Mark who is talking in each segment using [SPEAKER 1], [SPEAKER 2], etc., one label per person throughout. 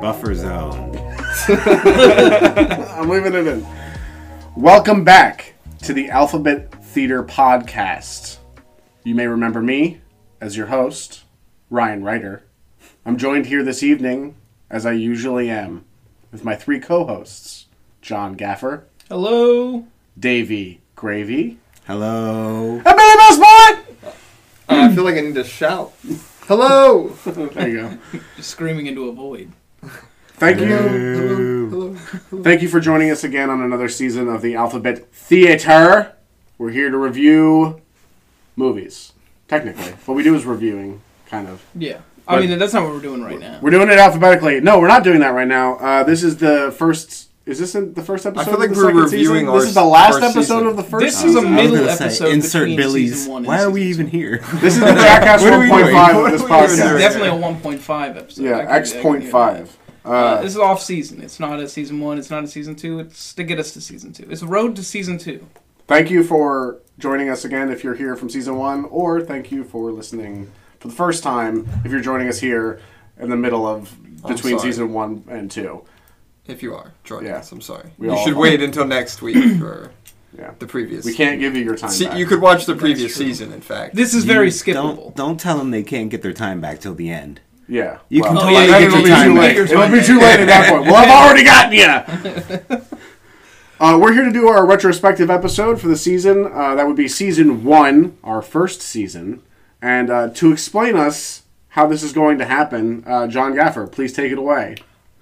[SPEAKER 1] Buffer zone.
[SPEAKER 2] I'm leaving it in. Welcome back to the Alphabet Theater Podcast. You may remember me as your host, Ryan Ryder. I'm joined here this evening, as I usually am, with my three co hosts, John Gaffer,
[SPEAKER 3] Hello.
[SPEAKER 2] Davey Gravy,
[SPEAKER 1] Hello.
[SPEAKER 2] and Billy Mouse Boy!
[SPEAKER 4] I feel like I need to shout. Hello.
[SPEAKER 2] There you go.
[SPEAKER 3] Just screaming into a void.
[SPEAKER 2] Thank you.
[SPEAKER 1] Hello.
[SPEAKER 2] Thank you for joining us again on another season of the Alphabet Theater. We're here to review movies, technically. What we do is reviewing, kind of.
[SPEAKER 3] Yeah. I
[SPEAKER 2] But-
[SPEAKER 3] mean, that's not what we're doing right now.
[SPEAKER 2] We're doing it alphabetically. No, we're not doing that right now. Uh, this is the first. Is this in the first episode?
[SPEAKER 4] like
[SPEAKER 2] of the
[SPEAKER 4] we're
[SPEAKER 2] second
[SPEAKER 4] reviewing
[SPEAKER 2] season?
[SPEAKER 4] our
[SPEAKER 2] This is the
[SPEAKER 4] s-
[SPEAKER 2] last
[SPEAKER 4] our
[SPEAKER 2] episode
[SPEAKER 4] season.
[SPEAKER 2] of the first.
[SPEAKER 3] This is
[SPEAKER 2] season.
[SPEAKER 3] a
[SPEAKER 1] I was
[SPEAKER 3] middle
[SPEAKER 1] gonna say,
[SPEAKER 3] episode
[SPEAKER 1] insert
[SPEAKER 3] between
[SPEAKER 1] Billy's.
[SPEAKER 3] season one and
[SPEAKER 1] Why are we
[SPEAKER 3] season
[SPEAKER 1] even here?
[SPEAKER 2] This is the Jackass
[SPEAKER 4] What are we
[SPEAKER 2] 1.5
[SPEAKER 4] doing?
[SPEAKER 2] of this
[SPEAKER 4] What are we
[SPEAKER 3] This is
[SPEAKER 4] doing?
[SPEAKER 2] podcast.
[SPEAKER 3] definitely a 1.5 episode.
[SPEAKER 2] Yeah,
[SPEAKER 3] I can-
[SPEAKER 2] X
[SPEAKER 3] I can
[SPEAKER 2] point
[SPEAKER 3] do that.
[SPEAKER 2] five.
[SPEAKER 3] Uh,
[SPEAKER 2] Uh,
[SPEAKER 3] this is off season. It's not a season one. It's not a season two. It's to get us to season two. It's road to season two.
[SPEAKER 2] thank you for joining us again if you're here from season one, or thank you for listening for the first time if you're joining us here in the middle of
[SPEAKER 1] Oh,
[SPEAKER 4] I'm
[SPEAKER 2] between
[SPEAKER 4] sorry.
[SPEAKER 2] season one and two.
[SPEAKER 4] If you are joining
[SPEAKER 2] Yeah.
[SPEAKER 4] us, I'm sorry.
[SPEAKER 2] We
[SPEAKER 4] you
[SPEAKER 2] all
[SPEAKER 4] should
[SPEAKER 2] are.
[SPEAKER 4] wait until next week for
[SPEAKER 2] Yeah.
[SPEAKER 4] the previous.
[SPEAKER 2] We can't give you your time.
[SPEAKER 4] See,
[SPEAKER 2] back.
[SPEAKER 4] you could watch the previous
[SPEAKER 3] true.
[SPEAKER 4] season. In fact,
[SPEAKER 3] This is very
[SPEAKER 1] You
[SPEAKER 3] skippable.
[SPEAKER 1] Don't, don't tell them they can't get their time back till the end.
[SPEAKER 2] Yeah.
[SPEAKER 1] You
[SPEAKER 2] well,
[SPEAKER 1] can
[SPEAKER 3] Oh,
[SPEAKER 1] totally
[SPEAKER 3] yeah,
[SPEAKER 1] get
[SPEAKER 2] it'll
[SPEAKER 1] your
[SPEAKER 2] be
[SPEAKER 1] time
[SPEAKER 2] too
[SPEAKER 1] back.
[SPEAKER 2] late. It'll be too late at that point. Well, I've already gotten you. Uh, we're here to do our retrospective episode for the season. Uh, that would be season one, our first season. And uh, to explain us how this is going to happen, uh, John Gaffer, please take it away.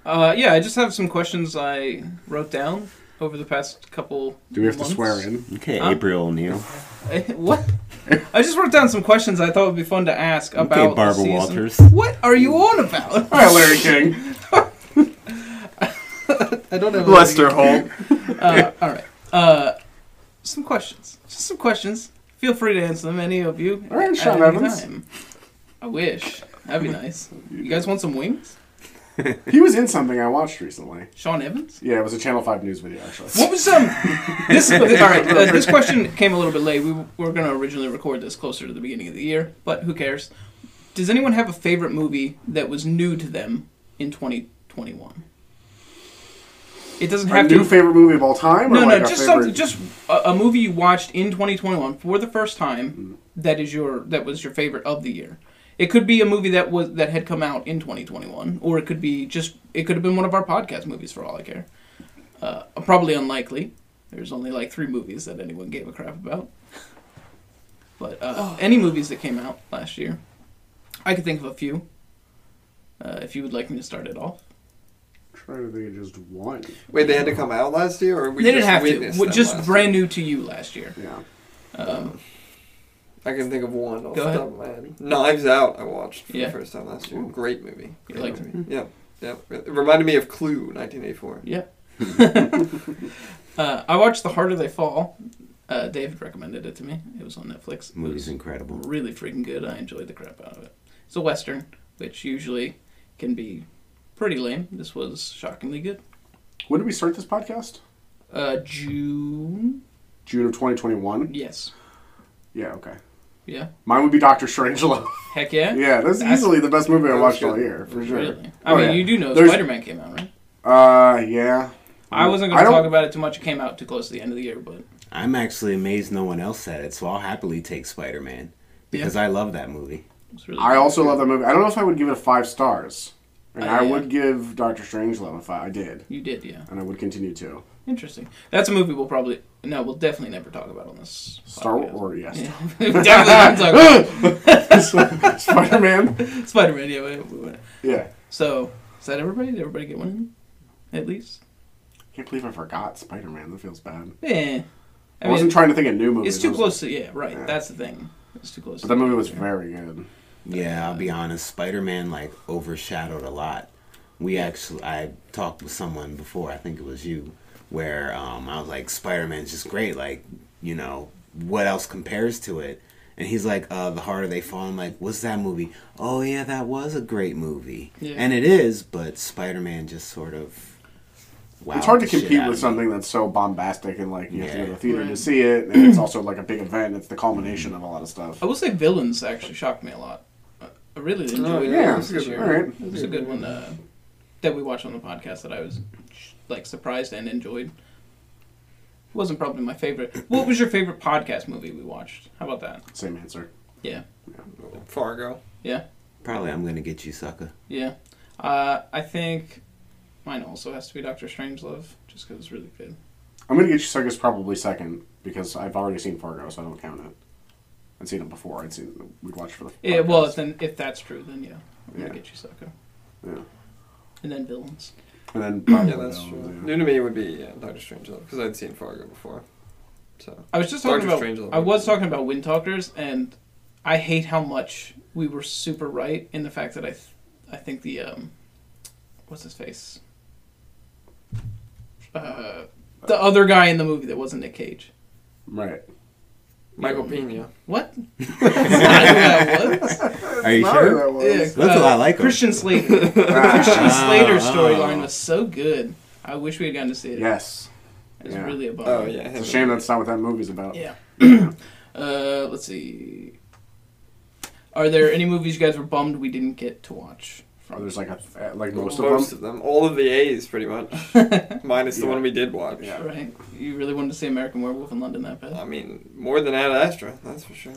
[SPEAKER 3] Uh, yeah, I just have some questions I wrote down over the past couple.
[SPEAKER 2] Do we have
[SPEAKER 3] months.
[SPEAKER 2] to swear in?
[SPEAKER 1] Okay,
[SPEAKER 3] Huh?
[SPEAKER 1] April O'Neil.
[SPEAKER 3] what? I just wrote down some questions I thought would be fun to ask about. the
[SPEAKER 1] Barbara
[SPEAKER 3] season.
[SPEAKER 1] Walters.
[SPEAKER 3] What are you on about?
[SPEAKER 2] All right, Larry King.
[SPEAKER 3] I don't know.
[SPEAKER 4] Lester Holt.
[SPEAKER 3] Uh, all right. Uh, some questions. Just some questions. Feel free to answer them, any of you.
[SPEAKER 2] All right,
[SPEAKER 3] at
[SPEAKER 2] Sean
[SPEAKER 3] any
[SPEAKER 2] Evans.
[SPEAKER 3] time. I wish. That'd be nice. You guys want some wings?
[SPEAKER 2] He was in something I watched recently.
[SPEAKER 3] Sean Evans?
[SPEAKER 2] Yeah, it was a Channel 5 news video, actually.
[SPEAKER 3] What was um this? All right, uh, this question came a little bit late. We were going to originally record this closer to the beginning of the year, but who cares? Does anyone have a favorite movie that was new to them in 2021? It doesn't
[SPEAKER 2] Our
[SPEAKER 3] have to.
[SPEAKER 2] new favorite movie of all time? Or
[SPEAKER 3] no,
[SPEAKER 2] like
[SPEAKER 3] no,
[SPEAKER 2] our favorite...
[SPEAKER 3] just something, just a, a movie you watched in 2021 for the first
[SPEAKER 4] Mm-hmm.
[SPEAKER 3] time that is your that was your favorite of the year. It could be a movie that was that had come out in 2021, or it could be just it could have been one of our podcast movies for all I care. Uh, probably unlikely. There's only like three movies that anyone gave a crap about. But uh, any movies that came out last year, I could think of a few. Uh, if you would like me to start it off,
[SPEAKER 2] trying to think of just one.
[SPEAKER 4] Wait, they had to come out last year, or we
[SPEAKER 3] they didn't
[SPEAKER 4] just
[SPEAKER 3] have to.
[SPEAKER 4] witnessed
[SPEAKER 3] w-
[SPEAKER 4] them
[SPEAKER 3] Just
[SPEAKER 4] last
[SPEAKER 3] brand new to you last year.
[SPEAKER 2] Yeah.
[SPEAKER 3] Um,
[SPEAKER 4] year? I can think of one off
[SPEAKER 3] Go
[SPEAKER 4] the
[SPEAKER 3] ahead.
[SPEAKER 4] top of my head. Knives Out. I watched for
[SPEAKER 3] Yeah.
[SPEAKER 4] the first time last year. Great movie.
[SPEAKER 3] You
[SPEAKER 4] Great
[SPEAKER 3] liked it? Mm-hmm.
[SPEAKER 4] movie. Yeah. Yeah. It reminded me of Clue, 1984.
[SPEAKER 3] Yeah. uh, I watched The Harder They Fall. Uh, David recommended it to me. It was on Netflix. It
[SPEAKER 1] Movie's
[SPEAKER 3] was
[SPEAKER 1] incredible.
[SPEAKER 3] really freaking good. I enjoyed the crap out of it. It's a western, which usually can be pretty lame. This was shockingly good.
[SPEAKER 2] When did we start this podcast?
[SPEAKER 3] Uh, June?
[SPEAKER 2] June of 2021?
[SPEAKER 3] Yes.
[SPEAKER 2] Yeah, okay.
[SPEAKER 3] Yeah.
[SPEAKER 2] Mine would be Doctor Strangelove.
[SPEAKER 3] Heck yeah.
[SPEAKER 2] yeah, that's,
[SPEAKER 3] That's-
[SPEAKER 2] easily the best movie I
[SPEAKER 4] That was
[SPEAKER 2] watched all
[SPEAKER 4] good.
[SPEAKER 2] year, for sure.
[SPEAKER 3] Really. I
[SPEAKER 2] Oh,
[SPEAKER 3] mean,
[SPEAKER 2] yeah.
[SPEAKER 3] you do know
[SPEAKER 2] There's-
[SPEAKER 3] Spider Man came out, right?
[SPEAKER 2] Uh, yeah.
[SPEAKER 3] I wasn't going
[SPEAKER 2] I
[SPEAKER 3] to
[SPEAKER 2] don't-
[SPEAKER 3] talk about it too much. It came out too close to the end of the year, but
[SPEAKER 1] I'm actually amazed no one else said it, so I'll happily take Spider Man because I love that movie.
[SPEAKER 3] it's really.
[SPEAKER 2] I also love that movie. I don't know if I would give it five stars. And
[SPEAKER 3] Uh,
[SPEAKER 2] I
[SPEAKER 3] yeah.
[SPEAKER 2] would give Doctor Strangelove if I, I did.
[SPEAKER 3] You did, yeah.
[SPEAKER 2] And I would continue to.
[SPEAKER 3] Interesting. That's a movie we'll probably no, we'll definitely never talk about on this.
[SPEAKER 2] Star Wars,
[SPEAKER 3] podcast.
[SPEAKER 2] or yes.
[SPEAKER 3] Yeah. definitely
[SPEAKER 2] Spider Man.
[SPEAKER 3] Spider Man. Yeah, we, we went.
[SPEAKER 2] Yeah.
[SPEAKER 3] So is that everybody? Did everybody get one? At least.
[SPEAKER 2] Can't believe I forgot Spider Man. That feels bad.
[SPEAKER 3] Eh.
[SPEAKER 2] I,
[SPEAKER 3] I mean,
[SPEAKER 2] wasn't trying to think of new movies.
[SPEAKER 3] it's too
[SPEAKER 2] I was-
[SPEAKER 3] close to yeah. Right. That's the thing. It's too close.
[SPEAKER 2] But
[SPEAKER 3] to
[SPEAKER 2] that movie was very good.
[SPEAKER 1] Yeah, I'll be
[SPEAKER 2] Uh,
[SPEAKER 1] honest. Spider Man like overshadowed a lot. We actually, I talked with someone before. I think it was you, where um, I was like, Spider Man's just great. Like, you know, what else compares to it? And he's like, uh, The Harder They Fall. I'm like, What's that movie? Oh, yeah, that was a great movie.
[SPEAKER 3] Yeah.
[SPEAKER 1] And it is, but Spider Man just sort of. Wow.
[SPEAKER 2] It's hard to compete with something that's so bombastic and like you have to go to
[SPEAKER 1] Yeah.
[SPEAKER 2] the theater to
[SPEAKER 3] Right.
[SPEAKER 2] see it, and it's also like a big event. It's the culmination of a lot of stuff.
[SPEAKER 3] I will say villains actually shocked me a lot. I I really enjoyed
[SPEAKER 4] Oh, yeah,
[SPEAKER 2] Yeah,
[SPEAKER 3] villains this year.
[SPEAKER 2] all right.
[SPEAKER 3] It was a good one uh, that we watched on the podcast that I was like surprised and enjoyed. Wasn't probably my favorite. What was your favorite podcast movie we watched? How about that?
[SPEAKER 2] Same answer.
[SPEAKER 3] Yeah,
[SPEAKER 4] Fargo.
[SPEAKER 3] yeah,
[SPEAKER 1] Probably I'm going to get you, sucker.
[SPEAKER 3] yeah. Uh, I think mine also has to be Doctor Strangelove, just because it's really good.
[SPEAKER 2] I'm gonna get you suckers probably second because I've already seen Fargo, so I don't count it. I'd seen it before. I'd seen we'd watched it for the.
[SPEAKER 3] Yeah, well,
[SPEAKER 2] podcast.
[SPEAKER 3] then if that's true, then yeah, I'm
[SPEAKER 2] Yeah.
[SPEAKER 3] gonna get you sucker.
[SPEAKER 2] Yeah.
[SPEAKER 3] And then villains.
[SPEAKER 2] and then probably
[SPEAKER 4] Yeah, that's
[SPEAKER 2] Bill,
[SPEAKER 4] true.
[SPEAKER 2] yeah.
[SPEAKER 4] New to me would be yeah, Doctor Strangelove because I'd seen Fargo before. So
[SPEAKER 3] I was just talking
[SPEAKER 4] Doctor Strangelove.
[SPEAKER 3] about. I was talking about Wind Talkers, and I hate how much we were super right in the fact that I, th- I think the um, what's his face, uh, the other guy in the movie that wasn't Nick Cage.
[SPEAKER 2] Right.
[SPEAKER 4] Michael Pena.
[SPEAKER 3] What? That's not who that was.
[SPEAKER 1] Are you
[SPEAKER 2] Not
[SPEAKER 1] sure?
[SPEAKER 2] that
[SPEAKER 3] Yeah,
[SPEAKER 2] was.
[SPEAKER 1] That's what I like 'em.
[SPEAKER 3] Uh, Christian Slater. Christian
[SPEAKER 1] Ah,
[SPEAKER 3] Slater's
[SPEAKER 1] ah.
[SPEAKER 3] storyline was so good. I wish we had gotten to see it.
[SPEAKER 2] Yes.
[SPEAKER 3] it was
[SPEAKER 2] yeah.
[SPEAKER 3] really a bummer.
[SPEAKER 4] Oh yeah. him.
[SPEAKER 2] It's a shame that's not what that movie's about.
[SPEAKER 3] Yeah. uh, let's see. Are there any movies you guys were bummed we didn't get to watch?
[SPEAKER 2] Or
[SPEAKER 3] From?
[SPEAKER 2] There's like a uh, like most,
[SPEAKER 4] Most
[SPEAKER 2] of
[SPEAKER 4] of
[SPEAKER 2] them.
[SPEAKER 4] them. All of the A's, pretty much. Minus the
[SPEAKER 2] Yeah.
[SPEAKER 4] one we did watch.
[SPEAKER 2] Yeah.
[SPEAKER 3] Right? You really wanted to see American Werewolf in London that
[SPEAKER 5] Uh,
[SPEAKER 3] bad?
[SPEAKER 4] I mean, more than Ad Astra, that's for sure.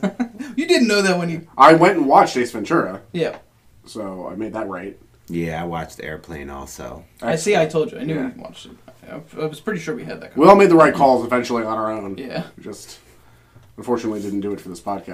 [SPEAKER 3] You didn't know that when you.
[SPEAKER 2] I went and watched Ace Ventura,
[SPEAKER 3] Yeah.
[SPEAKER 2] so I made that right.
[SPEAKER 1] Yeah, I watched Airplane also.
[SPEAKER 3] I see. I told you. I knew
[SPEAKER 2] Yeah.
[SPEAKER 3] you watched it. I, I was pretty sure we had that.
[SPEAKER 2] We all made the right calls eventually on our own.
[SPEAKER 3] Yeah.
[SPEAKER 2] We Just unfortunately didn't do it for this podcast.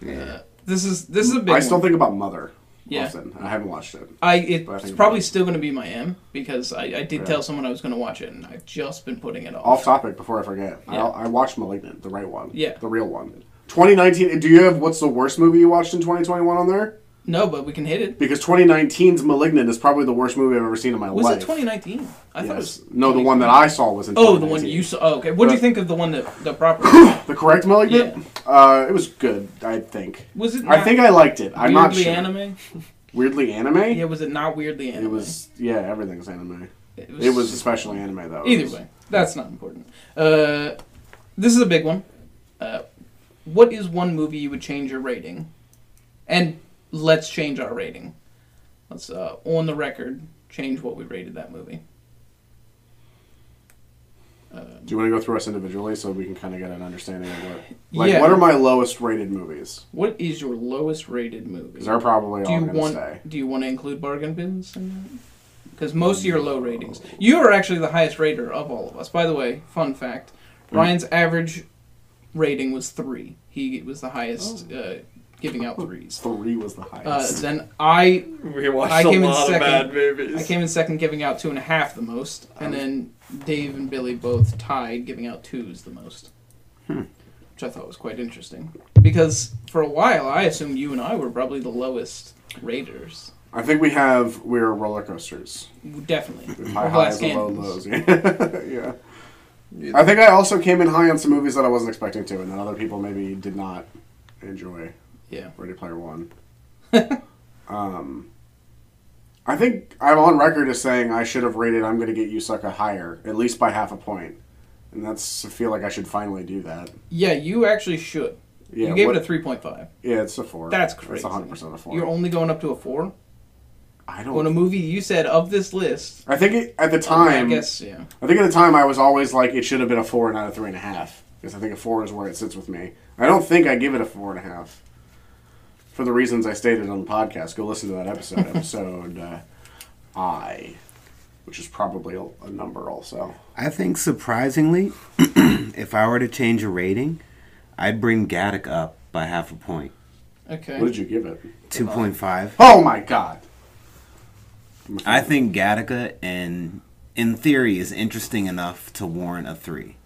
[SPEAKER 3] conversation. Uh, this is this is a big.
[SPEAKER 2] I still
[SPEAKER 3] one.
[SPEAKER 2] think about Mother.
[SPEAKER 3] Yeah.
[SPEAKER 2] Often. I haven't watched it.
[SPEAKER 3] I
[SPEAKER 2] but I
[SPEAKER 3] it's
[SPEAKER 2] think
[SPEAKER 3] probably
[SPEAKER 2] about it.
[SPEAKER 3] still going to be my M because I, I did
[SPEAKER 2] Yeah.
[SPEAKER 3] tell someone I was going to watch it and I've just been putting it off.
[SPEAKER 2] Off topic before I forget.
[SPEAKER 3] Yeah.
[SPEAKER 2] I, I watched Malignant, the right one.
[SPEAKER 3] Yeah.
[SPEAKER 2] The real one. 2019. Do you have what's the worst movie you watched in 2021 on there?
[SPEAKER 3] No, but we can hit it.
[SPEAKER 2] Because 2019's Malignant is probably the worst movie I've ever seen in my
[SPEAKER 3] Was
[SPEAKER 2] life.
[SPEAKER 3] it 2019? I thought it
[SPEAKER 2] Yes.
[SPEAKER 3] was.
[SPEAKER 2] No, the one that I saw was in.
[SPEAKER 3] Oh, the one
[SPEAKER 2] 2019.
[SPEAKER 3] you saw. Oh, okay. What do you
[SPEAKER 2] But-
[SPEAKER 3] think of the one that the proper?
[SPEAKER 2] The correct Malignant. Uh, it was good. I think.
[SPEAKER 3] Was it?
[SPEAKER 2] I think I liked it. I'm not
[SPEAKER 3] weirdly
[SPEAKER 2] sure.
[SPEAKER 3] anime.
[SPEAKER 2] Weirdly anime.
[SPEAKER 3] Yeah, was it not weirdly anime?
[SPEAKER 2] It was. Yeah, everything's anime.
[SPEAKER 3] It
[SPEAKER 2] It was especially anime though. It
[SPEAKER 3] Either
[SPEAKER 2] was-
[SPEAKER 3] way, that's not important. Uh, this is a big one. Uh, what is one movie you would change your rating? And let's change our rating. Let's uh, on the record change what we rated that movie.
[SPEAKER 2] Do you want to go through us individually so we can kind of get an understanding of what? Like,
[SPEAKER 3] Yeah.
[SPEAKER 2] what are my lowest rated movies?
[SPEAKER 3] What is your lowest rated movie?
[SPEAKER 2] Because they're probably
[SPEAKER 3] do
[SPEAKER 2] all
[SPEAKER 3] you
[SPEAKER 2] I'm gonna
[SPEAKER 3] want
[SPEAKER 2] say.
[SPEAKER 3] do you want to include bargain bins because most of your low ratings you are actually the highest rater of all of us by the way fun fact ryan's average rating was three he was the highest uh, giving out threes
[SPEAKER 2] Three was the
[SPEAKER 3] uh,
[SPEAKER 2] highest.
[SPEAKER 3] then i
[SPEAKER 4] We watched
[SPEAKER 3] I came
[SPEAKER 4] a
[SPEAKER 3] in
[SPEAKER 4] lot
[SPEAKER 3] second.
[SPEAKER 4] of bad movies.
[SPEAKER 3] i came in second giving out two and a half the most and then dave and billy both tied giving out twos the most
[SPEAKER 2] Hmm.
[SPEAKER 3] which i thought was quite interesting because for a while i assumed you and i were probably the lowest raters
[SPEAKER 2] I think we have we're roller coasters.
[SPEAKER 3] Definitely.
[SPEAKER 2] High
[SPEAKER 3] Or
[SPEAKER 2] highs
[SPEAKER 3] Glass
[SPEAKER 2] and low
[SPEAKER 3] Cannons.
[SPEAKER 2] lows. yeah. I think I also came in high on some movies that I wasn't expecting to, and that other people maybe did not enjoy.
[SPEAKER 3] Yeah.
[SPEAKER 2] Ready Player One. um, I think I'm on record as saying I should have rated I'm going to get you sucker higher, at least by half a point, and that's I feel like I should finally do that.
[SPEAKER 3] Yeah, you actually should.
[SPEAKER 2] Yeah,
[SPEAKER 3] you gave
[SPEAKER 2] what-
[SPEAKER 3] it a 3.5.
[SPEAKER 2] Yeah, it's a four.
[SPEAKER 3] That's crazy.
[SPEAKER 2] It's 100 percent a 4
[SPEAKER 3] You're only going up to a 4?
[SPEAKER 2] I
[SPEAKER 3] On a
[SPEAKER 2] don't.
[SPEAKER 3] movie you said of this list.
[SPEAKER 2] I think it, at the
[SPEAKER 3] I
[SPEAKER 2] time, I,
[SPEAKER 3] guess, yeah.
[SPEAKER 2] think at the time I was always like it should have been a four, not a three and a half, because I think a four is where it sits with me. I don't think I give it a four and a half, for the reasons I stated on the podcast. Go listen to that episode, episode uh, I, which is probably a, a number also.
[SPEAKER 1] I think surprisingly, if I were to change a rating, I'd bring Gaddick up by half a point.
[SPEAKER 3] Okay.
[SPEAKER 2] What did you give it?
[SPEAKER 1] 2.5.
[SPEAKER 2] Oh my god!
[SPEAKER 1] I think Gattaca, in in theory, is interesting enough to warrant a three.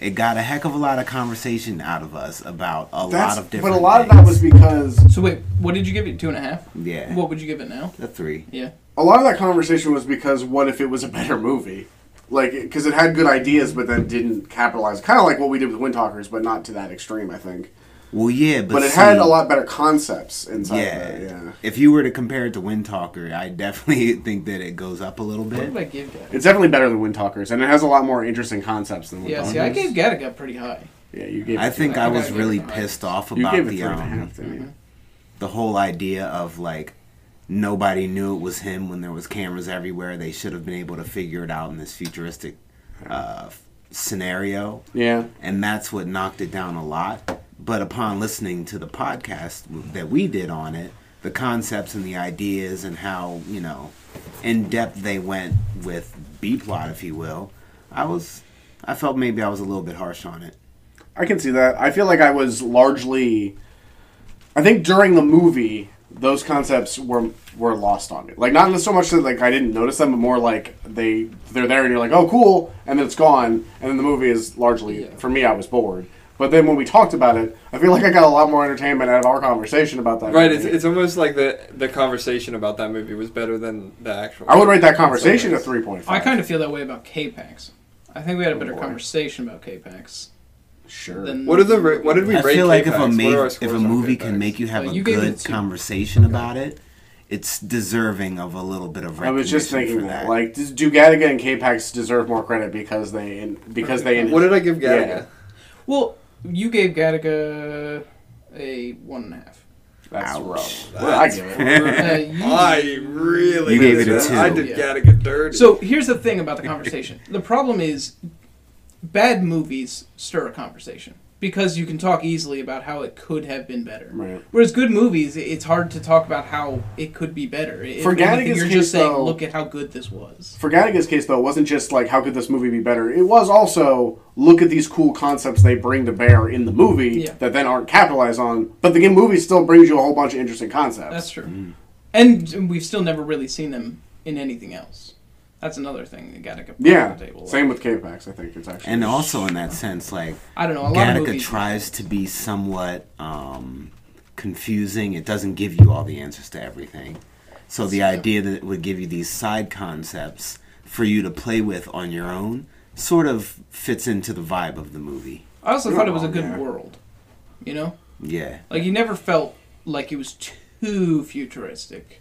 [SPEAKER 1] It got a heck of a lot of conversation out of us about a
[SPEAKER 2] That's,
[SPEAKER 1] lot of
[SPEAKER 2] but
[SPEAKER 1] different.
[SPEAKER 2] a lot of that
[SPEAKER 1] things.
[SPEAKER 2] was because
[SPEAKER 3] so wait, what did you give it? Two and a half?
[SPEAKER 1] Yeah.
[SPEAKER 3] What would you give it now?
[SPEAKER 1] a three.
[SPEAKER 3] Yeah.
[SPEAKER 2] a lot of that conversation was because what if it was a better movie? Like, because it had good ideas, but then didn't capitalize. Kind of like what we did with Wind Talkers, but not to that extreme, I think.
[SPEAKER 1] Well, yeah, but,
[SPEAKER 2] But it
[SPEAKER 1] see,
[SPEAKER 2] had a lot better concepts inside yeah.
[SPEAKER 1] Yeah.
[SPEAKER 2] of it. Yeah.
[SPEAKER 1] If you were to compare it to Wind Talker, I definitely think that it goes up a little
[SPEAKER 3] What did
[SPEAKER 1] bit.
[SPEAKER 3] I give Gattaca?
[SPEAKER 2] It's definitely better than Wind Talkers, and it has a lot more interesting concepts than Wind
[SPEAKER 3] Yeah,
[SPEAKER 2] Talkers.
[SPEAKER 3] see, I gave Gattaca pretty high.
[SPEAKER 2] Yeah, you gave.
[SPEAKER 1] I
[SPEAKER 2] it
[SPEAKER 1] think
[SPEAKER 2] three.
[SPEAKER 1] I
[SPEAKER 3] I
[SPEAKER 1] was
[SPEAKER 3] gave
[SPEAKER 1] really
[SPEAKER 3] it a high.
[SPEAKER 1] pissed off
[SPEAKER 2] you
[SPEAKER 1] about
[SPEAKER 2] gave it
[SPEAKER 1] the
[SPEAKER 2] three and a half,
[SPEAKER 1] um,
[SPEAKER 2] didn't you?
[SPEAKER 3] Mm-hmm.
[SPEAKER 1] the whole idea of like nobody knew it was him when there was cameras everywhere. They should have been able to figure it out in this futuristic uh, f- scenario.
[SPEAKER 2] Yeah.
[SPEAKER 1] and that's what knocked it down a lot. But upon listening to the podcast w- that we did on it, the concepts and the ideas and how you know in depth they went with B plot, if you will, I was I felt maybe I was a little bit harsh on it.
[SPEAKER 2] I can see that. I feel like I was largely. I think during the movie, those concepts were were lost on me. Like not so much that like I didn't notice them, but more like they they're there and you're like, oh cool, and then it's gone, and then the movie is largely for me. I was bored. But then when we talked about it, I feel like I got a lot more entertainment out of our conversation about that.
[SPEAKER 4] Right,
[SPEAKER 2] movie.
[SPEAKER 4] it's, it's almost like the the conversation about that movie was better than the actual.
[SPEAKER 2] I would rate that conversation a three point five.
[SPEAKER 3] I kind of feel that way about K-Pax. I think we had a better
[SPEAKER 2] boy.
[SPEAKER 3] conversation about K-Pax
[SPEAKER 2] sure.
[SPEAKER 3] than
[SPEAKER 4] What are the ra- what did we
[SPEAKER 1] I
[SPEAKER 4] rate?
[SPEAKER 1] feel like if a,
[SPEAKER 4] K-Pax? What are
[SPEAKER 1] ma-
[SPEAKER 4] our
[SPEAKER 1] if
[SPEAKER 4] scores
[SPEAKER 1] a
[SPEAKER 4] on
[SPEAKER 1] movie
[SPEAKER 4] K-Pax?
[SPEAKER 1] can make you have
[SPEAKER 3] Uh,
[SPEAKER 1] a
[SPEAKER 3] you gave it
[SPEAKER 1] good
[SPEAKER 3] two.
[SPEAKER 1] conversation about it, it's deserving of a little bit of
[SPEAKER 2] I
[SPEAKER 1] recognition.
[SPEAKER 2] was just
[SPEAKER 1] for
[SPEAKER 2] thinking
[SPEAKER 1] that.
[SPEAKER 2] that. Like, does- do Gattaca and K-Pax deserve more credit because they because they
[SPEAKER 4] What did I give Gattaca?
[SPEAKER 2] Yeah.
[SPEAKER 3] Well, you gave Gattaca a one and a half.
[SPEAKER 2] That's
[SPEAKER 1] Ouch.
[SPEAKER 2] rough. What did I give it?
[SPEAKER 3] Uh, you-
[SPEAKER 4] I really
[SPEAKER 1] You gave
[SPEAKER 4] did
[SPEAKER 1] it a
[SPEAKER 4] that.
[SPEAKER 1] two.
[SPEAKER 4] I did
[SPEAKER 3] Yeah.
[SPEAKER 4] Gattaca dirty.
[SPEAKER 3] So here's the thing about the conversation. the problem is, bad movies stir a conversation because you can talk easily about how it could have been better.
[SPEAKER 2] Right.
[SPEAKER 3] Whereas good movies, i- it's hard to talk about how it could be better. If
[SPEAKER 2] For
[SPEAKER 3] anything,
[SPEAKER 2] Gattaca's
[SPEAKER 3] you're
[SPEAKER 2] case,
[SPEAKER 3] just saying,
[SPEAKER 2] though-
[SPEAKER 3] look at how good this was.
[SPEAKER 2] For Gattaca's case, though, it wasn't just like how could this movie be better. It was also look at these cool concepts they bring to bear in the movie
[SPEAKER 3] Yeah.
[SPEAKER 2] that then aren't capitalized on. But the game movie still brings you a whole bunch of interesting concepts.
[SPEAKER 3] That's true.
[SPEAKER 2] Mm.
[SPEAKER 3] And we've still never really seen them in anything else. That's another thing that Gattaca put
[SPEAKER 2] yeah.
[SPEAKER 3] on the table.
[SPEAKER 2] Same with K-Pax. I think it's actually
[SPEAKER 1] and also in that sense, like
[SPEAKER 3] I don't know. A lot of
[SPEAKER 1] Gattaca
[SPEAKER 3] movies.
[SPEAKER 1] tries to be somewhat um, confusing. It doesn't give you all the answers to everything. So the idea that it would give you these side concepts for you to play with on your own sort of fits into the vibe of the movie.
[SPEAKER 3] I also thought it was a
[SPEAKER 2] Oh,
[SPEAKER 3] good
[SPEAKER 2] yeah.
[SPEAKER 3] world. You know,
[SPEAKER 1] Yeah.
[SPEAKER 3] like you never felt like it was too futuristic.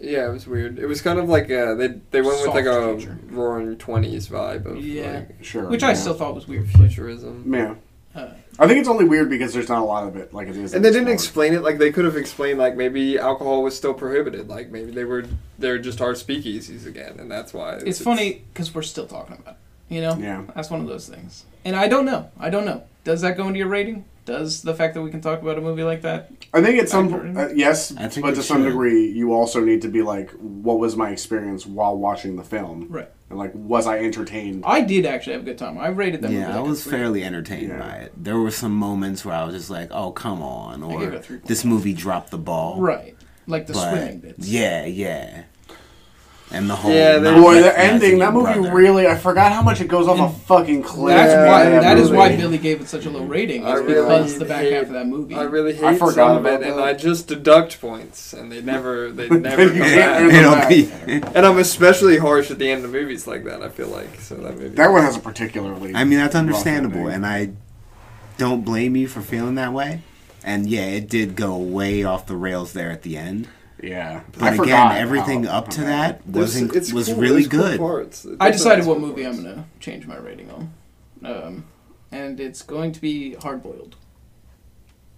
[SPEAKER 4] yeah, it was weird. It was kind of like uh, they they went with like a
[SPEAKER 3] Soft future.
[SPEAKER 4] roaring twenties vibe of
[SPEAKER 3] Yeah.
[SPEAKER 4] like
[SPEAKER 2] sure.
[SPEAKER 3] Which
[SPEAKER 2] yeah.
[SPEAKER 3] I still thought was weird. but-
[SPEAKER 4] futurism.
[SPEAKER 2] yeah.
[SPEAKER 3] Uh,
[SPEAKER 2] I think it's only weird because there's not a lot of it like it is. in
[SPEAKER 4] And they
[SPEAKER 2] this
[SPEAKER 4] didn't
[SPEAKER 2] one.
[SPEAKER 4] explain it like they could have explained like maybe alcohol was still prohibited. Like maybe they were they're just our speakeasies again, and that's why
[SPEAKER 3] it's funny because we're still talking about it. You know?
[SPEAKER 2] Yeah.
[SPEAKER 3] That's one of those things. And I don't know. I don't know. Does that go into your rating? Does the fact that we can talk about a movie like that?
[SPEAKER 2] I think at
[SPEAKER 3] Factor in?
[SPEAKER 2] some uh, yes,
[SPEAKER 1] I think
[SPEAKER 2] but
[SPEAKER 1] it
[SPEAKER 2] to some
[SPEAKER 1] should.
[SPEAKER 2] degree, you also need to be like, what was my experience while watching the film,
[SPEAKER 3] Right.
[SPEAKER 2] and like, was I entertained?
[SPEAKER 3] I did actually have a good time. I rated that movie.
[SPEAKER 1] Yeah,
[SPEAKER 3] like
[SPEAKER 1] I
[SPEAKER 3] a
[SPEAKER 1] was
[SPEAKER 3] three.
[SPEAKER 1] fairly entertained
[SPEAKER 2] Yeah.
[SPEAKER 1] by it. There were some moments where I was just like, "Oh, come on,"
[SPEAKER 3] gave it
[SPEAKER 1] or
[SPEAKER 3] a 3.5.
[SPEAKER 1] "This movie dropped the ball."
[SPEAKER 3] Right. Like the
[SPEAKER 1] but-
[SPEAKER 3] swimming bits.
[SPEAKER 1] Yeah, yeah. And the whole
[SPEAKER 4] Yeah, they-
[SPEAKER 1] not
[SPEAKER 2] Boy, the
[SPEAKER 1] recognizing
[SPEAKER 2] ending,
[SPEAKER 1] your
[SPEAKER 2] that movie
[SPEAKER 1] brother.
[SPEAKER 2] really, I forgot how much it goes off a fucking cliff.
[SPEAKER 3] That's
[SPEAKER 4] Yeah,
[SPEAKER 3] why.
[SPEAKER 4] that
[SPEAKER 3] That is why
[SPEAKER 2] movie.
[SPEAKER 3] Billy gave it such a low rating.
[SPEAKER 4] I
[SPEAKER 3] Is
[SPEAKER 4] really
[SPEAKER 3] because the back
[SPEAKER 4] hate-
[SPEAKER 3] half of that movie.
[SPEAKER 4] I really hate
[SPEAKER 2] I forgot
[SPEAKER 4] some of it,
[SPEAKER 2] about
[SPEAKER 4] and
[SPEAKER 2] that.
[SPEAKER 4] I just deduct points, and they never they never come
[SPEAKER 2] Yeah.
[SPEAKER 4] back.
[SPEAKER 1] They don't-
[SPEAKER 4] And I'm especially harsh at the end of movies like that. I feel like so that movie.
[SPEAKER 2] That one has a particularly.
[SPEAKER 1] I mean, that's
[SPEAKER 2] rough
[SPEAKER 1] understandable,
[SPEAKER 2] ending.
[SPEAKER 1] and I don't blame you for feeling that way. And yeah, it did go way off the rails there at the end.
[SPEAKER 2] yeah,
[SPEAKER 1] But
[SPEAKER 2] I
[SPEAKER 1] again,
[SPEAKER 2] forgot
[SPEAKER 1] everything
[SPEAKER 2] how-
[SPEAKER 1] up to
[SPEAKER 2] how
[SPEAKER 1] that was
[SPEAKER 4] There's-
[SPEAKER 1] in,
[SPEAKER 4] it's
[SPEAKER 1] was
[SPEAKER 4] cool,
[SPEAKER 1] really
[SPEAKER 4] there's cool
[SPEAKER 1] good.
[SPEAKER 4] parts.
[SPEAKER 3] I
[SPEAKER 4] There's
[SPEAKER 3] decided what
[SPEAKER 4] cool
[SPEAKER 3] movie I'm
[SPEAKER 4] parts.
[SPEAKER 3] gonna change my rating on, um, and it's going to be Hard Boiled.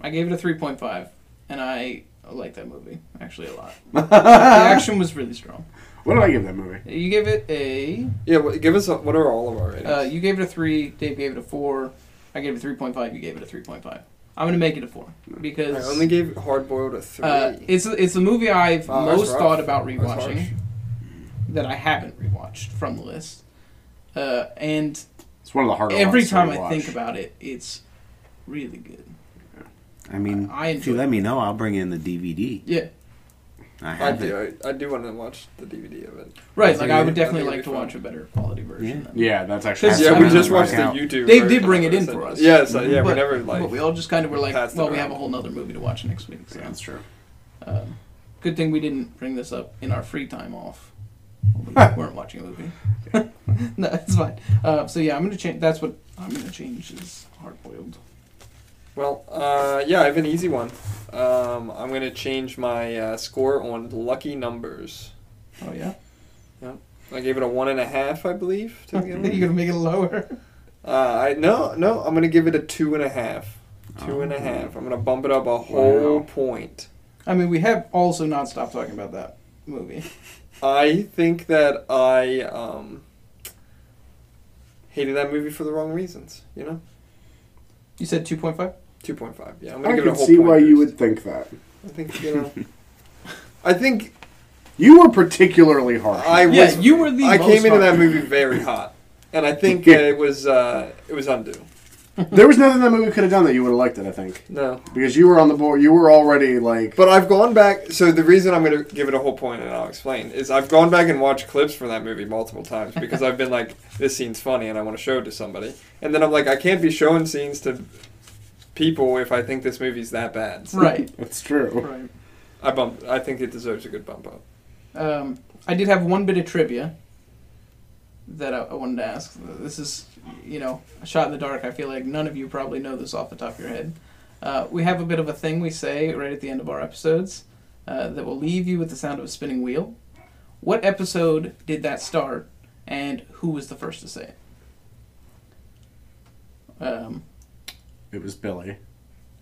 [SPEAKER 3] I gave it a three point five, and I like that movie actually a lot. the action was really strong.
[SPEAKER 2] What did I give that movie?
[SPEAKER 3] You gave it a,
[SPEAKER 4] Yeah, what, give us a, what are all of our ratings?
[SPEAKER 3] uh, you gave it a three. Dave gave it a four. I gave it a three point five. You gave it a three point five. I'm gonna make it a four
[SPEAKER 4] I
[SPEAKER 3] because
[SPEAKER 4] only gave Hard Boiled a three.
[SPEAKER 3] uh, it's it's the movie I've
[SPEAKER 4] Wow, that's
[SPEAKER 3] most
[SPEAKER 4] rough.
[SPEAKER 3] thought about
[SPEAKER 4] That's
[SPEAKER 3] rewatching
[SPEAKER 4] harsh.
[SPEAKER 3] that I haven't rewatched from the list, uh, and
[SPEAKER 2] It's one of the harder.
[SPEAKER 3] every
[SPEAKER 2] ones to
[SPEAKER 3] time I
[SPEAKER 2] rewatch.
[SPEAKER 3] think about it, it's really good.
[SPEAKER 1] I mean,
[SPEAKER 3] I
[SPEAKER 1] if you
[SPEAKER 3] enjoyed
[SPEAKER 1] let me know, I'll bring in the DVD.
[SPEAKER 3] Yeah,
[SPEAKER 1] I
[SPEAKER 4] I
[SPEAKER 1] have it.
[SPEAKER 4] do. I, I do want to watch the DVD of it.
[SPEAKER 3] right. Like I would
[SPEAKER 4] think-
[SPEAKER 3] definitely
[SPEAKER 4] think
[SPEAKER 3] like to
[SPEAKER 4] it'd be
[SPEAKER 3] watch a better quality version.
[SPEAKER 1] Yeah.
[SPEAKER 3] than-
[SPEAKER 2] Yeah, that's actually.
[SPEAKER 4] Because
[SPEAKER 3] That's
[SPEAKER 4] yeah,
[SPEAKER 3] what
[SPEAKER 4] we
[SPEAKER 3] I'm
[SPEAKER 4] just
[SPEAKER 3] gonna
[SPEAKER 4] watched the
[SPEAKER 1] work out.
[SPEAKER 4] YouTube.
[SPEAKER 3] They
[SPEAKER 4] version
[SPEAKER 3] did bring it in
[SPEAKER 4] of
[SPEAKER 3] for
[SPEAKER 4] it.
[SPEAKER 3] us.
[SPEAKER 4] Yeah,
[SPEAKER 5] uh,
[SPEAKER 4] so yeah, we
[SPEAKER 3] But-
[SPEAKER 4] never like.
[SPEAKER 3] But we all just kind of were like,
[SPEAKER 4] passed it
[SPEAKER 3] well, we
[SPEAKER 4] around.
[SPEAKER 3] have a whole nother movie to watch next week. So
[SPEAKER 2] Yeah, that's true.
[SPEAKER 3] um, good thing we didn't bring this up in our free time off. We weren't watching a movie. no, it's fine. Uh, so yeah, I'm gonna change. That's what I'm gonna change is hard boiled.
[SPEAKER 5] Well, uh, yeah, I have an easy one. Um, I'm gonna change my uh, score on lucky numbers.
[SPEAKER 3] Oh yeah.
[SPEAKER 5] I gave it a one and a half, I believe. To begin with.
[SPEAKER 3] You're gonna make it lower.
[SPEAKER 5] Uh, I no no. I'm gonna give it a two and a half. Two
[SPEAKER 3] Oh.
[SPEAKER 5] and a half. I'm gonna bump it up a whole
[SPEAKER 1] Wow.
[SPEAKER 5] point.
[SPEAKER 3] I mean, we have also not stopped talking about that movie.
[SPEAKER 5] I think that I um, hated that movie for the wrong reasons. You know,
[SPEAKER 3] You said two point five.
[SPEAKER 5] two point five. Yeah, I'm gonna
[SPEAKER 2] I
[SPEAKER 5] give it a
[SPEAKER 2] can
[SPEAKER 5] whole
[SPEAKER 2] see
[SPEAKER 5] point
[SPEAKER 2] why you
[SPEAKER 5] boost.
[SPEAKER 2] would think that.
[SPEAKER 5] I think you know. I think
[SPEAKER 2] You were particularly harsh.
[SPEAKER 5] I was.
[SPEAKER 3] Yeah, you were the
[SPEAKER 5] I
[SPEAKER 3] most
[SPEAKER 5] came into that
[SPEAKER 3] hot.
[SPEAKER 5] movie very hot, and I think uh, it was uh, it was undue.
[SPEAKER 2] there was nothing that movie could have done that you would have liked it. I think
[SPEAKER 5] No,
[SPEAKER 2] because you were on the board. You were already like.
[SPEAKER 5] but I've gone back. So the reason I'm going to give it a whole point, and I'll explain, is I've gone back and watched clips from that movie multiple times because I've been like, this scene's funny, and I want to show it to somebody, and then I'm like, I can't be showing scenes to people if I think this movie's that bad. So
[SPEAKER 3] Right.
[SPEAKER 2] That's true.
[SPEAKER 3] Right.
[SPEAKER 5] I bump. I think it deserves a good bump up.
[SPEAKER 3] Um, I did have one bit of trivia that I, I wanted to ask. This is, you know, a shot in the dark. I feel like none of you probably know this off the top of your head. Uh, we have a bit of a thing we say right at the end of our episodes uh, that will leave you with the sound of a spinning wheel. What episode did that start, and who was the first to say it? Um,
[SPEAKER 2] It was Billy.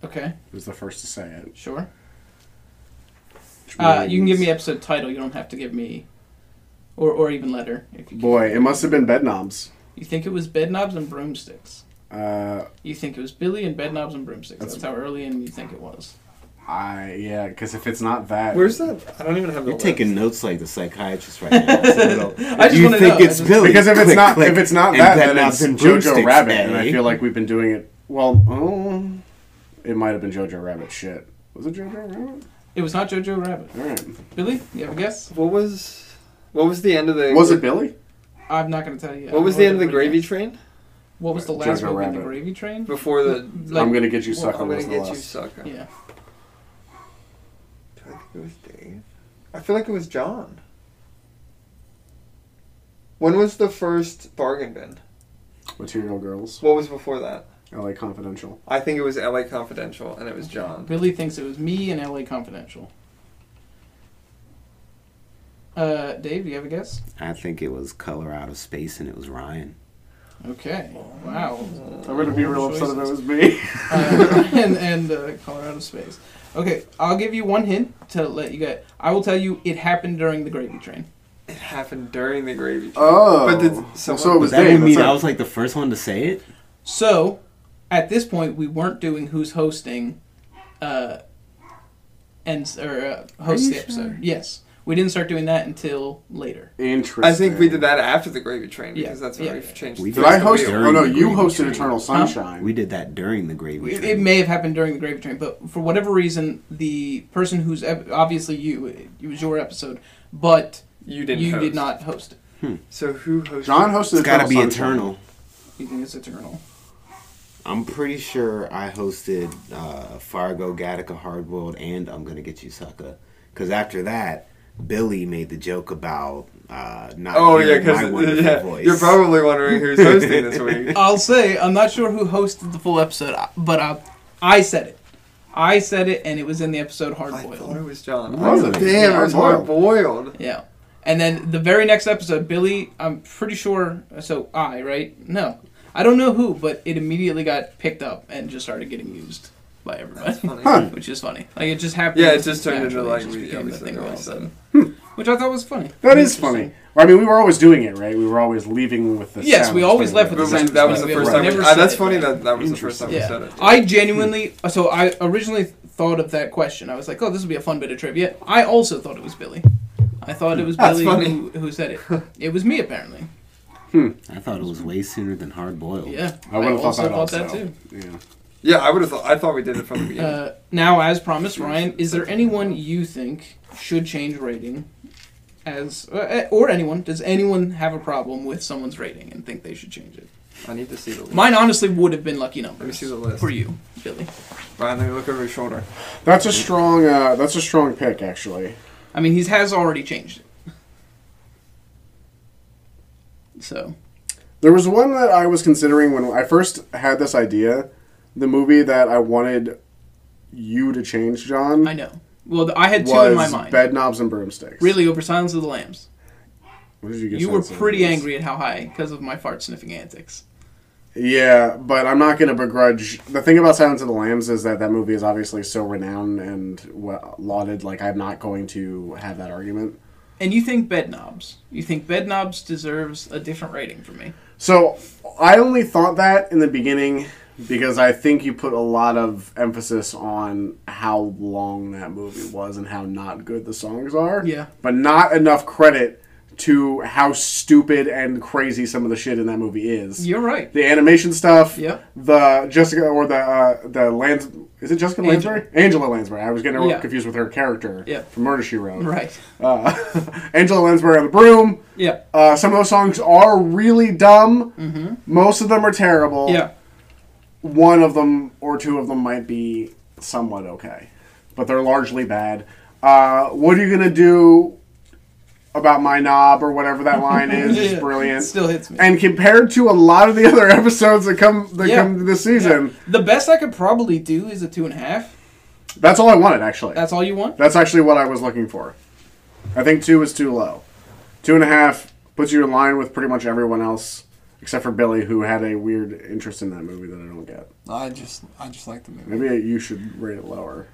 [SPEAKER 3] okay,
[SPEAKER 2] Who was the first to say it.
[SPEAKER 3] sure.
[SPEAKER 2] which
[SPEAKER 3] Uh, you can give
[SPEAKER 2] means-
[SPEAKER 3] me episode title. You don't have to give me, or or even letter. If you can.
[SPEAKER 2] Boy, it must have been Bedknobs.
[SPEAKER 3] You think it was bed knobs and broomsticks.
[SPEAKER 2] Uh,
[SPEAKER 3] You think it was Billy and bed knobs and broomsticks. That's,
[SPEAKER 2] That's-
[SPEAKER 3] how early in you think it was.
[SPEAKER 2] I yeah, because if it's not that,
[SPEAKER 5] Where's that? I don't even have. the
[SPEAKER 1] You're
[SPEAKER 5] list.
[SPEAKER 1] taking notes like the psychiatrist right now. It's a little-
[SPEAKER 3] I just
[SPEAKER 1] you
[SPEAKER 3] wanna
[SPEAKER 1] think
[SPEAKER 3] know,
[SPEAKER 1] it's
[SPEAKER 3] I just-
[SPEAKER 1] Billy?
[SPEAKER 2] because if it's
[SPEAKER 1] click,
[SPEAKER 2] not
[SPEAKER 1] click,
[SPEAKER 2] if it's not
[SPEAKER 1] and
[SPEAKER 2] that, then
[SPEAKER 1] bedknobs
[SPEAKER 2] it's
[SPEAKER 1] and
[SPEAKER 2] Jojo
[SPEAKER 1] broomsticks,
[SPEAKER 2] Rabbit, and I
[SPEAKER 1] eh?
[SPEAKER 2] feel like we've been doing it. Well, oh, it might have been Jojo Rabbit. Shit, was it Jojo Rabbit?
[SPEAKER 3] It was not Jojo Rabbit.
[SPEAKER 2] All right,
[SPEAKER 3] Billy, you have a guess?
[SPEAKER 5] What was? What was the end of the?
[SPEAKER 2] was it Billy?
[SPEAKER 3] I'm not going to tell you.
[SPEAKER 5] What was the end of the gravy train?
[SPEAKER 3] What was the last
[SPEAKER 2] Jojo
[SPEAKER 3] movie in the
[SPEAKER 2] Rabbit.
[SPEAKER 3] gravy train?
[SPEAKER 5] Before the.
[SPEAKER 3] Like-
[SPEAKER 2] I'm gonna get you
[SPEAKER 3] well,
[SPEAKER 2] sucker.
[SPEAKER 5] I'm
[SPEAKER 2] was
[SPEAKER 5] gonna
[SPEAKER 2] the
[SPEAKER 5] get you,
[SPEAKER 2] last.
[SPEAKER 5] sucker.
[SPEAKER 3] Yeah.
[SPEAKER 5] I think it was Dave. I feel like it was John. When was the first bargain bin?
[SPEAKER 2] Material Girls,
[SPEAKER 5] What was before that?
[SPEAKER 2] L.A. Confidential.
[SPEAKER 5] I think it was LA Confidential, and it was John.
[SPEAKER 3] Billy thinks it was me and LA Confidential. Uh, Dave, do you have a guess?
[SPEAKER 1] I think it was Color Out of Space, and it was Ryan.
[SPEAKER 3] Okay. Wow.
[SPEAKER 2] I'm gonna be real upset if it
[SPEAKER 3] Choices.
[SPEAKER 2] was me.
[SPEAKER 3] uh, and and uh, Colorado Space. Okay, I'll give you one hint to let you get. I will tell you it happened during the gravy train.
[SPEAKER 5] It happened during the gravy. train.
[SPEAKER 2] Oh,
[SPEAKER 5] But did someone-
[SPEAKER 2] so it was
[SPEAKER 1] Does that
[SPEAKER 2] Dave.
[SPEAKER 1] would mean
[SPEAKER 2] that's
[SPEAKER 1] I
[SPEAKER 2] right.
[SPEAKER 1] was like the first one to say it?
[SPEAKER 3] So, at this point, we weren't doing who's hosting, uh, and s- or uh, host the episode. Yes, we didn't start doing that until later.
[SPEAKER 2] Interesting.
[SPEAKER 5] I think we did that after the gravy train
[SPEAKER 3] Yeah,
[SPEAKER 5] because that's when
[SPEAKER 3] yeah,
[SPEAKER 5] we've
[SPEAKER 3] yeah.
[SPEAKER 5] changed.
[SPEAKER 1] We
[SPEAKER 5] the
[SPEAKER 2] Did I
[SPEAKER 5] wheel.
[SPEAKER 2] host?
[SPEAKER 1] During
[SPEAKER 2] Oh no,
[SPEAKER 1] the
[SPEAKER 2] you
[SPEAKER 1] Green
[SPEAKER 2] hosted
[SPEAKER 1] Train.
[SPEAKER 2] Eternal Sunshine.
[SPEAKER 1] We did that during the gravy.
[SPEAKER 3] It,
[SPEAKER 1] train.
[SPEAKER 3] it may have happened during the gravy train, but for whatever reason, the person who's ep- obviously you, it, it was your episode, but
[SPEAKER 5] You didn't.
[SPEAKER 3] you did
[SPEAKER 5] host.
[SPEAKER 3] not host it.
[SPEAKER 5] So who hosted?
[SPEAKER 2] John hosted.
[SPEAKER 1] it's got to
[SPEAKER 2] Eternal
[SPEAKER 1] be
[SPEAKER 2] Sunshine.
[SPEAKER 1] eternal.
[SPEAKER 3] You think it's eternal?
[SPEAKER 1] I'm pretty sure I hosted uh, Fargo, Gattaca, Hardboiled, and I'm Gonna Get You Sucker. Because after that, Billy made the joke about uh, not
[SPEAKER 5] Oh yeah,
[SPEAKER 1] hearing my
[SPEAKER 5] because
[SPEAKER 1] wonderful
[SPEAKER 5] yeah,
[SPEAKER 1] voice.
[SPEAKER 5] you're probably wondering who's hosting this week.
[SPEAKER 3] I'll say I'm not sure who hosted the full episode, but I, I said it. I said it, and it was in the episode Hard
[SPEAKER 5] I thought it
[SPEAKER 3] Boiled.
[SPEAKER 5] was John.
[SPEAKER 2] Was it?
[SPEAKER 5] Damn, it was hard
[SPEAKER 2] Hard-boiled.
[SPEAKER 5] boiled.
[SPEAKER 3] Yeah. And then the very next episode, Billy, I'm pretty sure. So I, right? No, I don't know who, but it immediately got picked up and just started getting used by everybody,
[SPEAKER 5] Funny.
[SPEAKER 3] which is funny. Like it just happened.
[SPEAKER 5] Yeah, it just turned into
[SPEAKER 3] naturally,
[SPEAKER 5] like
[SPEAKER 3] it just
[SPEAKER 5] we-
[SPEAKER 3] became
[SPEAKER 5] we
[SPEAKER 3] the
[SPEAKER 5] said
[SPEAKER 3] thing
[SPEAKER 5] it
[SPEAKER 3] we all
[SPEAKER 5] all
[SPEAKER 3] said, which I thought was funny.
[SPEAKER 2] That is
[SPEAKER 3] Interesting.
[SPEAKER 2] funny. Well, I mean, we were always doing it, right? We were always leaving with the.
[SPEAKER 3] Yes,
[SPEAKER 2] sound
[SPEAKER 3] we
[SPEAKER 2] of
[SPEAKER 3] always
[SPEAKER 2] spinning wheels.
[SPEAKER 3] left with
[SPEAKER 5] But
[SPEAKER 3] the
[SPEAKER 5] we-
[SPEAKER 3] sound
[SPEAKER 5] that was
[SPEAKER 3] of
[SPEAKER 5] the
[SPEAKER 3] spinning wheels.
[SPEAKER 5] first time.
[SPEAKER 3] We
[SPEAKER 5] we-
[SPEAKER 3] never
[SPEAKER 5] ah, that's
[SPEAKER 3] said it,
[SPEAKER 5] funny.
[SPEAKER 3] right?
[SPEAKER 5] That that was the first time we
[SPEAKER 3] Yeah.
[SPEAKER 5] said it.
[SPEAKER 3] I genuinely, so I originally thought of that question. I was like, oh, this will be a fun bit of trivia. I also thought it was Billy. I thought it was
[SPEAKER 5] That's
[SPEAKER 3] Billy
[SPEAKER 5] funny.
[SPEAKER 3] who, who said it. It was me, apparently.
[SPEAKER 1] I thought it was way sooner than Hardboiled.
[SPEAKER 3] Yeah.
[SPEAKER 2] I would have thought
[SPEAKER 3] also
[SPEAKER 2] that
[SPEAKER 3] thought
[SPEAKER 2] also.
[SPEAKER 3] that too.
[SPEAKER 2] Yeah.
[SPEAKER 5] Yeah, I would have thought. I thought we did it from the beginning.
[SPEAKER 3] Uh, now, as promised, Ryan, is there anyone you think should change rating? As uh, or anyone, does anyone have a problem with someone's rating and think they should change it?
[SPEAKER 5] I need to see the list.
[SPEAKER 3] Mine honestly would have been lucky numbers.
[SPEAKER 5] see the list.
[SPEAKER 3] for you, Billy.
[SPEAKER 5] Brian, let me look over your shoulder.
[SPEAKER 2] That's a strong. Uh, that's a strong pick, actually.
[SPEAKER 3] I mean, he has already changed it. So
[SPEAKER 2] There was one that I was considering when I first had this idea the movie that I wanted you to change, John,
[SPEAKER 3] I know. Well, th- I had two in my
[SPEAKER 2] was
[SPEAKER 3] mind.
[SPEAKER 2] Bed Knobs and Broomsticks.
[SPEAKER 3] Really, over Silence of the Lambs.
[SPEAKER 2] What did you get
[SPEAKER 3] You were
[SPEAKER 2] sense of
[SPEAKER 3] pretty
[SPEAKER 2] this?
[SPEAKER 3] angry at how high because of my fart sniffing antics.
[SPEAKER 2] Yeah, but I'm not going to begrudge. The thing about Silence of the Lambs is that that movie is obviously so renowned and well, lauded. Like, I'm not going to have that argument.
[SPEAKER 3] And you think Bed Knobs. You think Bed Knobs deserves a different rating from me.
[SPEAKER 2] So, I only thought that in the beginning because I think you put a lot of emphasis on how long that movie was and how not good the songs are.
[SPEAKER 3] Yeah.
[SPEAKER 2] But not enough credit to how stupid and crazy some of the shit in that movie is.
[SPEAKER 3] You're right.
[SPEAKER 2] the animation stuff.
[SPEAKER 3] Yep.
[SPEAKER 2] The Jessica or the uh, the Lans is it Jessica
[SPEAKER 3] Angela.
[SPEAKER 2] Lansbury? Angela Lansbury. I was getting
[SPEAKER 3] Yeah.
[SPEAKER 2] confused with her character
[SPEAKER 3] Yep.
[SPEAKER 2] from Murder She Wrote.
[SPEAKER 3] Right.
[SPEAKER 2] Uh, Angela Lansbury on the broom.
[SPEAKER 3] Yeah.
[SPEAKER 2] Uh, some of those songs are really dumb. Mm-hmm. Most of them are terrible.
[SPEAKER 3] Yeah.
[SPEAKER 2] One of them or two of them might be somewhat okay, but they're largely bad. Uh, what are you gonna do about my knob or whatever that line is?
[SPEAKER 3] Yeah,
[SPEAKER 2] It's
[SPEAKER 3] yeah.
[SPEAKER 2] brilliant.
[SPEAKER 3] Still hits me.
[SPEAKER 2] And compared to a lot of the other episodes that come that
[SPEAKER 3] Yeah.
[SPEAKER 2] come this season,
[SPEAKER 3] Yeah. The best I could probably do is a two and a half.
[SPEAKER 2] that's all I wanted actually. That's,
[SPEAKER 3] That's all you want?
[SPEAKER 2] actually what I was looking for. I think two is too low. Two and a half puts you in line with pretty much everyone else except for Billy, who had a weird interest in that movie that I don't get.
[SPEAKER 5] I just I just like the movie.
[SPEAKER 2] Maybe you should rate it lower.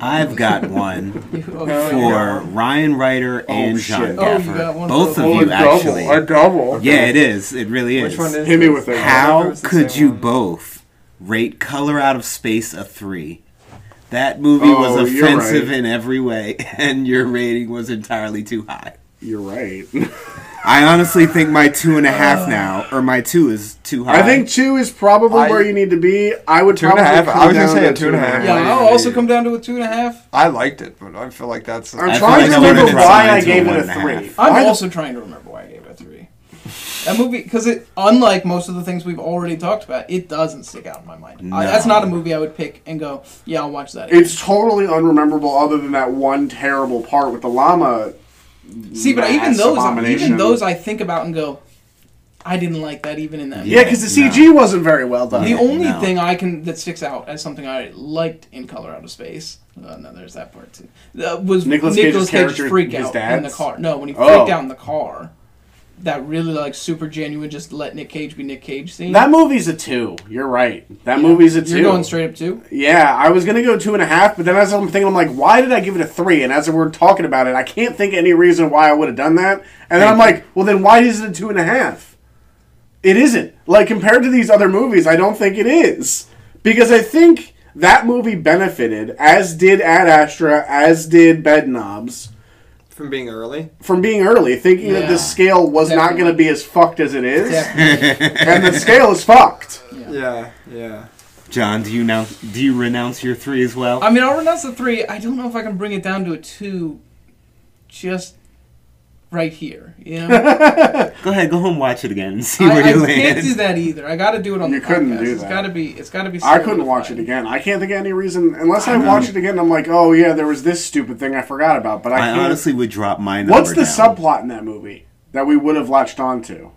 [SPEAKER 1] I've got one
[SPEAKER 3] Oh,
[SPEAKER 1] for Ryan Ryder and John
[SPEAKER 2] shit.
[SPEAKER 3] Oh, you
[SPEAKER 1] Gaffer.
[SPEAKER 3] got one
[SPEAKER 1] Both
[SPEAKER 3] for-
[SPEAKER 1] of you, actually.
[SPEAKER 2] double.
[SPEAKER 1] Yeah, it is. It really is.
[SPEAKER 4] Which one is
[SPEAKER 2] Hit me
[SPEAKER 4] this?
[SPEAKER 2] with it.
[SPEAKER 4] I don't know
[SPEAKER 1] How
[SPEAKER 4] if it's the
[SPEAKER 1] could
[SPEAKER 4] same
[SPEAKER 1] you
[SPEAKER 4] one.
[SPEAKER 1] both rate Color Out of Space a three? That movie was
[SPEAKER 2] Oh, you're
[SPEAKER 1] offensive
[SPEAKER 2] right.
[SPEAKER 1] in every way, and your rating was entirely too high.
[SPEAKER 2] You're right.
[SPEAKER 1] I honestly think my two and a
[SPEAKER 3] Uh.
[SPEAKER 1] half now, or my two is too high.
[SPEAKER 2] I think two is probably
[SPEAKER 5] I-
[SPEAKER 2] where you need to be. I would
[SPEAKER 5] Two and a
[SPEAKER 2] probably
[SPEAKER 5] half. I
[SPEAKER 2] come
[SPEAKER 5] was gonna
[SPEAKER 2] down
[SPEAKER 5] say
[SPEAKER 2] to
[SPEAKER 5] a two and a half.
[SPEAKER 3] Yeah, I'll also come down to a two and a half.
[SPEAKER 5] I liked it, but I feel like that's
[SPEAKER 2] I'm
[SPEAKER 1] I feel
[SPEAKER 2] trying
[SPEAKER 1] like
[SPEAKER 2] to
[SPEAKER 1] I would've
[SPEAKER 2] remember
[SPEAKER 1] dropped
[SPEAKER 2] why
[SPEAKER 1] mine
[SPEAKER 2] I
[SPEAKER 1] to a
[SPEAKER 2] gave it a
[SPEAKER 1] one and a
[SPEAKER 2] three.
[SPEAKER 1] half.
[SPEAKER 3] I'm
[SPEAKER 2] Why the
[SPEAKER 3] also trying to remember why I gave it a three. That movie, because it, unlike most of the things we've already talked about, it doesn't stick out in my mind. I,
[SPEAKER 1] No.
[SPEAKER 3] that's not a movie I would pick and go, yeah, I'll watch that. Again.
[SPEAKER 2] It's totally unrememberable, other than that one terrible part with the llama.
[SPEAKER 3] See, but
[SPEAKER 2] mass
[SPEAKER 3] even those, even
[SPEAKER 2] abomination.
[SPEAKER 3] those, I think about and go, I didn't like that even in that.
[SPEAKER 2] Yeah,
[SPEAKER 1] Yeah,
[SPEAKER 2] because the
[SPEAKER 1] no.
[SPEAKER 2] CG wasn't very well done.
[SPEAKER 3] The only
[SPEAKER 1] no.
[SPEAKER 3] thing I can that sticks out as something I liked in Color Out of Space. Uh, no, there's that part too. Uh, was
[SPEAKER 2] Nicolas Cage's
[SPEAKER 3] Nicholas Cage
[SPEAKER 2] character,
[SPEAKER 3] freak
[SPEAKER 2] his
[SPEAKER 3] out in the
[SPEAKER 2] dad's?
[SPEAKER 3] car? No, when he
[SPEAKER 2] Oh.
[SPEAKER 3] freaked out in the car, that really like super genuine, just let Nick Cage be Nick Cage scene.
[SPEAKER 2] that movie's a two. You're right. That movie's a 2
[SPEAKER 3] You're going straight up two.
[SPEAKER 2] Yeah, I was gonna go two and a half, but then as I'm thinking, I'm like, why did I give it a three? And as we're talking about it, I can't think of any reason why I would have done that. And then I'm like, well, then why is it a two and a half? It isn't. Like compared to these other movies, I don't think it is because I think that movie benefited, as did Ad Astra, as did Bed Knobs.
[SPEAKER 4] From being early.
[SPEAKER 2] from being early, thinking that
[SPEAKER 3] Yeah.
[SPEAKER 2] the scale was not
[SPEAKER 3] Definitely.
[SPEAKER 2] going to be as fucked as it is,
[SPEAKER 3] Definitely.
[SPEAKER 2] and the scale is fucked.
[SPEAKER 4] Yeah, yeah.
[SPEAKER 1] John, do you now do you renounce your three as well?
[SPEAKER 3] I mean, I'll renounce the three. I don't know if I can bring it down to a two, just right here. You know,
[SPEAKER 1] go ahead, go home, watch it again, and see
[SPEAKER 3] I,
[SPEAKER 1] where
[SPEAKER 3] I
[SPEAKER 1] you
[SPEAKER 3] can't do
[SPEAKER 1] land.
[SPEAKER 3] that either. I got to do it on
[SPEAKER 2] You
[SPEAKER 3] the
[SPEAKER 2] couldn't
[SPEAKER 3] podcast.
[SPEAKER 2] do
[SPEAKER 3] It's
[SPEAKER 2] that.
[SPEAKER 3] got to be. It's got to be.
[SPEAKER 2] I couldn't watch
[SPEAKER 3] solidified.
[SPEAKER 2] it again. I can't think of any reason unless I, watch it again. I'm like, oh yeah, there was this stupid thing I forgot about, but I,
[SPEAKER 1] I
[SPEAKER 2] can't.
[SPEAKER 1] honestly would drop mine.
[SPEAKER 2] What's the subplot in that movie that we would have latched onto?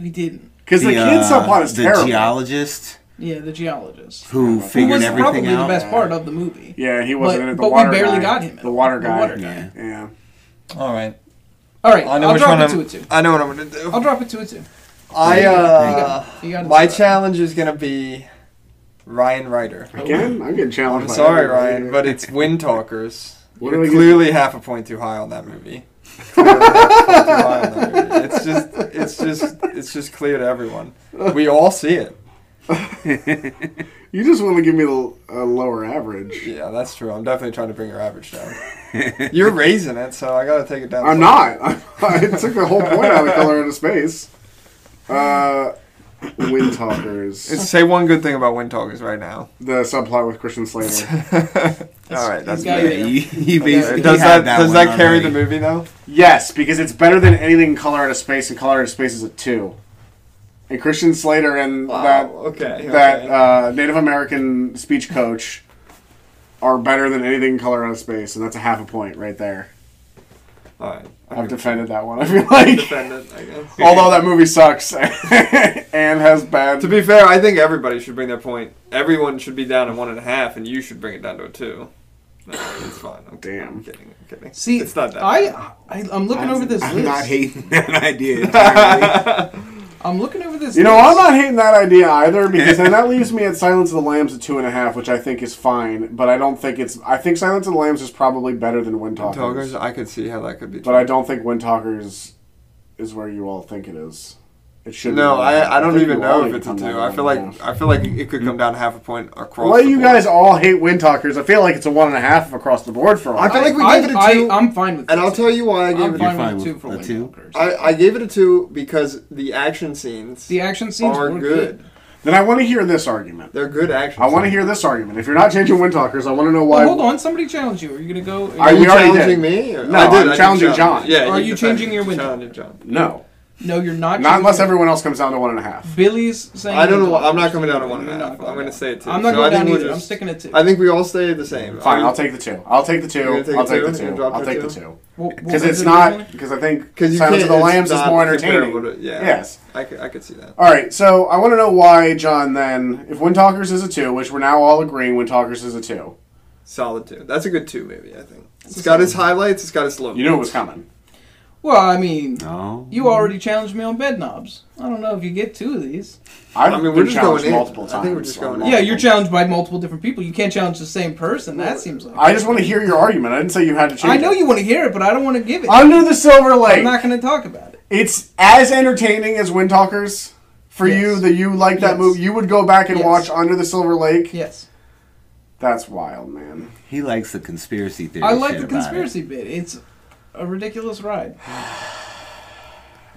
[SPEAKER 3] We didn't.
[SPEAKER 2] Because the, kid subplot is
[SPEAKER 1] the
[SPEAKER 2] terrible.
[SPEAKER 1] geologist
[SPEAKER 3] Yeah, the geologist.
[SPEAKER 1] who
[SPEAKER 3] Who
[SPEAKER 1] figured
[SPEAKER 3] was
[SPEAKER 1] everything
[SPEAKER 3] probably
[SPEAKER 1] out.
[SPEAKER 3] the best part of the movie.
[SPEAKER 2] yeah, he wasn't
[SPEAKER 3] But-
[SPEAKER 2] in it. The
[SPEAKER 3] but we
[SPEAKER 2] water
[SPEAKER 3] barely
[SPEAKER 2] guy.
[SPEAKER 3] got him in
[SPEAKER 2] The
[SPEAKER 3] it.
[SPEAKER 2] water
[SPEAKER 3] The
[SPEAKER 2] guy.
[SPEAKER 3] water guy.
[SPEAKER 1] Yeah.
[SPEAKER 2] Yeah.
[SPEAKER 5] all right.
[SPEAKER 3] All right,
[SPEAKER 5] I
[SPEAKER 3] I'll
[SPEAKER 5] know which
[SPEAKER 3] drop
[SPEAKER 5] one
[SPEAKER 3] it to a
[SPEAKER 5] I'm.
[SPEAKER 3] two.
[SPEAKER 5] I know what I'm gonna do.
[SPEAKER 3] I'll drop it to a two.
[SPEAKER 5] I
[SPEAKER 3] You
[SPEAKER 5] uh,
[SPEAKER 3] got, you got it.
[SPEAKER 5] my challenge is gonna be Ryan Ryder.
[SPEAKER 2] Again, I'm getting challenged.
[SPEAKER 5] I'm
[SPEAKER 2] by
[SPEAKER 5] sorry,
[SPEAKER 2] everybody.
[SPEAKER 5] Ryan, but it's Wind Talkers.
[SPEAKER 2] What
[SPEAKER 5] You're
[SPEAKER 2] do I get?
[SPEAKER 5] clearly half a point too high on that movie. Clearly half a point too high on that movie. It's just, it's just, it's just clear to everyone. We all see it.
[SPEAKER 2] you just want to give me a, a lower average.
[SPEAKER 5] Yeah, that's true. I'm definitely trying to bring your average down. You're raising it, so I gotta take it down.
[SPEAKER 2] I'm
[SPEAKER 5] slightly.
[SPEAKER 2] not. I took the whole point out of Color Out of Space. Uh, Wind Talkers.
[SPEAKER 5] It's- say one good thing about Wind Talkers right now.
[SPEAKER 2] the subplot with Christian Slater.
[SPEAKER 5] all right, that's
[SPEAKER 3] he's got
[SPEAKER 5] good.
[SPEAKER 1] Yeah, you, you basically
[SPEAKER 5] Does
[SPEAKER 1] had
[SPEAKER 5] that, does
[SPEAKER 1] one
[SPEAKER 5] that carry the
[SPEAKER 1] already.
[SPEAKER 5] movie though?
[SPEAKER 2] yes, because it's better than anything in Color Out of Space, and Color Out of Space is a two. And Christian Slater and
[SPEAKER 5] Wow,
[SPEAKER 2] that
[SPEAKER 5] okay,
[SPEAKER 2] that
[SPEAKER 5] okay.
[SPEAKER 2] Uh, Native American speech coach are better than anything in Color Out of Space, and that's a half a point right there.
[SPEAKER 4] All right.
[SPEAKER 2] I've defended that one. I feel like,
[SPEAKER 4] defend it, I guess.
[SPEAKER 2] although that movie sucks and has bad.
[SPEAKER 4] To be fair, I think everybody should bring their point. Everyone should be down to one and a half, and you should bring it down to a two. No, it's fine. I'm
[SPEAKER 2] Damn.
[SPEAKER 4] I'm kidding. I'm kidding.
[SPEAKER 3] See,
[SPEAKER 4] it's not that. bad.
[SPEAKER 3] I, I I'm looking over this
[SPEAKER 1] I'm
[SPEAKER 3] list.
[SPEAKER 1] not hating that idea. entirely.
[SPEAKER 3] I'm looking over this.
[SPEAKER 2] You know,
[SPEAKER 3] list.
[SPEAKER 2] I'm not hating that idea either because then that leaves me at Silence of the Lambs at two and a half, which I think is fine. But I don't think it's. I think Silence of the Lambs is probably better than Wind Talkers,
[SPEAKER 5] Toggers, I could see how that could be.
[SPEAKER 2] but I don't think Wind Talkers is where you all think it is. It should.
[SPEAKER 5] No,
[SPEAKER 2] be.
[SPEAKER 5] I, I don't
[SPEAKER 2] think
[SPEAKER 5] even
[SPEAKER 2] you
[SPEAKER 5] know
[SPEAKER 2] all
[SPEAKER 5] if it's a
[SPEAKER 2] on that
[SPEAKER 5] two. I
[SPEAKER 2] one
[SPEAKER 5] feel
[SPEAKER 2] and
[SPEAKER 5] like
[SPEAKER 2] a half.
[SPEAKER 5] I feel like it could come down half a point across.
[SPEAKER 2] Well,
[SPEAKER 5] the
[SPEAKER 2] you
[SPEAKER 5] board.
[SPEAKER 2] guys all hate Wind Talkers. I feel like it's a one and a half across the board for all.
[SPEAKER 5] I feel like we
[SPEAKER 3] I,
[SPEAKER 5] gave it a
[SPEAKER 3] I,
[SPEAKER 5] two,
[SPEAKER 3] I'm fine with.
[SPEAKER 5] and
[SPEAKER 3] this.
[SPEAKER 5] I'll tell you why I
[SPEAKER 3] I'm
[SPEAKER 5] gave it.
[SPEAKER 3] fine,
[SPEAKER 1] You're
[SPEAKER 3] with a two for
[SPEAKER 1] a
[SPEAKER 3] Wind
[SPEAKER 1] two?
[SPEAKER 3] Talkers.
[SPEAKER 5] I, I gave it a two because the action scenes
[SPEAKER 3] the action scenes
[SPEAKER 5] are
[SPEAKER 3] were
[SPEAKER 5] good.
[SPEAKER 2] then I want to hear this argument.
[SPEAKER 5] They're good action.
[SPEAKER 2] I want to
[SPEAKER 5] scenes.
[SPEAKER 2] hear this argument. If you're not changing Wind Talkers, I want to know why.
[SPEAKER 3] Well, Oh,
[SPEAKER 5] Oh,
[SPEAKER 3] hold on, somebody challenged you. Are you gonna go?
[SPEAKER 2] Are
[SPEAKER 5] Are
[SPEAKER 2] We
[SPEAKER 5] you
[SPEAKER 2] already
[SPEAKER 5] challenging
[SPEAKER 2] did.
[SPEAKER 5] me?
[SPEAKER 2] No, I'm challenging John.
[SPEAKER 5] Yeah.
[SPEAKER 3] Are you
[SPEAKER 5] defended-
[SPEAKER 3] changing your window?
[SPEAKER 5] Challenging John.
[SPEAKER 2] No,
[SPEAKER 3] No, you're not.
[SPEAKER 2] not unless
[SPEAKER 3] changing-
[SPEAKER 2] everyone else comes down to one and a half.
[SPEAKER 3] Billy's saying.
[SPEAKER 5] I don't
[SPEAKER 3] Wind
[SPEAKER 5] know. I'm not
[SPEAKER 3] Talkers.
[SPEAKER 5] coming down to one and
[SPEAKER 3] You're
[SPEAKER 5] a
[SPEAKER 3] not
[SPEAKER 5] half. I'm going
[SPEAKER 3] down.
[SPEAKER 5] to say it too.
[SPEAKER 3] I'm not
[SPEAKER 5] So
[SPEAKER 3] going
[SPEAKER 5] I think
[SPEAKER 3] down
[SPEAKER 5] we're
[SPEAKER 3] either. I'm
[SPEAKER 5] just-
[SPEAKER 3] sticking at two.
[SPEAKER 5] I think we all stay the same.
[SPEAKER 2] Fine, I'll take the two. I'll take the
[SPEAKER 5] You're gonna
[SPEAKER 2] two.
[SPEAKER 5] take
[SPEAKER 2] I'll
[SPEAKER 5] the
[SPEAKER 2] take the
[SPEAKER 5] two? You're
[SPEAKER 2] two.
[SPEAKER 5] gonna drop
[SPEAKER 2] I'll
[SPEAKER 5] the
[SPEAKER 2] take
[SPEAKER 5] two?
[SPEAKER 2] the two.
[SPEAKER 3] Well, well,
[SPEAKER 2] Because it's
[SPEAKER 3] is it
[SPEAKER 2] not.
[SPEAKER 3] originally?
[SPEAKER 2] Because I think
[SPEAKER 5] Because you
[SPEAKER 2] Silence
[SPEAKER 5] can't-
[SPEAKER 2] of the
[SPEAKER 5] it's
[SPEAKER 2] Lambs is
[SPEAKER 5] not
[SPEAKER 2] more
[SPEAKER 5] comparable
[SPEAKER 2] entertaining.
[SPEAKER 5] to- yeah.
[SPEAKER 2] Yes.
[SPEAKER 5] I could, I could see that.
[SPEAKER 2] All right. So I want to know why, John. Then, if Wind Talkers is a two, which we're now all agreeing, Wind Talkers is a two.
[SPEAKER 5] Solid two. That's a good two, maybe. I think it's got its highlights. It's got its low.
[SPEAKER 2] You knew it was coming.
[SPEAKER 3] Well, I mean,
[SPEAKER 1] No.
[SPEAKER 3] you already challenged me on bed knobs. I don't know if you get two of these.
[SPEAKER 2] I've
[SPEAKER 5] I mean, we're
[SPEAKER 2] been
[SPEAKER 5] just
[SPEAKER 2] challenged
[SPEAKER 5] going in.
[SPEAKER 2] multiple
[SPEAKER 5] I
[SPEAKER 2] times.
[SPEAKER 5] think we're just
[SPEAKER 2] on
[SPEAKER 5] going in.
[SPEAKER 2] multiple
[SPEAKER 3] Yeah, you're
[SPEAKER 2] things.
[SPEAKER 3] challenged by multiple different people. You can't challenge the same person. That seems like.
[SPEAKER 2] I just want to hear your argument. I didn't say you had to change.
[SPEAKER 3] I know
[SPEAKER 2] it.
[SPEAKER 3] you want to hear it, but I don't want to give it.
[SPEAKER 2] Under the Silver Lake.
[SPEAKER 3] I'm not going to talk about it.
[SPEAKER 2] It's as entertaining as Wind Talkers. For
[SPEAKER 3] Yes.
[SPEAKER 2] you, that you like that
[SPEAKER 3] Yes.
[SPEAKER 2] movie, you would go back and
[SPEAKER 3] Yes.
[SPEAKER 2] watch Under the Silver Lake.
[SPEAKER 3] Yes.
[SPEAKER 2] That's wild, man.
[SPEAKER 1] He likes the conspiracy theory.
[SPEAKER 3] I like
[SPEAKER 1] shit
[SPEAKER 3] the
[SPEAKER 1] about it.
[SPEAKER 3] conspiracy bit. It's a ridiculous ride.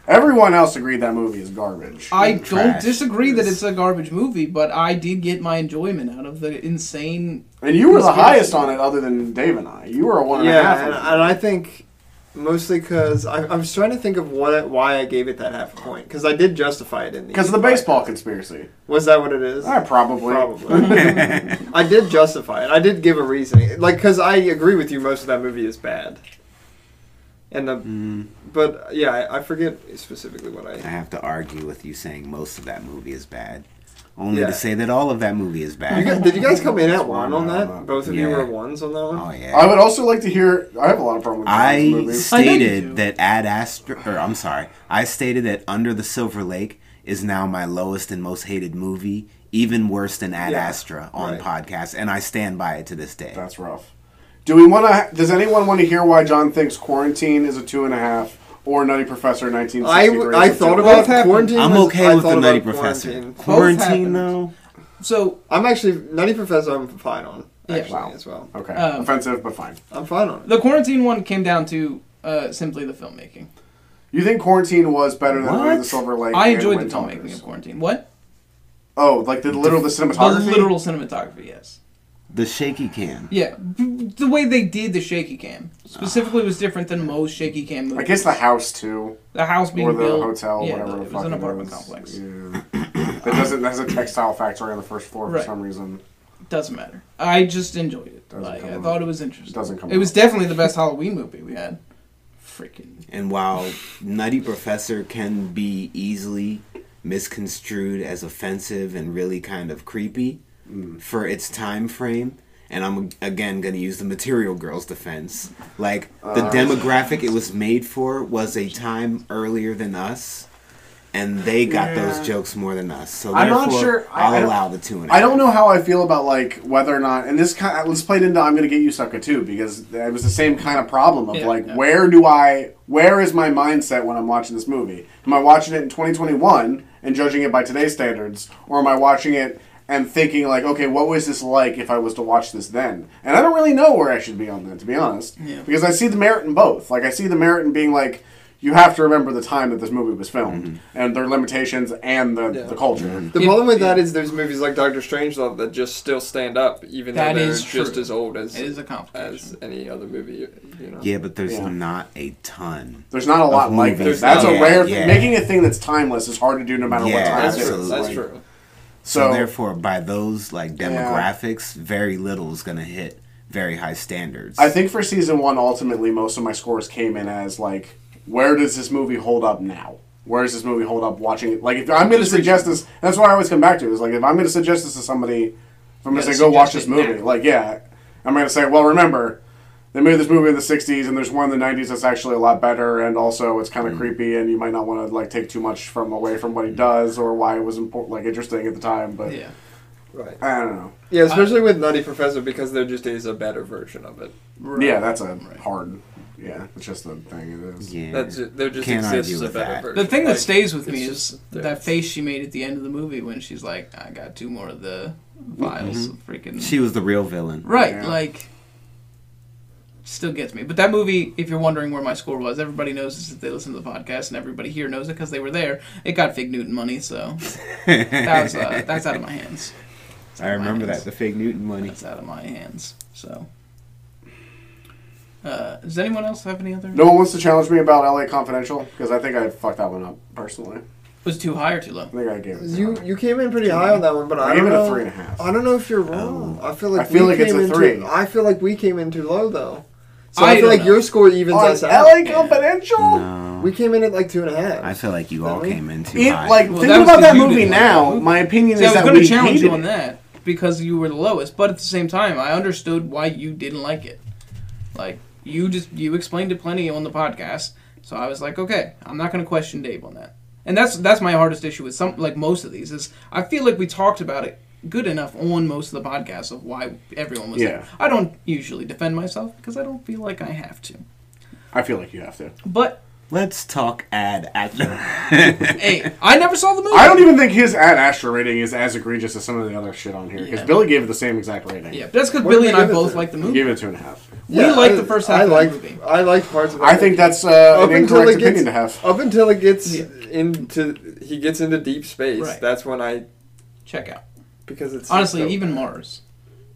[SPEAKER 2] Everyone else agreed that movie is garbage.
[SPEAKER 3] I don't
[SPEAKER 1] Trash.
[SPEAKER 3] disagree that it's a garbage movie, but I did get my enjoyment out of the insane.
[SPEAKER 2] And you were the
[SPEAKER 3] Conspiracy.
[SPEAKER 2] highest on it, other than Dave and I. You were a one and a half.
[SPEAKER 5] Yeah, and, and I think mostly because I, I was trying to think of what why I gave it that half a point because I did justify it in the
[SPEAKER 2] because of the baseball conspiracy.
[SPEAKER 5] Was that what it is?
[SPEAKER 2] Ah, probably.
[SPEAKER 5] Probably. I did justify it. I did give a reasoning, like because I agree with you. Most of that movie is bad. And the,
[SPEAKER 2] Mm.
[SPEAKER 5] but yeah, I, I forget specifically what
[SPEAKER 1] I
[SPEAKER 5] I.
[SPEAKER 1] have to argue with you saying most of that movie is bad, only
[SPEAKER 5] Yeah.
[SPEAKER 1] to say that all of that movie is
[SPEAKER 5] You
[SPEAKER 1] bad.
[SPEAKER 5] guys, did you guys come in at one on
[SPEAKER 1] Yeah.
[SPEAKER 5] that? Both of you were ones on that one.
[SPEAKER 1] oh yeah.
[SPEAKER 2] I would also like to hear. I have a lot of problem with
[SPEAKER 1] I
[SPEAKER 2] the movie.
[SPEAKER 3] I know you do.
[SPEAKER 1] stated that Ad Astra, or I'm sorry, I stated that Under the Silver Lake is now my lowest and most hated movie, even worse than Ad
[SPEAKER 5] Yeah,
[SPEAKER 1] Astra on
[SPEAKER 5] right.
[SPEAKER 1] podcast, and I stand by it to this day.
[SPEAKER 2] That's rough. Do we want to? Does anyone want to hear why John thinks Quarantine is a two and a half or Nutty Professor nineteen
[SPEAKER 5] I,
[SPEAKER 2] sixty three?
[SPEAKER 5] w- I thought
[SPEAKER 3] Both
[SPEAKER 5] about
[SPEAKER 3] happened.
[SPEAKER 5] quarantine.
[SPEAKER 1] I'm
[SPEAKER 5] was-
[SPEAKER 1] okay
[SPEAKER 5] I
[SPEAKER 1] with
[SPEAKER 5] thought
[SPEAKER 1] the
[SPEAKER 5] about
[SPEAKER 1] Nutty Professor.
[SPEAKER 5] quarantine.
[SPEAKER 1] Quarantine
[SPEAKER 3] happened.
[SPEAKER 1] though,
[SPEAKER 3] So
[SPEAKER 5] I'm actually Nutty Professor. I'm fine on
[SPEAKER 3] Yeah.
[SPEAKER 5] actually
[SPEAKER 2] Wow.
[SPEAKER 5] as well.
[SPEAKER 2] Okay,
[SPEAKER 3] Um,
[SPEAKER 2] offensive but fine.
[SPEAKER 5] I'm fine on it.
[SPEAKER 3] the quarantine one came down to uh, simply the filmmaking.
[SPEAKER 2] You think Quarantine was better than Under the
[SPEAKER 1] What?
[SPEAKER 2] Silver Lake?
[SPEAKER 3] I
[SPEAKER 2] and
[SPEAKER 3] enjoyed the
[SPEAKER 2] Wind
[SPEAKER 3] filmmaking
[SPEAKER 2] Talkers?
[SPEAKER 3] of quarantine. What?
[SPEAKER 2] Oh, like the literal the
[SPEAKER 3] The
[SPEAKER 2] cinematography.
[SPEAKER 3] literal cinematography. Yes.
[SPEAKER 1] the shaky cam.
[SPEAKER 3] Yeah, b- the way they did the shaky cam specifically was different than most shaky cam movies.
[SPEAKER 2] I guess the house too,
[SPEAKER 3] the house being
[SPEAKER 2] or the
[SPEAKER 3] built,
[SPEAKER 2] hotel,
[SPEAKER 3] yeah,
[SPEAKER 2] whatever.
[SPEAKER 3] the-
[SPEAKER 2] the
[SPEAKER 3] it
[SPEAKER 2] fuck
[SPEAKER 3] was an
[SPEAKER 2] it
[SPEAKER 3] apartment
[SPEAKER 2] is.
[SPEAKER 3] complex.
[SPEAKER 2] Yeah. It doesn't. There's a textile factory on the first floor
[SPEAKER 3] Right.
[SPEAKER 2] for some reason.
[SPEAKER 3] Doesn't matter. I just enjoyed it.
[SPEAKER 2] Doesn't
[SPEAKER 3] Like,
[SPEAKER 2] come
[SPEAKER 3] I
[SPEAKER 2] up.
[SPEAKER 3] thought it was interesting.
[SPEAKER 2] It doesn't come
[SPEAKER 3] It was
[SPEAKER 2] up.
[SPEAKER 3] definitely the best Halloween movie we had. Freaking.
[SPEAKER 1] And while Nutty Professor can be easily misconstrued as offensive and really kind of creepy
[SPEAKER 2] Mm.
[SPEAKER 1] for its time frame, and I'm again going to use the Material Girls defense. Like the
[SPEAKER 2] Uh.
[SPEAKER 1] demographic it was made for was a time earlier than us, and they got those jokes more than us. So
[SPEAKER 2] I'm
[SPEAKER 1] therefore,
[SPEAKER 2] not sure- I- I
[SPEAKER 1] I'll
[SPEAKER 2] don't-
[SPEAKER 1] allow the two. And a
[SPEAKER 2] I don't
[SPEAKER 1] half.
[SPEAKER 2] know how I feel about like whether or not, and this kind. Of, let's play it into I'm gonna get you sucker too because it was the same kind of problem of
[SPEAKER 3] Yeah,
[SPEAKER 2] like
[SPEAKER 3] yeah.
[SPEAKER 2] where do I, where is my mindset when I'm watching this movie? Am I watching it in 2021 and judging it by today's standards, or am I watching it and thinking like, okay, what was this like if I was to watch this then? And I don't really know where I should be on that to be honest,
[SPEAKER 3] Yeah.
[SPEAKER 2] because I see the merit in both. Like I see the merit in being like. You have to remember the time that this movie was filmed and their limitations and the, the culture.
[SPEAKER 5] The
[SPEAKER 3] If-
[SPEAKER 5] problem with that is there's movies like Doctor Strangelove that just still stand up, even
[SPEAKER 3] That
[SPEAKER 5] though they're
[SPEAKER 3] is
[SPEAKER 5] just
[SPEAKER 3] true.
[SPEAKER 5] as old as
[SPEAKER 3] It is a complication.
[SPEAKER 5] as any other movie. You know.
[SPEAKER 1] Yeah, but there's
[SPEAKER 2] Yeah.
[SPEAKER 1] not a ton.
[SPEAKER 2] There's not a lot like
[SPEAKER 1] movies.
[SPEAKER 2] this. That's
[SPEAKER 5] There's
[SPEAKER 2] a
[SPEAKER 5] not-
[SPEAKER 2] rare
[SPEAKER 1] yeah,
[SPEAKER 2] thing.
[SPEAKER 1] yeah.
[SPEAKER 2] Making a thing that's timeless is hard to do no matter what
[SPEAKER 1] Yeah,
[SPEAKER 2] time
[SPEAKER 5] that's
[SPEAKER 2] it is.
[SPEAKER 5] true. That's
[SPEAKER 2] Like,
[SPEAKER 5] true.
[SPEAKER 1] So,
[SPEAKER 2] So,
[SPEAKER 1] therefore, by those like demographics, very little is going to hit very high standards.
[SPEAKER 2] I think for season one, ultimately, most of my scores came in as like, where does this movie hold up now? Where does this movie hold up watching it? Like, if I'm going to suggest this, that's why I always come back to it, is like, if I'm going to suggest this to somebody, if I'm going to
[SPEAKER 3] Gotta
[SPEAKER 2] say, go watch
[SPEAKER 3] suggest
[SPEAKER 2] this
[SPEAKER 3] it
[SPEAKER 2] movie,
[SPEAKER 3] now.
[SPEAKER 2] like, yeah, I'm going to say, well, remember, they made this movie in the 60s, and there's one in the 90s that's actually a lot better, and also it's
[SPEAKER 3] Mm.
[SPEAKER 2] kind of creepy, and you might not want to, like, take too much from away from what he does or why it was important, like, interesting at the time, but
[SPEAKER 3] Yeah.
[SPEAKER 5] Right.
[SPEAKER 2] I don't know.
[SPEAKER 5] Yeah, especially with Nutty Professor because there just is a better version of it.
[SPEAKER 2] Yeah, that's a hard, yeah, it's just a thing, it is.
[SPEAKER 1] yeah.
[SPEAKER 4] That's ju- there just
[SPEAKER 1] Can't
[SPEAKER 4] exists
[SPEAKER 1] argue
[SPEAKER 4] a
[SPEAKER 1] with
[SPEAKER 4] better
[SPEAKER 1] that.
[SPEAKER 4] version.
[SPEAKER 3] The thing that
[SPEAKER 4] Like,
[SPEAKER 3] stays with
[SPEAKER 4] it's
[SPEAKER 3] me
[SPEAKER 4] just
[SPEAKER 3] is
[SPEAKER 4] there.
[SPEAKER 3] that face she made at the end of the movie when she's like, "I got two more of the vials of freaking."
[SPEAKER 1] she was the real villain.
[SPEAKER 3] right,
[SPEAKER 2] Yeah.
[SPEAKER 3] like, still gets me. But that movie, if you're wondering where my score was, everybody knows this if they listen to the podcast, and everybody here knows it because they were there. It got Fig Newton money, so that was, uh, that's out of my hands. It's out
[SPEAKER 1] I
[SPEAKER 3] of my
[SPEAKER 1] remember
[SPEAKER 3] hands.
[SPEAKER 1] that the fake Newton money.
[SPEAKER 3] That's out of my hands. So, uh, does anyone else have any other?
[SPEAKER 2] No one wants to challenge me about LA Confidential because I think I fucked that one up personally.
[SPEAKER 3] Was it too high or too low?
[SPEAKER 2] I think I gave it.
[SPEAKER 5] You you came in pretty high on that one, but I,
[SPEAKER 2] I
[SPEAKER 5] don't
[SPEAKER 2] gave it
[SPEAKER 5] know.
[SPEAKER 2] a three and a half. Um,
[SPEAKER 5] I don't know if you're wrong. I feel like
[SPEAKER 2] I feel
[SPEAKER 5] we
[SPEAKER 2] like it's
[SPEAKER 5] came
[SPEAKER 2] a
[SPEAKER 5] in
[SPEAKER 2] three.
[SPEAKER 5] Too, I feel like we came in too low though. So
[SPEAKER 3] I
[SPEAKER 5] I, feel
[SPEAKER 3] don't
[SPEAKER 5] like
[SPEAKER 3] know.
[SPEAKER 5] your score evens
[SPEAKER 2] on
[SPEAKER 5] us
[SPEAKER 2] LA
[SPEAKER 5] out.
[SPEAKER 2] Confidential.
[SPEAKER 1] No,
[SPEAKER 5] We came in at like two and a half.
[SPEAKER 1] I feel like you all
[SPEAKER 5] Really?
[SPEAKER 1] came in too
[SPEAKER 2] It,
[SPEAKER 1] high.
[SPEAKER 2] like
[SPEAKER 3] Well, that
[SPEAKER 2] thinking
[SPEAKER 3] was
[SPEAKER 2] about that
[SPEAKER 3] 'cause you
[SPEAKER 2] movie
[SPEAKER 3] didn't like
[SPEAKER 2] now,
[SPEAKER 3] that movie.
[SPEAKER 2] my opinion
[SPEAKER 3] See, I
[SPEAKER 2] is
[SPEAKER 3] was
[SPEAKER 2] that
[SPEAKER 3] going to
[SPEAKER 2] we
[SPEAKER 3] challenge
[SPEAKER 2] hated
[SPEAKER 3] you on
[SPEAKER 2] it.
[SPEAKER 3] that because you were the lowest, but at the same time, I understood why you didn't like it. Like you just you explained it plenty on the podcast, so I was like, okay, I'm not going to question Dave on that. And that's that's my hardest issue with some like most of these is I feel like we talked about it good enough on most of the podcasts of why everyone was
[SPEAKER 2] Yeah.
[SPEAKER 3] there. I don't usually defend myself because I don't feel like I have to.
[SPEAKER 2] I feel like you have to.
[SPEAKER 3] But
[SPEAKER 1] Let's talk ad actor.
[SPEAKER 3] hey, I never saw the movie.
[SPEAKER 2] I don't even think his Ad Astra rating is as egregious as some of the other shit on here because
[SPEAKER 3] Yeah.
[SPEAKER 2] Billy gave it the same exact rating.
[SPEAKER 3] Yeah, that's because
[SPEAKER 5] What did
[SPEAKER 3] Billy
[SPEAKER 5] we
[SPEAKER 3] and I
[SPEAKER 5] give it
[SPEAKER 3] both
[SPEAKER 5] then?
[SPEAKER 3] like the
[SPEAKER 2] He
[SPEAKER 3] movie.
[SPEAKER 2] gave it two and a half.
[SPEAKER 3] We
[SPEAKER 5] Yeah,
[SPEAKER 3] liked
[SPEAKER 5] I-
[SPEAKER 3] the first half
[SPEAKER 5] I
[SPEAKER 3] of that
[SPEAKER 5] liked,
[SPEAKER 3] movie.
[SPEAKER 5] I liked parts of it.
[SPEAKER 2] I think that's uh, an incorrect
[SPEAKER 5] it
[SPEAKER 2] opinion
[SPEAKER 5] gets,
[SPEAKER 2] to have.
[SPEAKER 5] Up until it gets
[SPEAKER 3] Yeah.
[SPEAKER 5] into he gets into deep space.
[SPEAKER 3] Right.
[SPEAKER 5] That's when I
[SPEAKER 3] Check out.
[SPEAKER 5] because it's
[SPEAKER 3] Honestly,
[SPEAKER 5] so-
[SPEAKER 3] even Mars.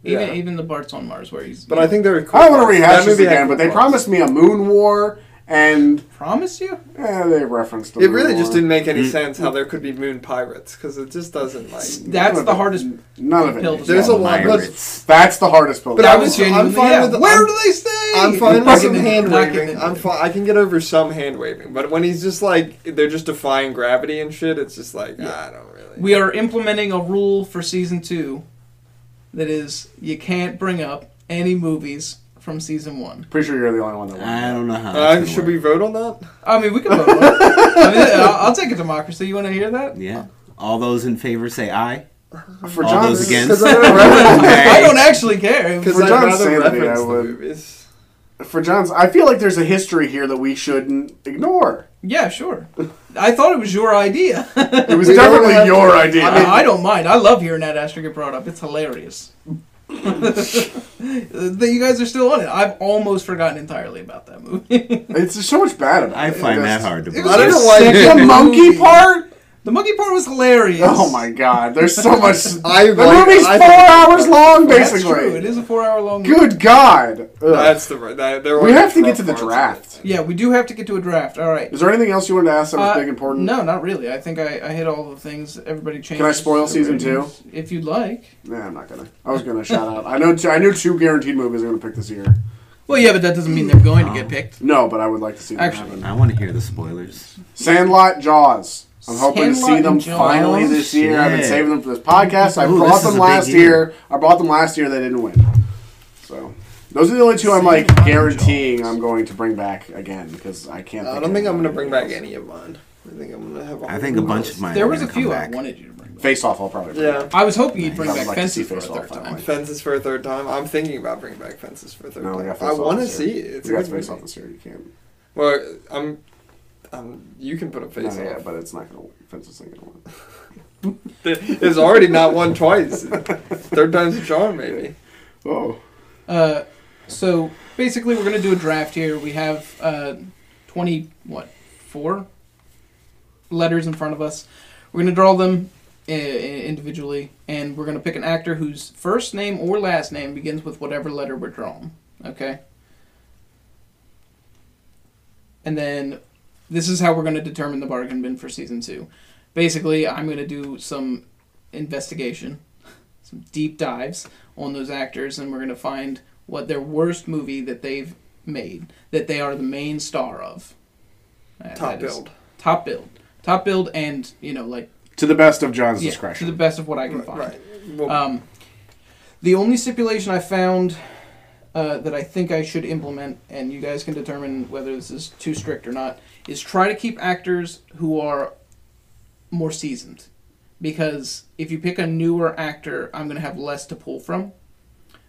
[SPEAKER 3] Even
[SPEAKER 5] Yeah.
[SPEAKER 3] even the parts on Mars where he's.
[SPEAKER 5] But I think they're.
[SPEAKER 2] I don't want to rehash this
[SPEAKER 5] Oh, movie had
[SPEAKER 2] again, but
[SPEAKER 5] cool
[SPEAKER 2] they
[SPEAKER 5] parts.
[SPEAKER 2] promised me a moon war, and
[SPEAKER 3] promise you.
[SPEAKER 2] eh, they referenced the
[SPEAKER 5] It
[SPEAKER 2] moon
[SPEAKER 5] really just
[SPEAKER 2] war.
[SPEAKER 5] didn't make any sense how there could be moon pirates because it just doesn't like.
[SPEAKER 3] That's
[SPEAKER 2] None
[SPEAKER 3] the
[SPEAKER 2] of it-
[SPEAKER 3] hardest.
[SPEAKER 2] None of it.
[SPEAKER 3] pill
[SPEAKER 2] makes
[SPEAKER 3] to
[SPEAKER 5] There's
[SPEAKER 2] sense.
[SPEAKER 5] a lot-
[SPEAKER 1] Pirates.
[SPEAKER 2] That's the hardest build.
[SPEAKER 5] But
[SPEAKER 3] That
[SPEAKER 5] I
[SPEAKER 3] was
[SPEAKER 5] was- I'm
[SPEAKER 3] genuinely.
[SPEAKER 5] fine
[SPEAKER 3] yeah.
[SPEAKER 5] with the-
[SPEAKER 3] Where
[SPEAKER 5] I'm-
[SPEAKER 3] do they stay?
[SPEAKER 5] I'm fine with
[SPEAKER 3] Knocking
[SPEAKER 5] some
[SPEAKER 3] them-
[SPEAKER 5] hand
[SPEAKER 3] knocking
[SPEAKER 5] waving.
[SPEAKER 3] them
[SPEAKER 5] I'm
[SPEAKER 3] down.
[SPEAKER 5] fine. I can get over some hand waving, but when he's just like they're just defying gravity and shit, it's just like I don't really.
[SPEAKER 3] We are implementing a rule for season two, that is, you can't bring up any movies from season one.
[SPEAKER 2] Pretty sure you're the only one that won.
[SPEAKER 1] I don't know how. that's
[SPEAKER 5] Uh,
[SPEAKER 1] gonna
[SPEAKER 5] should we
[SPEAKER 1] work.
[SPEAKER 5] vote on that?
[SPEAKER 3] I mean, we can vote. on it. I mean, I'll, I'll take a democracy. You want to hear that?
[SPEAKER 1] Yeah. All those in favor say aye.
[SPEAKER 2] For
[SPEAKER 1] All
[SPEAKER 2] John,
[SPEAKER 1] those against.
[SPEAKER 5] Because I'm gonna reference,
[SPEAKER 3] I don't actually care.
[SPEAKER 5] because
[SPEAKER 2] For
[SPEAKER 5] I'd
[SPEAKER 2] John's
[SPEAKER 5] rather
[SPEAKER 2] sanity,
[SPEAKER 5] reference
[SPEAKER 2] I
[SPEAKER 5] the
[SPEAKER 2] would.
[SPEAKER 5] movies.
[SPEAKER 2] for John's, I feel like there's a history here that we shouldn't ignore.
[SPEAKER 3] Yeah, sure. I thought it was your idea.
[SPEAKER 2] It was
[SPEAKER 5] We don't
[SPEAKER 2] definitely
[SPEAKER 5] have-
[SPEAKER 2] your idea.
[SPEAKER 3] I, I don't mind. I love hearing that Astra get brought up. It's hilarious. that you guys are still on it. I've almost forgotten entirely about that movie.
[SPEAKER 2] it's just so much bad about
[SPEAKER 1] I
[SPEAKER 2] it.
[SPEAKER 1] find that
[SPEAKER 2] It's-
[SPEAKER 1] hard to
[SPEAKER 3] It
[SPEAKER 1] believe.
[SPEAKER 3] was
[SPEAKER 5] I don't
[SPEAKER 3] the
[SPEAKER 5] know why-
[SPEAKER 3] second
[SPEAKER 2] The monkey
[SPEAKER 3] movie.
[SPEAKER 2] part?
[SPEAKER 3] The monkey part was hilarious.
[SPEAKER 2] Oh my god, there's so much.
[SPEAKER 5] I
[SPEAKER 2] the
[SPEAKER 5] like-
[SPEAKER 2] movie's
[SPEAKER 5] I
[SPEAKER 2] four
[SPEAKER 5] think-
[SPEAKER 2] hours long,
[SPEAKER 3] That's
[SPEAKER 2] basically.
[SPEAKER 3] true. It is a four-hour long. movie.
[SPEAKER 2] Good god. Ugh.
[SPEAKER 5] That's the right. That, there
[SPEAKER 2] we
[SPEAKER 5] are
[SPEAKER 2] have to
[SPEAKER 5] rough
[SPEAKER 2] get to the
[SPEAKER 5] parts of it.
[SPEAKER 2] draft.
[SPEAKER 3] Yeah, we do have to get to a draft. All right.
[SPEAKER 2] Is there anything else you wanted to ask that was
[SPEAKER 3] Uh,
[SPEAKER 2] big important?
[SPEAKER 3] No, not really. I think I, I hit all the things. Everybody changed.
[SPEAKER 2] Can I spoil season two?
[SPEAKER 3] If you'd like.
[SPEAKER 2] Nah, I'm not gonna. I was gonna shout out. I know. Two, I knew two guaranteed movies I'm gonna pick this year.
[SPEAKER 3] Well, yeah, but that doesn't mean they're going to get picked.
[SPEAKER 2] No, but I would like to see them
[SPEAKER 3] Actually,
[SPEAKER 2] happen.
[SPEAKER 1] I want to hear the spoilers.
[SPEAKER 2] Sandlot Jaws. I'm hoping to
[SPEAKER 3] Sandlot
[SPEAKER 2] see them
[SPEAKER 3] and Jaws.
[SPEAKER 2] finally this year. I've been
[SPEAKER 1] Shit.
[SPEAKER 2] saving them for this podcast. I
[SPEAKER 1] Ooh,
[SPEAKER 2] bought
[SPEAKER 1] this is a
[SPEAKER 2] them
[SPEAKER 1] big
[SPEAKER 2] last year.
[SPEAKER 1] year.
[SPEAKER 2] I bought them last year. They didn't win. So those are the only two I'm like
[SPEAKER 3] Sandlot and
[SPEAKER 2] guaranteeing
[SPEAKER 3] Jaws.
[SPEAKER 2] I'm going to bring back again because I can't.
[SPEAKER 5] I
[SPEAKER 2] of
[SPEAKER 5] don't think I'm gonna
[SPEAKER 2] anything
[SPEAKER 5] bring back
[SPEAKER 2] else.
[SPEAKER 5] any of mine. I think I'm gonna have.
[SPEAKER 1] I think a bunch of mine.
[SPEAKER 3] There
[SPEAKER 1] are
[SPEAKER 3] was a
[SPEAKER 1] gonna come
[SPEAKER 3] few I
[SPEAKER 1] back.
[SPEAKER 3] wanted you to bring. Back.
[SPEAKER 2] Face off. I'll probably. Bring
[SPEAKER 5] Yeah,
[SPEAKER 2] Back.
[SPEAKER 3] I was hoping you'd bring
[SPEAKER 2] I would
[SPEAKER 3] back
[SPEAKER 2] like to see
[SPEAKER 3] fences for a
[SPEAKER 2] Face Off
[SPEAKER 3] third
[SPEAKER 2] finally.
[SPEAKER 3] time.
[SPEAKER 5] fences for a third time. I'm thinking about bringing back fences for a third
[SPEAKER 2] No, we
[SPEAKER 5] time.
[SPEAKER 2] got face
[SPEAKER 5] I
[SPEAKER 2] off.
[SPEAKER 5] want to
[SPEAKER 2] this
[SPEAKER 5] see
[SPEAKER 2] year.
[SPEAKER 5] it. It's a
[SPEAKER 2] we got
[SPEAKER 5] good
[SPEAKER 2] face off
[SPEAKER 5] movie.
[SPEAKER 2] this year. You can't.
[SPEAKER 5] Well, I'm. I'm. You can put a face
[SPEAKER 2] No, yeah,
[SPEAKER 5] off.
[SPEAKER 2] but it's not gonna. win. Fence isn't gonna win.
[SPEAKER 5] It's already not won twice. Third time's a charm, maybe.
[SPEAKER 2] Oh.
[SPEAKER 3] Uh, so basically, we're gonna do a draft here. We have uh, twenty what four letters in front of us. We're gonna draw them uh, individually, and we're gonna pick an actor whose first name or last name begins with whatever letter we're drawing. Okay. And then this is how we're gonna determine the bargain bin for season two. Basically, I'm gonna do some investigation, some deep dives on those actors, and we're gonna find what their worst movie that they've made that they are the main star of. Uh,
[SPEAKER 5] Top
[SPEAKER 3] that is-
[SPEAKER 5] build.
[SPEAKER 3] Top build. Top build, and you know, like
[SPEAKER 2] To the best of John's
[SPEAKER 3] yeah, to
[SPEAKER 2] discretion.
[SPEAKER 3] the best of what I can find.
[SPEAKER 5] Right. Well,
[SPEAKER 3] Um, the only stipulation I found uh, that I think I should implement, and you guys can determine whether this is too strict or not, is try to keep actors who are more seasoned. Because if you pick a newer actor, I'm going to have less to pull from,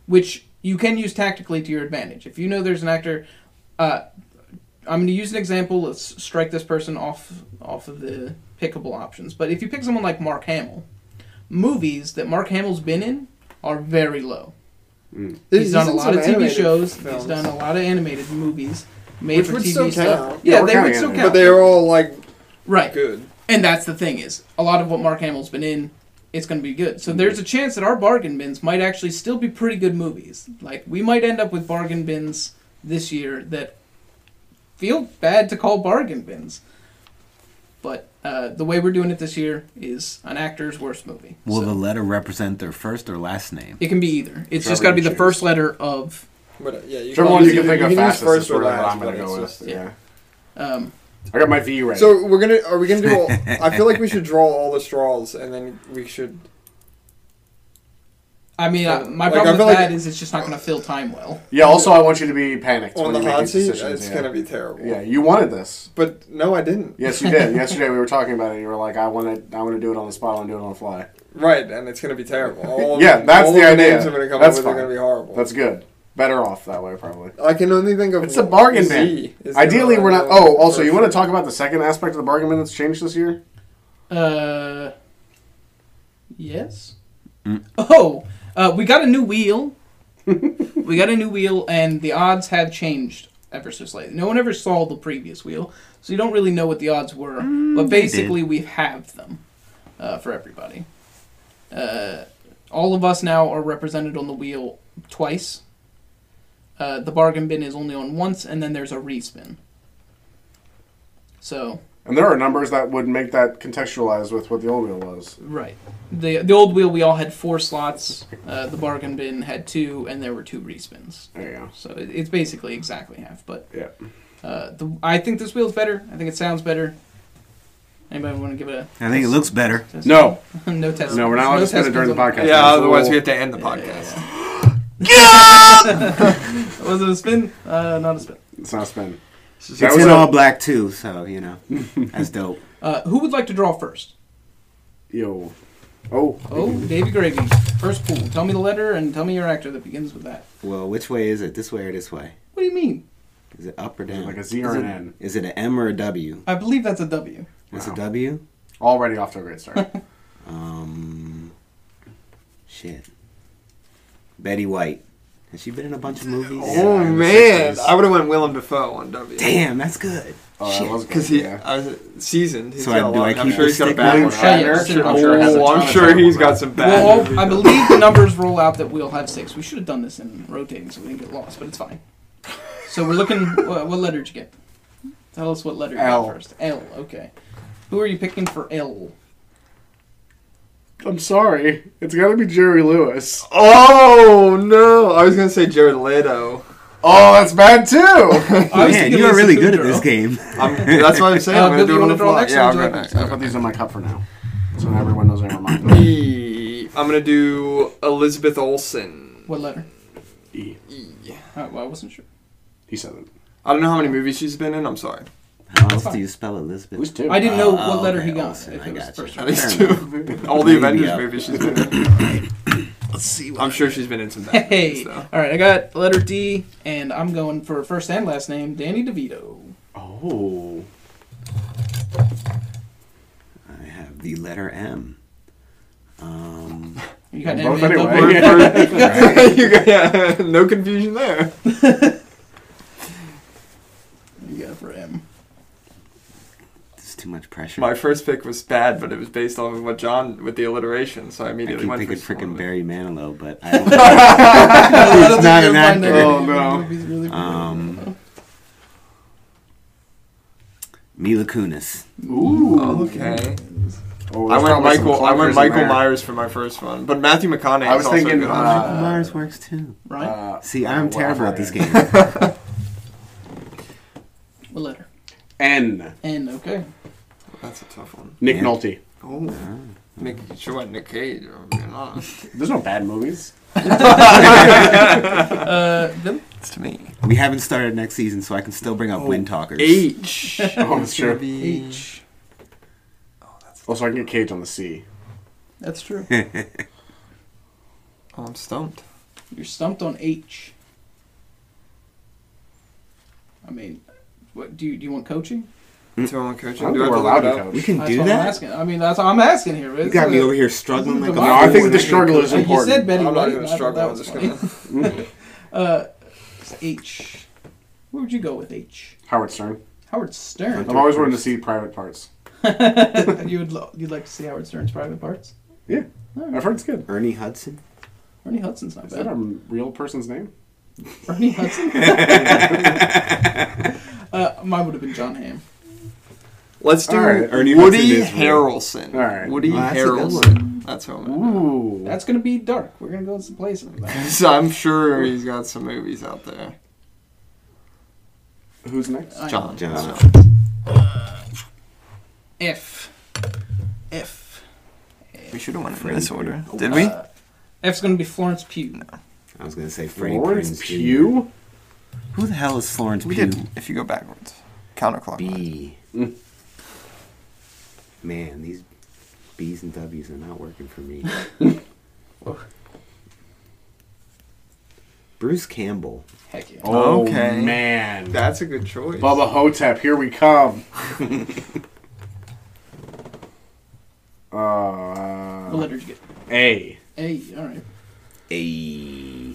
[SPEAKER 3] which you can use tactically to your advantage. If you know there's an actor, uh, I'm going to use an example. Let's strike this person off off of the pickable options. But if you pick someone like Mark Hamill, movies that Mark Hamill's been in are very low. He's, done a
[SPEAKER 5] in
[SPEAKER 3] lot of
[SPEAKER 5] some
[SPEAKER 3] TV
[SPEAKER 5] animated
[SPEAKER 3] shows.
[SPEAKER 5] films.
[SPEAKER 3] He's done a lot of animated movies, made
[SPEAKER 5] Which
[SPEAKER 3] for
[SPEAKER 5] would
[SPEAKER 3] TV
[SPEAKER 5] still
[SPEAKER 3] stuff.
[SPEAKER 5] count.
[SPEAKER 2] Yeah,
[SPEAKER 3] Yeah,
[SPEAKER 2] we're
[SPEAKER 3] they would
[SPEAKER 2] counting
[SPEAKER 3] still
[SPEAKER 2] it.
[SPEAKER 3] count.
[SPEAKER 5] But they're all like
[SPEAKER 3] right,
[SPEAKER 4] good.
[SPEAKER 3] and that's the thing is a lot of what Mark Hamill's been in, it's going to be good.
[SPEAKER 5] Mm-hmm.
[SPEAKER 3] So there's a chance that our bargain bins might actually still be pretty good movies. Like we might end up with bargain bins this year that feel bad to call bargain bins. But uh, the way we're doing it this year is an actor's worst movie.
[SPEAKER 1] Will
[SPEAKER 3] So-
[SPEAKER 1] the letter represent their first or last name?
[SPEAKER 3] It can be either. It's
[SPEAKER 2] Whichever
[SPEAKER 3] just got to be
[SPEAKER 2] you
[SPEAKER 3] the
[SPEAKER 2] choose.
[SPEAKER 3] first letter of.
[SPEAKER 4] But uh, yeah, you
[SPEAKER 2] Whichever
[SPEAKER 4] can
[SPEAKER 2] one
[SPEAKER 4] use
[SPEAKER 2] you can
[SPEAKER 4] either-
[SPEAKER 2] think of
[SPEAKER 5] use
[SPEAKER 2] fastest
[SPEAKER 5] first
[SPEAKER 2] is
[SPEAKER 5] or
[SPEAKER 2] really what
[SPEAKER 5] last,
[SPEAKER 2] I'm going
[SPEAKER 5] but
[SPEAKER 2] to go
[SPEAKER 5] it's
[SPEAKER 2] with.
[SPEAKER 5] just-
[SPEAKER 2] yeah.
[SPEAKER 3] yeah. Um,
[SPEAKER 2] I got my V ready.
[SPEAKER 5] So we're gonna are we gonna do? All, I feel like we should draw all the straws, and then we should.
[SPEAKER 3] I mean, uh, my
[SPEAKER 5] Like, I
[SPEAKER 3] problem
[SPEAKER 5] feel
[SPEAKER 3] with
[SPEAKER 5] like-
[SPEAKER 3] that is it's just not going to fill time well.
[SPEAKER 2] yeah, also, I want you to be panicked
[SPEAKER 5] on
[SPEAKER 2] when
[SPEAKER 5] the
[SPEAKER 2] you make
[SPEAKER 5] hot
[SPEAKER 2] these
[SPEAKER 5] seat,
[SPEAKER 2] decisions.
[SPEAKER 5] it's
[SPEAKER 2] yeah.
[SPEAKER 5] gonna be terrible.
[SPEAKER 2] yeah, you wanted this.
[SPEAKER 5] But no, I didn't.
[SPEAKER 2] Yes, you did. Yesterday we were talking about it. You were like, "I want to, I want to do it on the spot. I want to do it on the fly."
[SPEAKER 5] Right, and it's gonna be terrible. All of
[SPEAKER 2] Yeah,
[SPEAKER 5] them-
[SPEAKER 2] that's
[SPEAKER 5] all
[SPEAKER 2] the
[SPEAKER 5] of
[SPEAKER 2] idea.
[SPEAKER 5] Names I'm gonna come
[SPEAKER 2] That's
[SPEAKER 5] up with are
[SPEAKER 2] fine.
[SPEAKER 5] gonna be horrible.
[SPEAKER 2] That's good. Better off that way, probably.
[SPEAKER 5] I can only think of.
[SPEAKER 2] It's a bargain
[SPEAKER 5] Z
[SPEAKER 2] bin.
[SPEAKER 5] is the
[SPEAKER 2] Ideally,
[SPEAKER 5] one
[SPEAKER 2] we're
[SPEAKER 5] I
[SPEAKER 2] not.
[SPEAKER 5] know
[SPEAKER 2] Oh, also,
[SPEAKER 5] for
[SPEAKER 2] you want to
[SPEAKER 5] sure.
[SPEAKER 2] talk about the second aspect of the bargain bin that's changed this year?
[SPEAKER 3] Uh, yes. Oh, uh, we got a new wheel. we got a new wheel, and the odds have changed ever so slightly. No one ever saw the previous wheel, so you don't really know what the odds were. but
[SPEAKER 1] they
[SPEAKER 3] basically, we have them uh, for everybody. Uh, all of us now are represented on the wheel twice. Uh, the bargain bin is only on once, and then there's a respin. So
[SPEAKER 2] And there are numbers that would make that contextualized with what the old wheel was.
[SPEAKER 3] Right. The the old wheel we all had four slots. Uh, the bargain bin had two, and there were two respins.
[SPEAKER 2] There you go.
[SPEAKER 3] So it, it's basically exactly half. But
[SPEAKER 2] Yeah.
[SPEAKER 3] uh, the, I think this wheel's better. I think it sounds better. Anybody want to give it a?
[SPEAKER 1] I think it looks better.
[SPEAKER 3] test?
[SPEAKER 2] No,
[SPEAKER 3] no test.
[SPEAKER 2] no, we're not allowed to spin it
[SPEAKER 3] test
[SPEAKER 2] during the
[SPEAKER 3] spins on-
[SPEAKER 2] podcast.
[SPEAKER 4] Yeah,
[SPEAKER 2] That's a
[SPEAKER 4] otherwise
[SPEAKER 2] little-
[SPEAKER 4] we have to end the podcast.
[SPEAKER 3] Was it a spin? Uh, not a spin.
[SPEAKER 2] It's not a spin. That
[SPEAKER 1] It's
[SPEAKER 2] was
[SPEAKER 1] in
[SPEAKER 2] a-
[SPEAKER 1] all black too, so you know that's dope.
[SPEAKER 3] Uh, who would like to draw first?
[SPEAKER 2] Yo. Oh.
[SPEAKER 3] Oh, Davy Gravy. First pool. Tell me the letter and tell me your actor that begins with that.
[SPEAKER 1] Well, which way is it? This way or this way?
[SPEAKER 3] What do you mean?
[SPEAKER 1] Is it up or down?
[SPEAKER 2] like a Z or
[SPEAKER 1] Is
[SPEAKER 2] an
[SPEAKER 1] it-
[SPEAKER 2] N?
[SPEAKER 1] Is it an M or a W?
[SPEAKER 3] I believe that's a W.
[SPEAKER 1] It's
[SPEAKER 2] Wow.
[SPEAKER 1] a W.
[SPEAKER 2] Already off to a great start.
[SPEAKER 1] Um, shit. Betty White. Has she been in a bunch of movies?
[SPEAKER 5] Oh man, I would have went Willem Dafoe on W.
[SPEAKER 1] Damn, that's good.
[SPEAKER 2] Oh, that
[SPEAKER 1] shit.
[SPEAKER 2] was good.
[SPEAKER 5] Because he
[SPEAKER 2] yeah.
[SPEAKER 5] I was seasoned. He's
[SPEAKER 1] So
[SPEAKER 5] got
[SPEAKER 1] I-
[SPEAKER 5] a
[SPEAKER 1] do
[SPEAKER 5] lot.
[SPEAKER 1] I
[SPEAKER 5] I'm
[SPEAKER 1] keep
[SPEAKER 5] sure
[SPEAKER 1] the
[SPEAKER 5] he's got a
[SPEAKER 1] stick
[SPEAKER 5] bad
[SPEAKER 1] with
[SPEAKER 5] one.
[SPEAKER 1] him?
[SPEAKER 3] Yeah, yeah,
[SPEAKER 5] I'm sure-
[SPEAKER 3] I'm
[SPEAKER 2] sure it has a
[SPEAKER 5] Oh,
[SPEAKER 2] ton
[SPEAKER 5] I'm
[SPEAKER 2] of
[SPEAKER 5] sure
[SPEAKER 2] bad
[SPEAKER 5] he's
[SPEAKER 2] ones.
[SPEAKER 5] got some bad.
[SPEAKER 3] Well,
[SPEAKER 5] movies
[SPEAKER 3] I
[SPEAKER 5] out
[SPEAKER 3] believe the numbers roll out that we'll have six. We should have done this in rotating so we didn't get lost, but it's fine. So we're looking. what, what letter did you get? Tell us what letter you
[SPEAKER 2] L.
[SPEAKER 3] got first. L. Okay. Who are you picking for L?
[SPEAKER 2] I'm sorry. It's got to be Jerry Lewis.
[SPEAKER 5] Oh no! I was gonna say Jared Leto.
[SPEAKER 2] Oh, that's bad too.
[SPEAKER 3] I was
[SPEAKER 1] Oh, Man,
[SPEAKER 3] thinking
[SPEAKER 1] you are
[SPEAKER 3] Lisa
[SPEAKER 1] really good at
[SPEAKER 3] Kudrow.
[SPEAKER 1] this game.
[SPEAKER 5] I'm, that's what I'm saying.
[SPEAKER 3] Uh,
[SPEAKER 5] I'm gonna
[SPEAKER 3] Bill,
[SPEAKER 5] do
[SPEAKER 3] you
[SPEAKER 5] it on
[SPEAKER 3] wanna
[SPEAKER 5] the
[SPEAKER 3] draw
[SPEAKER 5] fly.
[SPEAKER 3] next
[SPEAKER 5] Yeah,
[SPEAKER 3] or
[SPEAKER 5] I'm
[SPEAKER 3] do I
[SPEAKER 5] gonna.
[SPEAKER 3] next?
[SPEAKER 2] I put these in my cup for now, so everyone knows I remind them.
[SPEAKER 5] E. I'm gonna do Elizabeth Olsen.
[SPEAKER 3] What letter?
[SPEAKER 2] E.
[SPEAKER 5] E.
[SPEAKER 3] Uh, well, I wasn't sure.
[SPEAKER 2] He said it.
[SPEAKER 5] I don't know how many movies she's been in. I'm sorry.
[SPEAKER 1] How else
[SPEAKER 3] fine.
[SPEAKER 1] do you spell Elizabeth?
[SPEAKER 2] Who's two?
[SPEAKER 3] I didn't know
[SPEAKER 1] Oh,
[SPEAKER 3] what letter
[SPEAKER 1] okay,
[SPEAKER 3] he got.
[SPEAKER 1] Olsen,
[SPEAKER 3] if
[SPEAKER 1] I
[SPEAKER 3] it was
[SPEAKER 1] got
[SPEAKER 3] first
[SPEAKER 1] you.
[SPEAKER 5] At
[SPEAKER 3] one.
[SPEAKER 5] least
[SPEAKER 1] Fair
[SPEAKER 5] two. All the
[SPEAKER 1] Maybe,
[SPEAKER 5] Avengers
[SPEAKER 1] yeah.
[SPEAKER 5] movies she's been in.
[SPEAKER 1] Let's see.
[SPEAKER 5] I'm sure she's been in some bad movies
[SPEAKER 3] Hey,
[SPEAKER 1] uh,
[SPEAKER 5] though.
[SPEAKER 3] all right. I got letter D, and I'm going for first and last name, Danny DeVito.
[SPEAKER 2] Oh.
[SPEAKER 1] I have the letter M. Um,
[SPEAKER 3] You got
[SPEAKER 2] Both
[SPEAKER 3] an
[SPEAKER 2] anyway. Oh,
[SPEAKER 3] Both
[SPEAKER 2] Yeah.
[SPEAKER 3] were-
[SPEAKER 5] You got- yeah, no confusion there.
[SPEAKER 3] You got it for M.
[SPEAKER 1] there's too much pressure.
[SPEAKER 5] My first pick was bad, but it was based off of what John with the alliteration, so I
[SPEAKER 1] I
[SPEAKER 5] immediately
[SPEAKER 1] keep
[SPEAKER 5] went
[SPEAKER 1] thinking
[SPEAKER 5] for
[SPEAKER 1] freaking
[SPEAKER 5] Solomon.
[SPEAKER 1] Barry Manilow, but I don't.
[SPEAKER 3] I don't
[SPEAKER 1] He's
[SPEAKER 3] think
[SPEAKER 1] not
[SPEAKER 3] you'll
[SPEAKER 1] an
[SPEAKER 3] find
[SPEAKER 1] actor.
[SPEAKER 3] any
[SPEAKER 2] Oh,
[SPEAKER 3] of these
[SPEAKER 2] no.
[SPEAKER 3] movies really
[SPEAKER 1] Um, Mila Kunis.
[SPEAKER 2] Ooh.
[SPEAKER 5] Oh, Okay.
[SPEAKER 2] what was
[SPEAKER 5] I
[SPEAKER 2] it?
[SPEAKER 5] went
[SPEAKER 2] Probably some
[SPEAKER 5] Michael. I
[SPEAKER 2] clunkers
[SPEAKER 5] went
[SPEAKER 2] in
[SPEAKER 5] Michael
[SPEAKER 2] there.
[SPEAKER 5] Myers for my first one, but Matthew McConaughey.
[SPEAKER 2] I was
[SPEAKER 5] is also
[SPEAKER 2] thinking,
[SPEAKER 5] good on
[SPEAKER 2] uh,
[SPEAKER 5] that.
[SPEAKER 1] Michael Myers works too.
[SPEAKER 3] Right?
[SPEAKER 2] Uh,
[SPEAKER 1] See, I'm
[SPEAKER 2] wow,
[SPEAKER 1] terrible at
[SPEAKER 2] yeah.
[SPEAKER 1] this game.
[SPEAKER 3] what letter?
[SPEAKER 2] N.
[SPEAKER 3] N. Okay.
[SPEAKER 5] That's a tough one.
[SPEAKER 2] Nick
[SPEAKER 1] Yeah.
[SPEAKER 2] Nolte.
[SPEAKER 5] Oh, Nick, she went Nick Cage. oh, I'm being honest.
[SPEAKER 2] There's no bad movies.
[SPEAKER 3] Uh, them.
[SPEAKER 5] It's to me.
[SPEAKER 1] we haven't started next season, so I can still bring up Wind Talkers.
[SPEAKER 5] H.
[SPEAKER 2] Oh,
[SPEAKER 5] It's
[SPEAKER 2] that's
[SPEAKER 5] gonna
[SPEAKER 2] true.
[SPEAKER 1] E.
[SPEAKER 5] be-
[SPEAKER 3] H.
[SPEAKER 2] Also, I can get Cage on the C.
[SPEAKER 3] That's true.
[SPEAKER 5] Oh, I'm stumped.
[SPEAKER 3] You're stumped on H. I mean, what do you do? You want coaching?
[SPEAKER 5] Do I want
[SPEAKER 2] Mm. I
[SPEAKER 5] coaching?
[SPEAKER 2] don't
[SPEAKER 5] Do
[SPEAKER 2] think
[SPEAKER 5] I have
[SPEAKER 2] we're
[SPEAKER 5] to
[SPEAKER 2] allowed
[SPEAKER 5] look it
[SPEAKER 2] to
[SPEAKER 5] up?
[SPEAKER 2] coach.
[SPEAKER 1] We can
[SPEAKER 3] That's
[SPEAKER 1] do
[SPEAKER 3] what I'm
[SPEAKER 1] that.
[SPEAKER 3] asking. I mean, that's all I'm asking here.
[SPEAKER 1] You got me over here struggling like a.
[SPEAKER 3] No,
[SPEAKER 2] No, I
[SPEAKER 1] fool,
[SPEAKER 2] think
[SPEAKER 1] and
[SPEAKER 2] the
[SPEAKER 1] can
[SPEAKER 2] struggle
[SPEAKER 1] coach.
[SPEAKER 2] is
[SPEAKER 3] You
[SPEAKER 2] important.
[SPEAKER 3] said Betty
[SPEAKER 4] I'm not
[SPEAKER 3] White.
[SPEAKER 4] even
[SPEAKER 3] I thought
[SPEAKER 4] struggling.
[SPEAKER 3] that
[SPEAKER 4] I'm
[SPEAKER 3] was
[SPEAKER 4] just gonna.
[SPEAKER 1] Mm.
[SPEAKER 3] funny. uh, H. Where would you go with H?
[SPEAKER 2] Howard Stern.
[SPEAKER 3] Howard Stern.
[SPEAKER 2] I've always wanted to see Private Parts.
[SPEAKER 3] you would lo- you'd like to see Howard Stern's private parts?
[SPEAKER 2] Yeah,
[SPEAKER 3] Alright.
[SPEAKER 2] I've heard it's good.
[SPEAKER 1] Ernie Hudson.
[SPEAKER 3] Ernie Hudson's not
[SPEAKER 2] Is that
[SPEAKER 3] bad.
[SPEAKER 2] a real person's name?
[SPEAKER 3] Ernie Hudson. uh, mine would have been John Hamm.
[SPEAKER 5] Let's do
[SPEAKER 2] All right,
[SPEAKER 1] Ernie
[SPEAKER 5] Woody
[SPEAKER 1] Hudson is real.
[SPEAKER 5] Harrelson.
[SPEAKER 2] All right.
[SPEAKER 5] Woody
[SPEAKER 1] Well, that's a good
[SPEAKER 5] Harrelson. That's what I'm gonna do.
[SPEAKER 2] Ooh,
[SPEAKER 3] That's gonna be dark. We're gonna go into some places. with that.
[SPEAKER 5] So I'm sure he's got some movies out there.
[SPEAKER 2] who's next?
[SPEAKER 3] I-
[SPEAKER 5] John.
[SPEAKER 1] John.
[SPEAKER 3] F. F.
[SPEAKER 5] We should have went in
[SPEAKER 1] Freddy
[SPEAKER 5] this
[SPEAKER 1] Krueger.
[SPEAKER 5] order. Did we?
[SPEAKER 3] Uh, F's gonna be Florence Pugh.
[SPEAKER 1] I was gonna say Freddie
[SPEAKER 2] Lawrence
[SPEAKER 1] Prinze Jr.
[SPEAKER 2] Pugh.
[SPEAKER 1] Who the hell is Florence
[SPEAKER 5] we
[SPEAKER 1] Pugh?
[SPEAKER 5] did. If you go backwards, counterclockwise.
[SPEAKER 1] B.
[SPEAKER 2] Mm.
[SPEAKER 1] Man, these B's and W's are not working for me. Bruce Campbell.
[SPEAKER 3] Heck yeah.
[SPEAKER 2] Oh
[SPEAKER 5] Okay.
[SPEAKER 2] man,
[SPEAKER 5] That's a good choice.
[SPEAKER 2] Bubba Hotep, here we come.
[SPEAKER 3] What
[SPEAKER 2] uh,
[SPEAKER 3] letter did you get?
[SPEAKER 2] A.
[SPEAKER 3] A. All right.
[SPEAKER 1] A.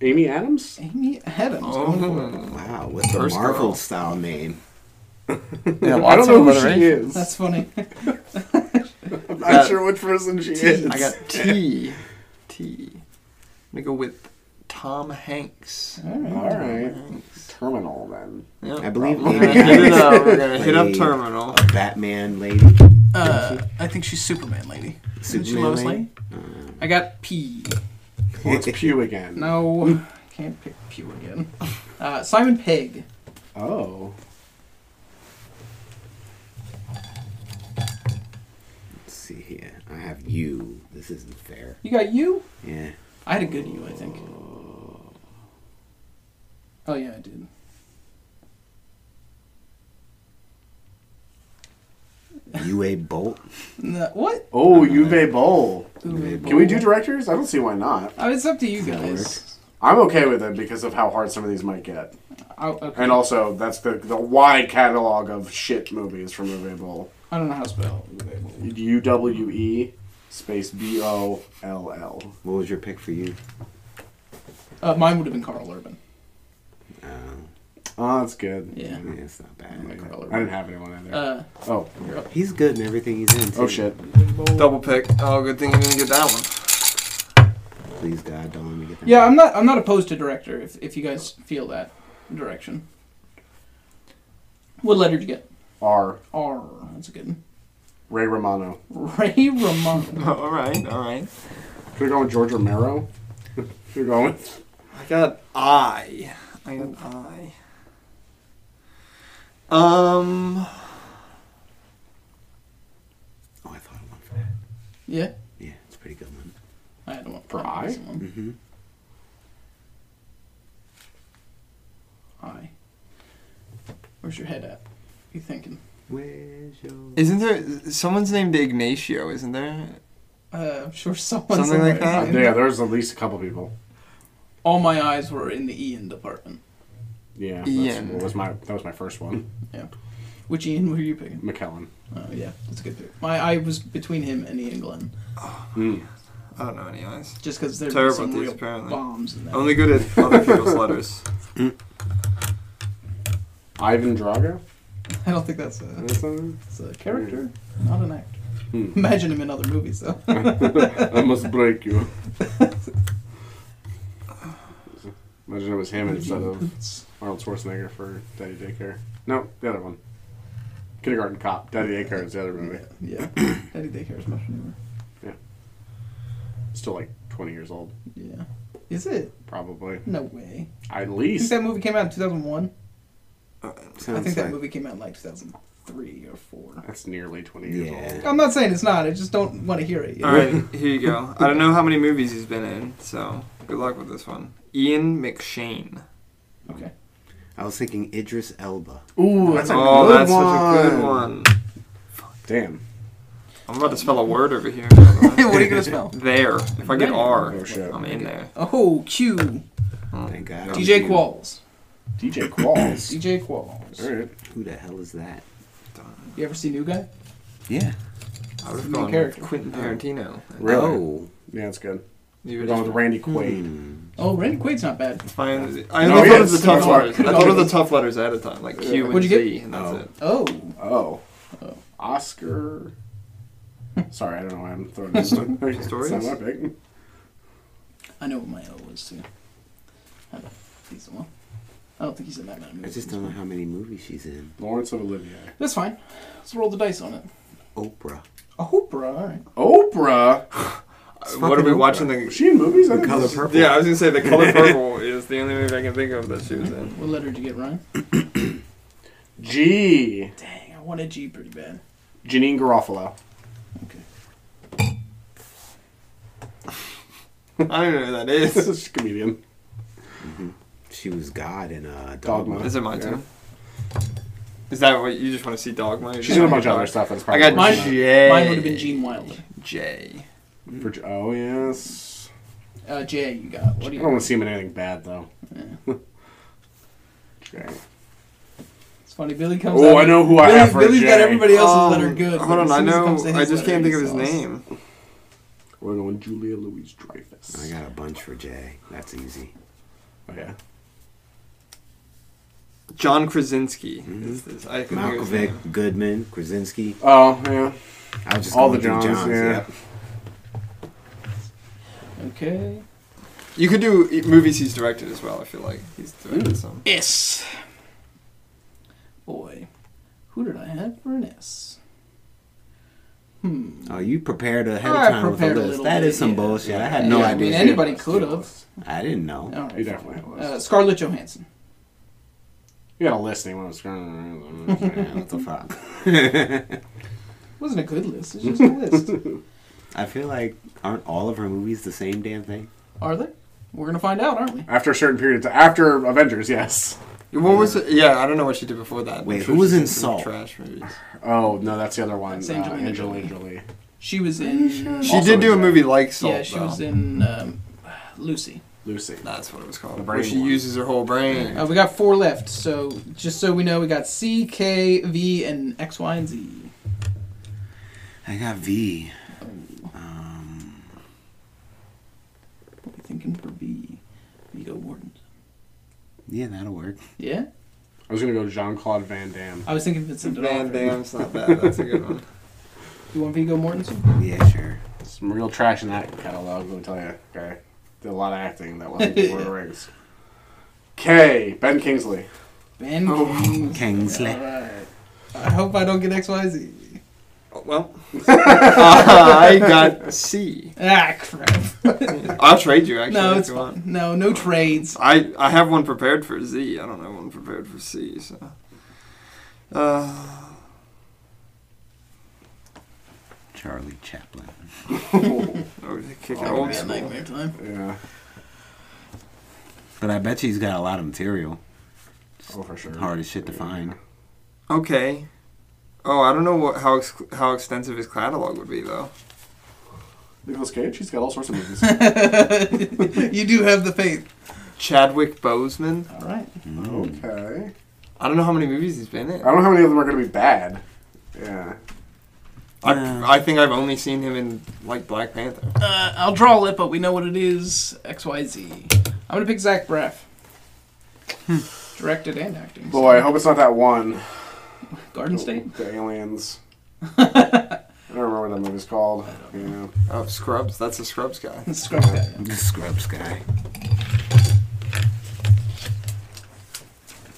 [SPEAKER 2] Amy Adams.
[SPEAKER 3] Amy Adams. Going for it.
[SPEAKER 5] Oh,
[SPEAKER 1] Wow, with the
[SPEAKER 5] First
[SPEAKER 1] Marvel
[SPEAKER 5] girl.
[SPEAKER 1] style name.
[SPEAKER 5] yeah,
[SPEAKER 2] I don't
[SPEAKER 5] lots of
[SPEAKER 2] know who she
[SPEAKER 5] alliteration.
[SPEAKER 2] is.
[SPEAKER 3] That's funny.
[SPEAKER 2] I'm
[SPEAKER 5] That-
[SPEAKER 2] not sure which person she
[SPEAKER 5] T.
[SPEAKER 2] is.
[SPEAKER 5] I got T. T. I'm gonna go with Tom Hanks.
[SPEAKER 3] All right.
[SPEAKER 2] All right, Terminal then.
[SPEAKER 5] Yeah,
[SPEAKER 1] I believe
[SPEAKER 5] probably.
[SPEAKER 1] Amy
[SPEAKER 5] We're gonna hit it
[SPEAKER 1] Adams
[SPEAKER 5] up. We're gonna hit up
[SPEAKER 1] played
[SPEAKER 5] Terminal.
[SPEAKER 1] A Batman lady.
[SPEAKER 3] Uh, I think she's Superman lady. Isn't she
[SPEAKER 1] Superman
[SPEAKER 3] Lois
[SPEAKER 1] lady?
[SPEAKER 3] Lane? I got P.
[SPEAKER 2] Well, it's Pew again.
[SPEAKER 3] No, can't pick Pew again. Uh, Simon Pegg.
[SPEAKER 2] Oh.
[SPEAKER 1] Let's see here. I have you. This isn't fair.
[SPEAKER 3] You got you?
[SPEAKER 1] Yeah.
[SPEAKER 3] I had a good you, I think. Oh yeah, I did.
[SPEAKER 1] UA Bolt.
[SPEAKER 3] No, what?
[SPEAKER 2] Oh, Juve Bowl. Can we do
[SPEAKER 3] direct?
[SPEAKER 2] directors? I don't see why not.
[SPEAKER 3] Oh, it's up to you
[SPEAKER 1] That'll
[SPEAKER 3] guys.
[SPEAKER 2] I'm okay with it because of how hard some of these might get.
[SPEAKER 3] I, Oh, okay.
[SPEAKER 2] And also, that's the, the wide catalog of shit movies from Juve Bowl.
[SPEAKER 3] I don't know how to spell.
[SPEAKER 2] U W E space B O L L.
[SPEAKER 1] What was your pick for you?
[SPEAKER 3] Uh, mine would have been Carl Urban.
[SPEAKER 1] Uh,
[SPEAKER 2] Oh, that's good.
[SPEAKER 3] Yeah. Oh
[SPEAKER 1] yeah, it's not bad.
[SPEAKER 3] Like Carl
[SPEAKER 2] I
[SPEAKER 3] Urban.
[SPEAKER 2] didn't have anyone either.
[SPEAKER 3] Uh,
[SPEAKER 2] oh,
[SPEAKER 3] you're up.
[SPEAKER 1] He's good in everything he's in.
[SPEAKER 2] oh
[SPEAKER 1] too.
[SPEAKER 2] shit.
[SPEAKER 5] Double pick. Oh, good thing you didn't get that one.
[SPEAKER 1] Please God, don't let me get that.
[SPEAKER 3] Yeah, I'm not. I'm not opposed to director if if you guys feel that direction. What letter did you get?
[SPEAKER 2] R.
[SPEAKER 3] R. That's a good one.
[SPEAKER 2] Ray Romano.
[SPEAKER 3] Ray Romano.
[SPEAKER 5] All right, all right.
[SPEAKER 2] Should we go with George Romero? Should we go with?
[SPEAKER 5] I got I. I got I. Um,
[SPEAKER 1] Oh, I thought of one for that.
[SPEAKER 3] yeah,
[SPEAKER 1] Yeah, it's a pretty good one.
[SPEAKER 3] I had one.
[SPEAKER 2] For
[SPEAKER 3] I.
[SPEAKER 2] I?
[SPEAKER 1] Mm-hmm.
[SPEAKER 3] I. Where's your head at? You thinking?
[SPEAKER 1] Where's your...
[SPEAKER 5] isn't there someone's named Ignacio? Isn't there?
[SPEAKER 3] Uh, I'm sure someone.
[SPEAKER 5] Something like
[SPEAKER 3] somewhere-
[SPEAKER 5] that?
[SPEAKER 2] Uh, Yeah, there's at least a couple people.
[SPEAKER 3] All my eyes were in the Ian department.
[SPEAKER 2] Yeah, that's,
[SPEAKER 5] Ian.
[SPEAKER 2] what was my that was my first one.
[SPEAKER 3] Yeah. Which Ian were you picking?
[SPEAKER 2] McKellen.
[SPEAKER 3] Oh yeah, that's a good pick. My I was between him and Ian Glenn,
[SPEAKER 2] Mm.
[SPEAKER 5] I don't know any eyes.
[SPEAKER 3] just because there's
[SPEAKER 5] Terrible
[SPEAKER 3] some
[SPEAKER 5] at these,
[SPEAKER 3] real
[SPEAKER 5] apparently.
[SPEAKER 3] bombs in that.
[SPEAKER 5] Only good at other people's letters.
[SPEAKER 2] Ivan Drago.
[SPEAKER 3] I don't think that's a,
[SPEAKER 2] That's a-
[SPEAKER 3] that's a character, not an actor. Imagine him in other movies though.
[SPEAKER 2] I must break you. Imagine it was him instead of Arnold Schwarzenegger for Daddy Daycare. No, the other one. Kindergarten Cop, Daddy Daycare is the other movie.
[SPEAKER 3] Yeah. Daddy Daycare's my favorite.
[SPEAKER 2] Still like 20 years old,
[SPEAKER 3] Yeah. Is it?
[SPEAKER 2] probably.
[SPEAKER 3] No way.
[SPEAKER 2] At
[SPEAKER 3] I think
[SPEAKER 2] least.
[SPEAKER 3] that movie came out in 2001.
[SPEAKER 1] Sounds
[SPEAKER 3] I think that
[SPEAKER 1] like-
[SPEAKER 3] movie came out in like 2003 or 4.
[SPEAKER 2] That's nearly 20 years
[SPEAKER 1] Yeah.
[SPEAKER 2] old.
[SPEAKER 3] I'm not saying it's not. I just don't want to hear it. you
[SPEAKER 5] All
[SPEAKER 3] know?
[SPEAKER 5] right, here you go. I don't know how many movies he's been in, so good luck with this one. Ian McShane.
[SPEAKER 3] Okay.
[SPEAKER 1] I was thinking Idris Elba.
[SPEAKER 2] Ooh, that's a
[SPEAKER 5] oh,
[SPEAKER 2] good
[SPEAKER 5] that's
[SPEAKER 2] one.
[SPEAKER 5] such a good one.
[SPEAKER 2] Damn.
[SPEAKER 5] I'm about to spell a word over here.
[SPEAKER 3] what are you gonna spell?
[SPEAKER 5] there. If I get
[SPEAKER 3] There.
[SPEAKER 5] R,
[SPEAKER 2] Oh, shit.
[SPEAKER 5] I'm in there.
[SPEAKER 3] Oh, Q.
[SPEAKER 5] Oh,
[SPEAKER 1] Thank God.
[SPEAKER 5] God.
[SPEAKER 3] DJ Qualls.
[SPEAKER 2] DJ Qualls.
[SPEAKER 3] DJ Qualls.
[SPEAKER 2] All right.
[SPEAKER 1] Who the hell is that?
[SPEAKER 3] You ever see New Guy?
[SPEAKER 1] Yeah.
[SPEAKER 5] I would have
[SPEAKER 3] New
[SPEAKER 5] gone with
[SPEAKER 3] character.
[SPEAKER 5] Quentin Tarantino.
[SPEAKER 2] Really?
[SPEAKER 1] Oh.
[SPEAKER 2] Yeah, it's good.
[SPEAKER 5] You
[SPEAKER 2] We're
[SPEAKER 5] would
[SPEAKER 2] going with
[SPEAKER 5] just
[SPEAKER 2] Randy Quaid.
[SPEAKER 1] Hmm.
[SPEAKER 3] Oh, Randy Quaid's not bad.
[SPEAKER 5] find. I
[SPEAKER 2] No,
[SPEAKER 5] only
[SPEAKER 2] yeah,
[SPEAKER 5] thought of the
[SPEAKER 2] it's
[SPEAKER 5] tough
[SPEAKER 2] not-
[SPEAKER 5] letters. I
[SPEAKER 2] could've
[SPEAKER 5] thought of
[SPEAKER 2] gone-
[SPEAKER 5] the tough letters ahead of time, like Q and
[SPEAKER 3] What'd you
[SPEAKER 5] Z, and that's
[SPEAKER 1] Oh.
[SPEAKER 5] it.
[SPEAKER 3] Oh,
[SPEAKER 2] Oh. Oscar. Sorry, I don't know why I'm throwing this one. It's not
[SPEAKER 5] Stories?
[SPEAKER 2] my pick.
[SPEAKER 3] I know what my O was too. I don't, he's the one. I don't think he's in that many
[SPEAKER 1] I
[SPEAKER 3] movies.
[SPEAKER 1] just don't know how many movies she's in.
[SPEAKER 2] Lawrence of Olivier.
[SPEAKER 3] That's fine. Let's roll the dice on it.
[SPEAKER 1] Oprah.
[SPEAKER 3] A hoopra. All right.
[SPEAKER 2] Oprah.
[SPEAKER 5] Uh, What are we
[SPEAKER 1] fucking
[SPEAKER 5] watching?
[SPEAKER 2] Was
[SPEAKER 5] The
[SPEAKER 2] she in movies? I think
[SPEAKER 1] Color
[SPEAKER 2] this-
[SPEAKER 1] Purple.
[SPEAKER 4] Yeah, I was gonna say the color purple is the only movie I can think of that she was in.
[SPEAKER 3] What letter did you get, Ryan?
[SPEAKER 2] G.
[SPEAKER 3] Dang, I wanted G pretty bad.
[SPEAKER 2] Janine Garofalo.
[SPEAKER 3] Okay.
[SPEAKER 5] I don't know who that is.
[SPEAKER 2] She's a comedian.
[SPEAKER 1] She was God in uh,
[SPEAKER 2] Dogma.
[SPEAKER 1] Dogma.
[SPEAKER 5] Is it my
[SPEAKER 2] Yeah.
[SPEAKER 5] turn? Is that what you just want to see Dogma?
[SPEAKER 2] She's in a bunch of other stuff. That's
[SPEAKER 5] I
[SPEAKER 2] probably
[SPEAKER 5] got
[SPEAKER 2] where
[SPEAKER 3] Mine-
[SPEAKER 2] she's
[SPEAKER 5] J.
[SPEAKER 3] Mine would have been Gene Wilder.
[SPEAKER 5] J.
[SPEAKER 2] at. For- oh yes.
[SPEAKER 3] Uh, J, you
[SPEAKER 2] I
[SPEAKER 3] got. What do
[SPEAKER 2] don't
[SPEAKER 3] you?
[SPEAKER 2] want to see him in anything bad though. Okay.
[SPEAKER 3] It's funny. Billy comes.
[SPEAKER 2] Oh,
[SPEAKER 3] out
[SPEAKER 2] I know who I
[SPEAKER 3] Billy,
[SPEAKER 2] have for a
[SPEAKER 3] Billy's got
[SPEAKER 2] J.
[SPEAKER 3] everybody else's
[SPEAKER 5] Um,
[SPEAKER 3] that are good.
[SPEAKER 5] Hold
[SPEAKER 3] but as
[SPEAKER 5] on, I
[SPEAKER 3] soon as it
[SPEAKER 5] know.
[SPEAKER 3] comes to
[SPEAKER 5] I
[SPEAKER 3] his
[SPEAKER 5] just
[SPEAKER 3] letter,
[SPEAKER 5] can't think
[SPEAKER 3] he
[SPEAKER 5] of his
[SPEAKER 3] sucks.
[SPEAKER 5] name.
[SPEAKER 2] We're going Julia Louise Dreyfus.
[SPEAKER 1] I got a bunch for Jay. That's easy.
[SPEAKER 2] Oh yeah.
[SPEAKER 5] John Krasinski. Is this- I can think of his name.
[SPEAKER 1] Malkovich, Goodman, Krasinski.
[SPEAKER 2] Oh yeah.
[SPEAKER 1] I was just
[SPEAKER 2] All
[SPEAKER 1] going
[SPEAKER 2] the
[SPEAKER 1] through
[SPEAKER 2] Johns, yeah.
[SPEAKER 1] Yep.
[SPEAKER 3] Okay.
[SPEAKER 5] You could do i- movies he's directed as well. I feel like he's directed some.
[SPEAKER 3] S. Boy, who did I have for an S? Hmm.
[SPEAKER 1] Are Oh, you prepared ahead
[SPEAKER 3] I
[SPEAKER 1] of time with a
[SPEAKER 3] prepared a
[SPEAKER 1] list?
[SPEAKER 3] little
[SPEAKER 1] That
[SPEAKER 3] bit,
[SPEAKER 1] is some
[SPEAKER 3] yeah.
[SPEAKER 1] bullshit. I had
[SPEAKER 3] Yeah,
[SPEAKER 1] no
[SPEAKER 3] I
[SPEAKER 1] idea.
[SPEAKER 3] mean, anybody could have.
[SPEAKER 1] I didn't know.
[SPEAKER 3] All right.
[SPEAKER 2] You definitely have a list.
[SPEAKER 3] Uh, Scarlett Johansson.
[SPEAKER 2] You got a list anyone was scrolling.
[SPEAKER 1] Man, what the fuck?
[SPEAKER 3] Wasn't a good list. It's just a list.
[SPEAKER 1] I feel like aren't all of her movies the same damn thing?
[SPEAKER 3] Are they? We're gonna find out, aren't we?
[SPEAKER 2] After a certain period of time. After Avengers, yes.
[SPEAKER 5] What was it? Yeah, I don't know what she did before that. I'm
[SPEAKER 1] Wait,
[SPEAKER 5] sure
[SPEAKER 1] who was
[SPEAKER 5] she's
[SPEAKER 1] in
[SPEAKER 5] done some
[SPEAKER 1] Saw?
[SPEAKER 5] Trash movies.
[SPEAKER 2] Oh, no, that's the other one.
[SPEAKER 3] That's
[SPEAKER 2] uh,
[SPEAKER 3] Angelina
[SPEAKER 2] Angelina
[SPEAKER 3] Jolie.
[SPEAKER 2] Jolie.
[SPEAKER 3] She was in.
[SPEAKER 5] She
[SPEAKER 2] Also
[SPEAKER 5] did do a
[SPEAKER 2] in that.
[SPEAKER 5] movie like Saw.
[SPEAKER 3] yeah, she was in um, Lucy.
[SPEAKER 2] Lucy.
[SPEAKER 5] That's what it was
[SPEAKER 2] The
[SPEAKER 5] called.
[SPEAKER 2] brain
[SPEAKER 5] Where she
[SPEAKER 2] one.
[SPEAKER 5] uses her whole brain.
[SPEAKER 3] Uh, we got four left, so just so we know, we got C, K, V, and X, Y, and Z.
[SPEAKER 1] I got V. Um,
[SPEAKER 3] What are we thinking for V? Vito Warden.
[SPEAKER 1] yeah, that'll work.
[SPEAKER 3] Yeah,
[SPEAKER 2] I was going to go Jean Claude Van Damme.
[SPEAKER 3] I was thinking Vincent
[SPEAKER 5] Van
[SPEAKER 3] D'Onofrio.
[SPEAKER 5] Damme's not bad. That's a good one.
[SPEAKER 3] You want Vigo Mortensen?
[SPEAKER 1] Yeah, sure.
[SPEAKER 2] Some real trash in that catalog, let me tell you. Okay. Did a lot of acting that wasn't in Lord of the Rings. K. Ben Kingsley.
[SPEAKER 3] Ben
[SPEAKER 5] Oh,
[SPEAKER 3] Kingsley.
[SPEAKER 1] Kingsley.
[SPEAKER 3] Alright. I hope I don't get XYZ.
[SPEAKER 5] Oh, Well, I got C.
[SPEAKER 3] Ah, crap.
[SPEAKER 5] I'll trade you actually.
[SPEAKER 3] No,
[SPEAKER 5] if
[SPEAKER 3] it's
[SPEAKER 5] you want.
[SPEAKER 3] fine. No, no trades.
[SPEAKER 5] I I have one prepared for Z. I don't have one prepared for C. So, uh,
[SPEAKER 1] Charlie Chaplin.
[SPEAKER 5] oh, they kick it
[SPEAKER 2] Oh,
[SPEAKER 5] old
[SPEAKER 2] man,
[SPEAKER 5] school.
[SPEAKER 3] nightmare time.
[SPEAKER 2] Yeah.
[SPEAKER 1] But I bet she's got a lot of material.
[SPEAKER 2] Oh, for sure.
[SPEAKER 1] Hard as shit to find.
[SPEAKER 5] Okay. Oh, I don't know what, how ex- how extensive his catalog would be though.
[SPEAKER 2] Nicholas Cage, he's got all sorts of movies.
[SPEAKER 3] you do have the faith.
[SPEAKER 5] Chadwick Boseman.
[SPEAKER 3] All right.
[SPEAKER 2] okay.
[SPEAKER 5] I don't know how many movies he's been
[SPEAKER 2] I
[SPEAKER 5] in.
[SPEAKER 2] don't know how many of them are going to be bad. Yeah.
[SPEAKER 1] Yeah.
[SPEAKER 5] I, I think I've only seen him in like Black Panther.
[SPEAKER 3] Uh, I'll draw it, but we know what it is. XYZ. I'm going to pick Zach Braff. Hmm. Directed and acting.
[SPEAKER 2] Boy, I hope it's not that one.
[SPEAKER 3] Garden State?
[SPEAKER 2] The Aliens. I don't remember what that movie's called. Yeah.
[SPEAKER 5] Oh, Scrubs. That's a Scrubs guy.
[SPEAKER 3] Scrub guy. yeah.
[SPEAKER 1] The Scrubs guy.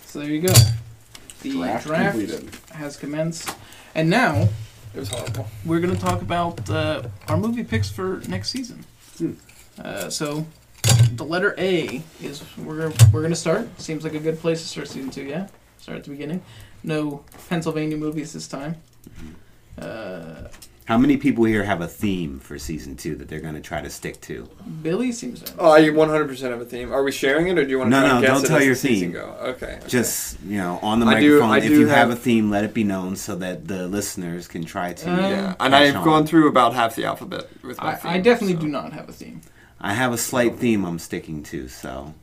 [SPEAKER 3] So there you go. The
[SPEAKER 2] Draft
[SPEAKER 3] draft,
[SPEAKER 2] completed.
[SPEAKER 3] has commenced, and now
[SPEAKER 4] It was horrible.
[SPEAKER 3] we're going to talk about uh, our movie picks for next season. Uh, so, the letter A is we're we're going to start. Seems like a good place to start season two. Yeah, start at the beginning. No Pennsylvania movies this time. Uh,
[SPEAKER 1] How many people here have a theme for season two that they're going to try to stick to?
[SPEAKER 3] Billy seems to.
[SPEAKER 4] Oh, you 100% have a theme. Are we sharing it, or do you want to
[SPEAKER 1] No,
[SPEAKER 4] try
[SPEAKER 1] no,
[SPEAKER 4] and guess
[SPEAKER 1] don't
[SPEAKER 4] it
[SPEAKER 1] tell
[SPEAKER 4] as
[SPEAKER 1] your
[SPEAKER 4] the season
[SPEAKER 1] theme.
[SPEAKER 4] Go? Okay. okay.
[SPEAKER 1] Just you know, on the
[SPEAKER 5] I do-
[SPEAKER 1] microphone.
[SPEAKER 5] I
[SPEAKER 1] if
[SPEAKER 5] do
[SPEAKER 1] you have,
[SPEAKER 5] have-
[SPEAKER 1] a theme, let it be known so that the listeners can try to.
[SPEAKER 3] Uh,
[SPEAKER 5] Yeah,
[SPEAKER 3] Um,
[SPEAKER 1] catch
[SPEAKER 5] and I've
[SPEAKER 1] on.
[SPEAKER 5] gone through about half the alphabet with my
[SPEAKER 3] I,
[SPEAKER 5] theme,
[SPEAKER 3] I definitely
[SPEAKER 5] so.
[SPEAKER 3] do not have a theme.
[SPEAKER 1] I have a slight theme I'm sticking to, so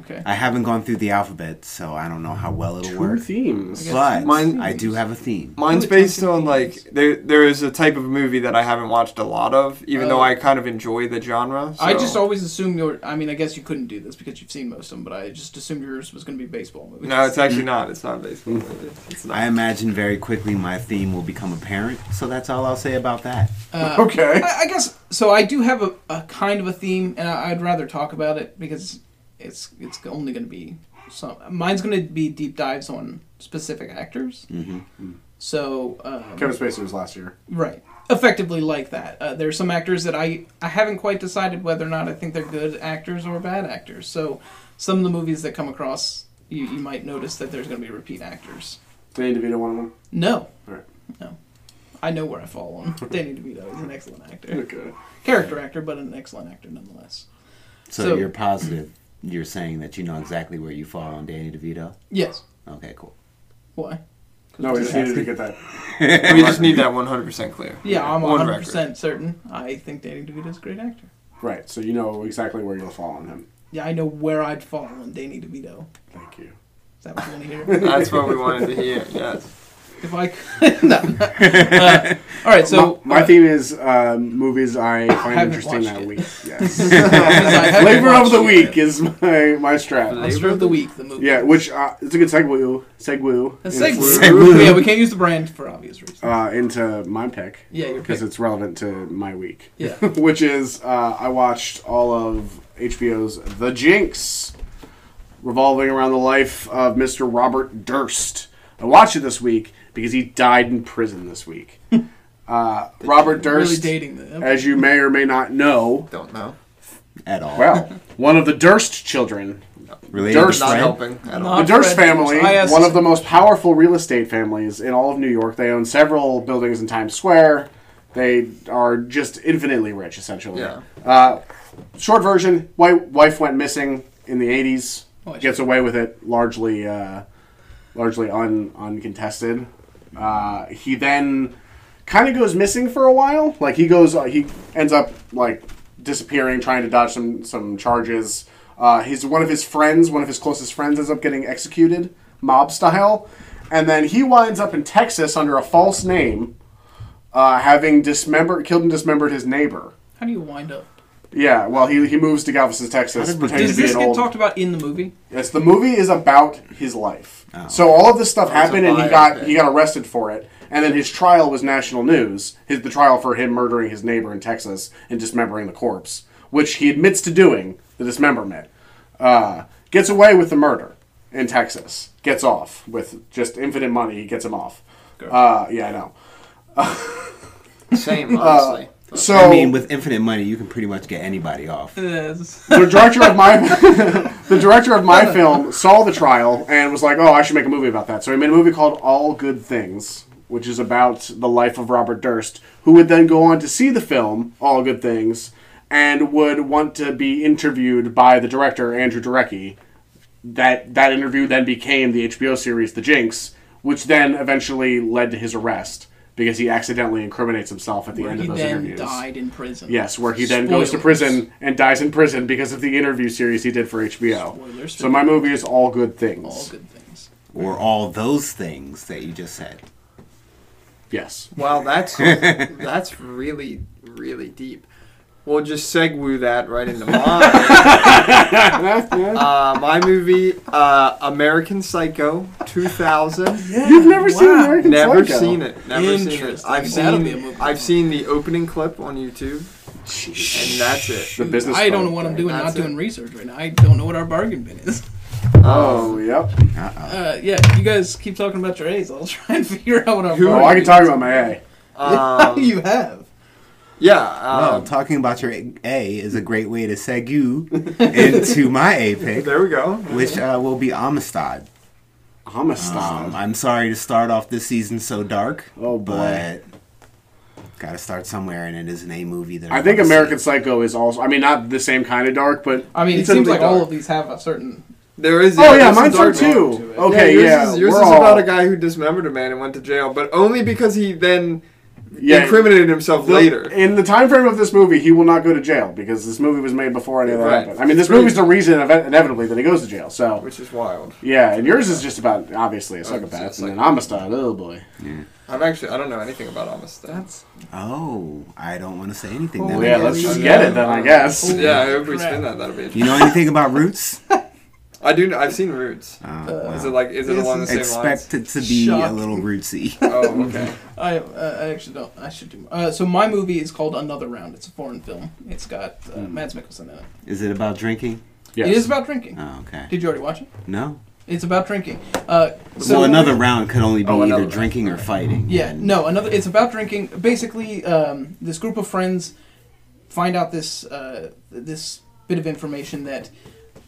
[SPEAKER 3] Okay.
[SPEAKER 1] I haven't gone through the alphabet, so I don't know how well it'll
[SPEAKER 2] Two
[SPEAKER 1] work.
[SPEAKER 2] themes.
[SPEAKER 1] But
[SPEAKER 5] Mine-
[SPEAKER 1] I do have a theme.
[SPEAKER 5] Mine's
[SPEAKER 3] Really
[SPEAKER 5] based on
[SPEAKER 3] talking
[SPEAKER 5] like there there is a type of movie that I haven't watched a lot of, even though
[SPEAKER 3] Oh.
[SPEAKER 5] I kind of enjoy the genre.
[SPEAKER 3] I just
[SPEAKER 5] so-
[SPEAKER 3] always assume your. I mean, I guess you couldn't do this because you've seen most of them, but I just assumed yours was going to be baseball movies.
[SPEAKER 5] no, it's actually not. It's not a baseball. movie. It's not.
[SPEAKER 1] I imagine very quickly my theme will become apparent, so that's all I'll say about that.
[SPEAKER 3] Uh,
[SPEAKER 2] Okay.
[SPEAKER 3] I, I guess so. I do have a, a kind of a theme, and I, I'd rather talk about it because it's it's only going to be some. Mine's going to be deep dives on specific actors.
[SPEAKER 1] hmm
[SPEAKER 3] So um,
[SPEAKER 2] Mm-hmm. Kevin Spacey was last year.
[SPEAKER 3] Right. Effectively like that. Uh, there are some actors that I, I haven't quite decided whether or not I think they're good actors or bad actors. So some of the movies that come across, you, you might notice that there's going to be repeat actors.
[SPEAKER 2] Danny DeVito one of them.
[SPEAKER 3] No.
[SPEAKER 2] Right.
[SPEAKER 3] No. I know where I fall on Danny DeVito. He's an excellent actor.
[SPEAKER 2] Okay.
[SPEAKER 3] Character actor, but an excellent actor nonetheless.
[SPEAKER 1] So,
[SPEAKER 3] So-
[SPEAKER 1] you're positive. You're saying that you know exactly where you fall on Danny DeVito.
[SPEAKER 3] Yes.
[SPEAKER 1] Okay, cool.
[SPEAKER 3] Why?
[SPEAKER 2] No, we just needed to get that.
[SPEAKER 5] we just need that 100% clear.
[SPEAKER 3] Yeah, I'm 100%
[SPEAKER 5] On record.
[SPEAKER 3] certain. I think Danny DeVito's a great actor.
[SPEAKER 2] Right. So you know exactly where you'll fall on him.
[SPEAKER 3] Yeah, I know where I'd fall on Danny DeVito.
[SPEAKER 2] Thank you.
[SPEAKER 3] Is that what you want to hear?
[SPEAKER 5] That's what we wanted to hear. Yes.
[SPEAKER 3] If I could. no. Uh, all right, so.
[SPEAKER 2] my, my theme is um, movies I find
[SPEAKER 3] haven't
[SPEAKER 2] interesting
[SPEAKER 3] watched
[SPEAKER 2] that
[SPEAKER 3] it.
[SPEAKER 2] week. Yes.
[SPEAKER 3] haven't
[SPEAKER 2] Flavor of the
[SPEAKER 3] watched
[SPEAKER 2] week is my my strap.
[SPEAKER 3] Monster of the Week, the movie.
[SPEAKER 2] Yeah, which uh, it's a good segue. Segue.
[SPEAKER 3] A
[SPEAKER 2] into-
[SPEAKER 3] segue.
[SPEAKER 1] Segue.
[SPEAKER 3] Yeah, we can't use the brand for obvious reasons.
[SPEAKER 2] Uh, into my pick.
[SPEAKER 3] yeah, your pick.
[SPEAKER 2] because it's relevant to my week.
[SPEAKER 3] Yeah.
[SPEAKER 2] Which is uh, I watched all of HBO's The Jinx, revolving around the life of Mr. Robert Durst. I watched it this week because he died in prison this week. Uh, Robert
[SPEAKER 3] Really
[SPEAKER 2] Durst,
[SPEAKER 3] dating them.
[SPEAKER 2] as you may or may not know,
[SPEAKER 5] Don't know.
[SPEAKER 1] At all.
[SPEAKER 2] well, one of the Durst children,
[SPEAKER 1] Related to
[SPEAKER 2] Durst-
[SPEAKER 5] Not
[SPEAKER 1] Fred?
[SPEAKER 5] helping at all.
[SPEAKER 3] Not-
[SPEAKER 2] the Durst
[SPEAKER 3] Fred
[SPEAKER 2] family,
[SPEAKER 3] Durst. I asked-
[SPEAKER 2] one of the most powerful real estate families in all of New York. They own several buildings in Times Square. They are just infinitely rich, essentially.
[SPEAKER 5] Yeah.
[SPEAKER 2] Uh, short version: wife, wife went missing in the '80s.
[SPEAKER 3] Oh, I
[SPEAKER 2] gets away with it largely, uh, largely un, uncontested. Uh, he then kind of goes missing for a while. Like he goes, uh, he ends up like disappearing, trying to dodge some some charges. Uh, his one of his friends, one of his closest friends, ends up getting executed mob style, and then he winds up in Texas under a false name, uh, having dismembered, killed and dismembered his neighbor.
[SPEAKER 3] How do you wind up?
[SPEAKER 2] Yeah, well, he, he moves to Galveston, Texas,
[SPEAKER 1] did we-
[SPEAKER 2] pretending
[SPEAKER 3] Does
[SPEAKER 2] to be
[SPEAKER 3] this
[SPEAKER 2] an
[SPEAKER 3] get
[SPEAKER 2] old.
[SPEAKER 3] talked about in the movie?
[SPEAKER 2] yes, the movie is about his life.
[SPEAKER 3] Oh.
[SPEAKER 2] So all of this stuff
[SPEAKER 5] a
[SPEAKER 2] happened, and he
[SPEAKER 5] biopic.
[SPEAKER 2] got he got arrested for it, and then his trial was national news. His the trial for him murdering his neighbor in Texas and dismembering the corpse, which he admits to doing the dismemberment. Uh, gets away with the murder in Texas. Gets off with just infinite money. He gets him off. Uh, yeah, I know.
[SPEAKER 3] Uh,
[SPEAKER 5] Same, honestly.
[SPEAKER 2] So
[SPEAKER 1] I mean, with infinite money, you can pretty much get anybody off.
[SPEAKER 3] Yes.
[SPEAKER 2] the director of my the director of my film saw the trial and was like, "Oh, I should make a movie about that." So he made a movie called All Good Things, which is about the life of Robert Durst, who would then go on to see the film All Good Things and would want to be interviewed by the director Andrew Jarecki. That that interview then became the HBO series The Jinx, which then eventually led to his arrest because he accidentally incriminates himself at the end
[SPEAKER 3] he
[SPEAKER 2] of those
[SPEAKER 3] then
[SPEAKER 2] interviews.
[SPEAKER 3] died in prison.
[SPEAKER 2] Yes, where he then goes to
[SPEAKER 3] Spoilers.
[SPEAKER 2] prison and dies in prison because of the interview series he did for HBO.
[SPEAKER 3] Spoilers.
[SPEAKER 2] So my movie is all good things.
[SPEAKER 3] All good things.
[SPEAKER 1] Or all those things that you just said.
[SPEAKER 2] Yes.
[SPEAKER 5] Wow, that's that's really really deep. We'll just segue that right into mine. uh, my movie, uh, American Psycho, two thousand.
[SPEAKER 2] You've never seen
[SPEAKER 3] Wow.
[SPEAKER 2] American
[SPEAKER 5] Never
[SPEAKER 2] Psycho.
[SPEAKER 5] seen it. Never seen it.
[SPEAKER 3] Interesting.
[SPEAKER 5] I've
[SPEAKER 3] That'll be a
[SPEAKER 5] seen
[SPEAKER 3] movie.
[SPEAKER 5] I've seen the opening clip on YouTube,
[SPEAKER 2] Jeez.
[SPEAKER 5] and that's it.
[SPEAKER 2] The business.
[SPEAKER 3] I don't know
[SPEAKER 2] phone
[SPEAKER 3] what I'm
[SPEAKER 2] thing.
[SPEAKER 3] doing. Not
[SPEAKER 5] That's it.
[SPEAKER 3] doing research right now. I don't know what our bargain bin is.
[SPEAKER 5] Um,
[SPEAKER 2] Oh, yep.
[SPEAKER 3] Uh, yeah, you guys keep talking about your A's. I'll try and figure out what I'm.
[SPEAKER 5] Who
[SPEAKER 2] Oh,
[SPEAKER 3] wrong.
[SPEAKER 2] I can talk about my A.
[SPEAKER 5] Um,
[SPEAKER 3] you have.
[SPEAKER 5] yeah.
[SPEAKER 1] Well,
[SPEAKER 5] Um,
[SPEAKER 1] talking about your A is a great way to segue into my A pick,
[SPEAKER 5] there we go.
[SPEAKER 1] which uh, will be Amistad.
[SPEAKER 5] Oh,
[SPEAKER 2] Amistad.
[SPEAKER 1] Um, I'm sorry to start off this season so dark.
[SPEAKER 2] Oh, boy.
[SPEAKER 1] But got to start somewhere, and it is an A movie that
[SPEAKER 2] I think
[SPEAKER 1] wanna see.
[SPEAKER 2] American Psycho is also. I mean, not the same kind of dark, but
[SPEAKER 3] I mean, it
[SPEAKER 2] it's a
[SPEAKER 3] seems
[SPEAKER 2] bit
[SPEAKER 3] like
[SPEAKER 2] dark.
[SPEAKER 3] all of these have a certain.
[SPEAKER 5] There Oh, is.
[SPEAKER 2] Oh yeah,
[SPEAKER 5] there's some
[SPEAKER 2] mine's are
[SPEAKER 5] dark moments.
[SPEAKER 2] too.
[SPEAKER 3] it.
[SPEAKER 2] Okay,
[SPEAKER 5] yours
[SPEAKER 2] yeah.
[SPEAKER 5] is, yours
[SPEAKER 2] we're
[SPEAKER 5] is
[SPEAKER 2] all-
[SPEAKER 5] about a guy who dismembered a man and went to jail, but only because he then
[SPEAKER 2] yeah,
[SPEAKER 5] incriminated himself
[SPEAKER 2] the-
[SPEAKER 5] later.
[SPEAKER 2] In the time frame of this movie, he will not go to jail because this movie was made before any of that
[SPEAKER 5] Right.
[SPEAKER 2] happened. I mean, this
[SPEAKER 5] It's pretty-
[SPEAKER 2] movie's the reason ev- inevitably that he goes to jail. So
[SPEAKER 5] Which is wild.
[SPEAKER 2] yeah, and yours is just about obviously a psychopath
[SPEAKER 5] it's
[SPEAKER 2] and an
[SPEAKER 5] like-
[SPEAKER 2] Amistad. Oh boy.
[SPEAKER 5] I'm actually I don't know anything about Amistad.
[SPEAKER 3] That's.
[SPEAKER 1] Oh, I don't want to say anything.
[SPEAKER 3] Oh,
[SPEAKER 1] then,
[SPEAKER 2] Well,
[SPEAKER 1] I
[SPEAKER 2] yeah,
[SPEAKER 1] guess.
[SPEAKER 2] let's just
[SPEAKER 5] yeah.
[SPEAKER 2] get it then. I guess.
[SPEAKER 3] Oh.
[SPEAKER 5] yeah, if we
[SPEAKER 3] Crap.
[SPEAKER 5] spin that, that'll be interesting.
[SPEAKER 1] You know anything about Roots?
[SPEAKER 5] I do. I've seen Roots.
[SPEAKER 2] Ah,
[SPEAKER 1] Uh, well,
[SPEAKER 5] Is it like? Is it
[SPEAKER 3] This
[SPEAKER 5] along the
[SPEAKER 3] is-
[SPEAKER 5] same
[SPEAKER 1] expect it to be a
[SPEAKER 3] Shocking.
[SPEAKER 1] little rootsy.
[SPEAKER 5] lines? Oh, okay.
[SPEAKER 3] I uh, I actually don't. I should do. Uh, so my movie is called Another Round. It's a foreign film. It's got uh, Mads Mikkelsen in it.
[SPEAKER 1] Is it about drinking?
[SPEAKER 2] Hmm. Yes.
[SPEAKER 3] It is about drinking.
[SPEAKER 1] Oh, okay.
[SPEAKER 3] Did you already watch it?
[SPEAKER 1] No.
[SPEAKER 3] It's about drinking. Uh,
[SPEAKER 1] So
[SPEAKER 3] so
[SPEAKER 1] another round could only be
[SPEAKER 5] Oh,
[SPEAKER 1] either
[SPEAKER 5] another round.
[SPEAKER 1] drinking or fighting.
[SPEAKER 3] Yeah,
[SPEAKER 1] and-
[SPEAKER 3] no, another. It's about drinking. Basically, um, this group of friends find out this uh, this bit of information that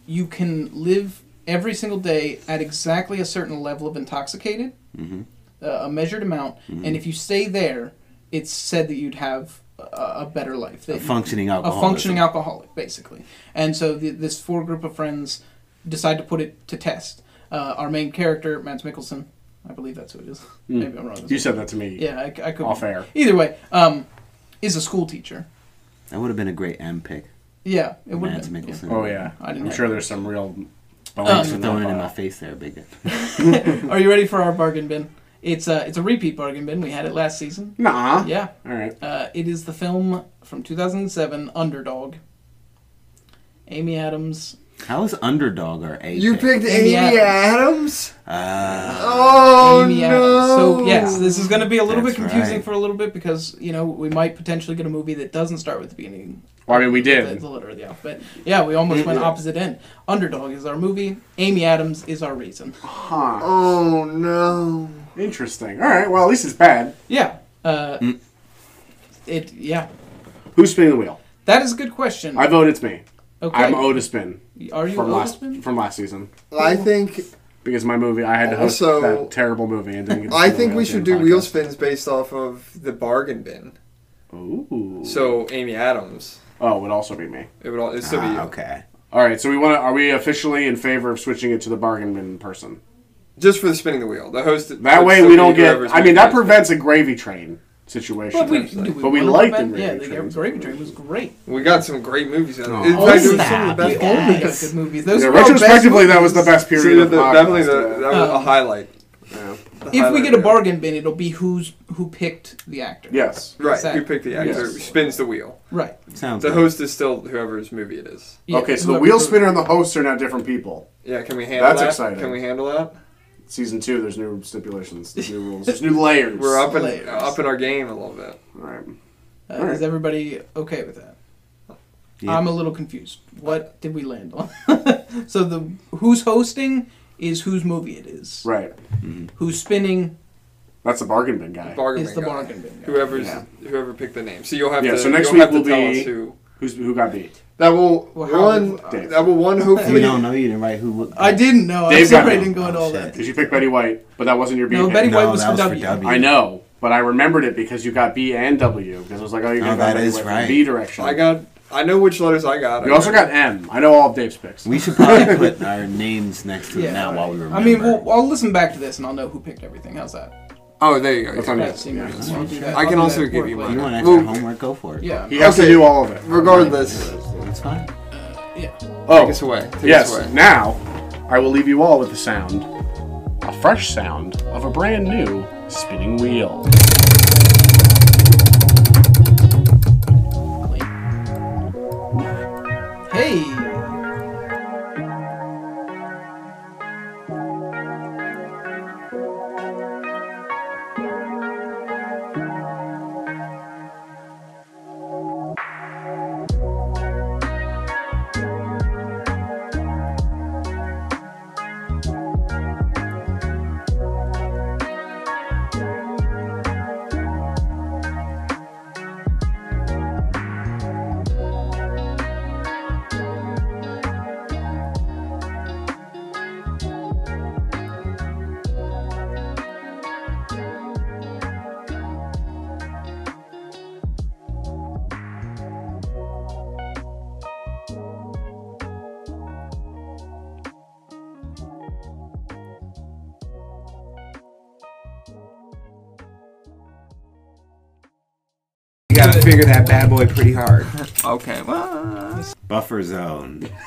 [SPEAKER 3] you can live every single day at exactly a certain level of intoxicated,
[SPEAKER 1] Mhm.
[SPEAKER 3] uh, a measured amount, and if you stay there, it's said that you'd have a, a better life.
[SPEAKER 1] A
[SPEAKER 3] That you-
[SPEAKER 1] functioning
[SPEAKER 3] a
[SPEAKER 1] alcohol.
[SPEAKER 3] functioning alcoholic, basically. And so the, this four group of friends decide to put it to test. Uh, our main character, Mads Mikkelsen, I believe that's who it is. Maybe I'm wrong.
[SPEAKER 2] You said that to me.
[SPEAKER 3] Yeah, I, c- I could.
[SPEAKER 2] Off air.
[SPEAKER 3] Either way, um, is a school teacher.
[SPEAKER 1] That would have been a great M pick.
[SPEAKER 3] Yeah, it would.
[SPEAKER 1] Mads Mikkelsen.
[SPEAKER 2] Oh yeah.
[SPEAKER 3] I didn't
[SPEAKER 2] I'm
[SPEAKER 3] know.
[SPEAKER 2] sure there's some real.
[SPEAKER 1] Thanks
[SPEAKER 2] bones
[SPEAKER 1] for
[SPEAKER 2] in that
[SPEAKER 1] throwing it in my
[SPEAKER 2] file.
[SPEAKER 1] face there, bigot.
[SPEAKER 3] Are you ready for our bargain bin? It's a it's a repeat bargain bin. We had it last season.
[SPEAKER 2] Nah.
[SPEAKER 3] Yeah,
[SPEAKER 2] All right.
[SPEAKER 3] uh, it is the film from 2007, Underdog. Amy Adams.
[SPEAKER 1] How is underdog our A?
[SPEAKER 5] You
[SPEAKER 1] pick?
[SPEAKER 5] picked
[SPEAKER 3] Amy
[SPEAKER 5] Amy
[SPEAKER 3] Adams.
[SPEAKER 5] Adams.
[SPEAKER 1] Ah,
[SPEAKER 5] Oh
[SPEAKER 3] Amy
[SPEAKER 5] no.
[SPEAKER 3] Adams. So yes, this is going to be a little
[SPEAKER 1] That's
[SPEAKER 3] bit confusing
[SPEAKER 1] right.
[SPEAKER 3] for a little bit because you know we might potentially get a movie that doesn't start with the beginning
[SPEAKER 2] Well, I mean, we
[SPEAKER 3] the,
[SPEAKER 2] did.
[SPEAKER 3] the letter of the alphabet. Yeah, we almost went
[SPEAKER 5] Yeah.
[SPEAKER 1] Mm-hmm.
[SPEAKER 3] opposite end. Underdog is our movie. Amy Adams is our reason.
[SPEAKER 2] Huh.
[SPEAKER 5] Oh no.
[SPEAKER 2] Interesting. All right. Well, at least it's bad.
[SPEAKER 3] Yeah. Uh,
[SPEAKER 2] Mm.
[SPEAKER 3] It. Yeah.
[SPEAKER 2] Who's spinning the wheel?
[SPEAKER 3] That is a good question.
[SPEAKER 2] I vote it's me.
[SPEAKER 3] okay.
[SPEAKER 2] I'm Otis spin
[SPEAKER 3] Are you
[SPEAKER 2] from last
[SPEAKER 3] Otisman?
[SPEAKER 2] from last season.
[SPEAKER 5] I think
[SPEAKER 2] because my movie I had to host
[SPEAKER 5] Also-
[SPEAKER 2] that terrible movie and didn't get to
[SPEAKER 5] I
[SPEAKER 2] see the
[SPEAKER 5] think we
[SPEAKER 2] Wheel Jam
[SPEAKER 5] should do wheel
[SPEAKER 2] podcast.
[SPEAKER 5] spins based off of the bargain bin.
[SPEAKER 2] Ooh.
[SPEAKER 5] So Amy Adams.
[SPEAKER 2] oh, it would also be me.
[SPEAKER 5] It would all. It'd still be
[SPEAKER 1] ah,
[SPEAKER 5] you.
[SPEAKER 1] okay.
[SPEAKER 2] All right, so we want to. Are we officially in favor of switching it to the bargain bin person?
[SPEAKER 5] just for the spinning the wheel. The host.
[SPEAKER 2] That
[SPEAKER 5] would
[SPEAKER 2] way
[SPEAKER 5] still
[SPEAKER 2] we
[SPEAKER 5] be
[SPEAKER 2] don't
[SPEAKER 5] whoever's
[SPEAKER 2] get. I mean, that
[SPEAKER 5] making the-
[SPEAKER 2] prevents a gravy train situation.
[SPEAKER 3] But we,
[SPEAKER 5] But
[SPEAKER 3] do
[SPEAKER 2] we
[SPEAKER 3] wanna
[SPEAKER 2] like the
[SPEAKER 3] prevent-
[SPEAKER 2] Gravy
[SPEAKER 3] Yeah, the
[SPEAKER 2] Train.
[SPEAKER 3] Gravy Train was great.
[SPEAKER 5] We got some great movies. In,
[SPEAKER 2] Oh.
[SPEAKER 5] in
[SPEAKER 3] Oh,
[SPEAKER 5] fact, it was some
[SPEAKER 3] snap.
[SPEAKER 5] of the best.
[SPEAKER 3] We only got
[SPEAKER 1] movies.
[SPEAKER 3] good movies. Those
[SPEAKER 2] Yeah,
[SPEAKER 3] were our best
[SPEAKER 2] retrospectively, that was
[SPEAKER 3] movies.
[SPEAKER 2] the best
[SPEAKER 5] So
[SPEAKER 2] period.
[SPEAKER 5] the-
[SPEAKER 2] of the podcast,
[SPEAKER 5] definitely the, that
[SPEAKER 2] yeah.
[SPEAKER 5] was a
[SPEAKER 3] Um,
[SPEAKER 5] highlight.
[SPEAKER 2] Yeah.
[SPEAKER 5] The
[SPEAKER 3] If we
[SPEAKER 5] highlight,
[SPEAKER 3] get a
[SPEAKER 5] yeah.
[SPEAKER 3] bargain bin, it'll be who's who picked the actor.
[SPEAKER 2] Yes.
[SPEAKER 5] Right,
[SPEAKER 3] Exactly.
[SPEAKER 5] who picked the actor?
[SPEAKER 2] Yes.
[SPEAKER 5] Spins the wheel.
[SPEAKER 3] Right.
[SPEAKER 1] Sounds
[SPEAKER 5] The
[SPEAKER 1] good.
[SPEAKER 5] host is still whoever's movie it is.
[SPEAKER 3] Yeah,
[SPEAKER 2] okay, so the
[SPEAKER 3] whoever-
[SPEAKER 2] wheel spinner and the host are now different people.
[SPEAKER 5] Yeah, can we handle
[SPEAKER 2] That's
[SPEAKER 5] that?
[SPEAKER 2] exciting.
[SPEAKER 5] Can we handle that?
[SPEAKER 2] Season two, there's new stipulations, there's new rules, there's new layers.
[SPEAKER 5] We're up in
[SPEAKER 3] Layers.
[SPEAKER 5] up in our game a little bit.
[SPEAKER 2] All right.
[SPEAKER 3] Uh, is everybody okay with that?
[SPEAKER 1] Yeah.
[SPEAKER 3] I'm a little confused. What did we land on? so the who's hosting is whose movie it is.
[SPEAKER 2] Right.
[SPEAKER 3] Who's spinning
[SPEAKER 2] That's the bargain bin guy.
[SPEAKER 5] Bargain
[SPEAKER 3] is the
[SPEAKER 5] guy.
[SPEAKER 3] bargain bin. guy.
[SPEAKER 5] Whoever's
[SPEAKER 2] Yeah.
[SPEAKER 5] whoever picked the name. So you'll have
[SPEAKER 2] Yeah,
[SPEAKER 5] to.
[SPEAKER 2] so next
[SPEAKER 5] you'll
[SPEAKER 2] week
[SPEAKER 5] have to
[SPEAKER 2] will
[SPEAKER 5] tell
[SPEAKER 2] be-
[SPEAKER 5] us who.
[SPEAKER 2] Who's who got beat?
[SPEAKER 5] That will
[SPEAKER 3] Well, how-
[SPEAKER 5] one.
[SPEAKER 2] Dave.
[SPEAKER 5] That will one.
[SPEAKER 1] You
[SPEAKER 5] Hopefully,
[SPEAKER 1] don't know. You didn't write who. would-
[SPEAKER 3] I didn't know. I'm
[SPEAKER 2] Dave got
[SPEAKER 3] sorry
[SPEAKER 2] it.
[SPEAKER 3] I didn't go into
[SPEAKER 1] Oh,
[SPEAKER 3] all
[SPEAKER 1] shit.
[SPEAKER 3] that.
[SPEAKER 2] Because you picked Betty White, but that wasn't your beat.
[SPEAKER 3] No,
[SPEAKER 2] pick.
[SPEAKER 3] Betty
[SPEAKER 1] No,
[SPEAKER 3] White was
[SPEAKER 1] that
[SPEAKER 3] for
[SPEAKER 1] was
[SPEAKER 3] W.
[SPEAKER 1] for W.
[SPEAKER 2] I know, but I remembered it because you got B and W because I was like, oh, you got
[SPEAKER 1] Oh, that
[SPEAKER 2] Betty
[SPEAKER 1] is
[SPEAKER 2] White from
[SPEAKER 1] right.
[SPEAKER 2] B direction.
[SPEAKER 5] I got. I know which letters I got.
[SPEAKER 2] You also got M. I know all of Dave's picks.
[SPEAKER 1] We should probably put our names next to it now while we remember.
[SPEAKER 3] I mean, we'll, I'll listen back to this and I'll know who picked everything. How's that?
[SPEAKER 5] Oh, there you go.
[SPEAKER 2] That's
[SPEAKER 5] yeah.
[SPEAKER 2] on
[SPEAKER 3] That
[SPEAKER 2] yes.
[SPEAKER 3] seems
[SPEAKER 2] yeah.
[SPEAKER 3] reasonable. I'll do that.
[SPEAKER 5] I can
[SPEAKER 3] I'll do
[SPEAKER 5] also
[SPEAKER 3] that
[SPEAKER 5] give
[SPEAKER 3] work
[SPEAKER 5] you
[SPEAKER 3] later.
[SPEAKER 5] one.
[SPEAKER 1] you want extra
[SPEAKER 5] Well,
[SPEAKER 1] homework? Go for it.
[SPEAKER 3] Yeah.
[SPEAKER 2] You have to
[SPEAKER 5] Okay.
[SPEAKER 2] do all of it.
[SPEAKER 5] Regardless,
[SPEAKER 1] that's fine.
[SPEAKER 3] Yeah.
[SPEAKER 2] Oh,
[SPEAKER 5] take us away. Take
[SPEAKER 2] yes.
[SPEAKER 5] us away.
[SPEAKER 2] Now, I will leave you all with the sound, a fresh sound of a brand new spinning wheel.
[SPEAKER 3] Hey.
[SPEAKER 1] gotta figure that bad boy pretty hard.
[SPEAKER 5] Okay, well,
[SPEAKER 1] Buffer zone.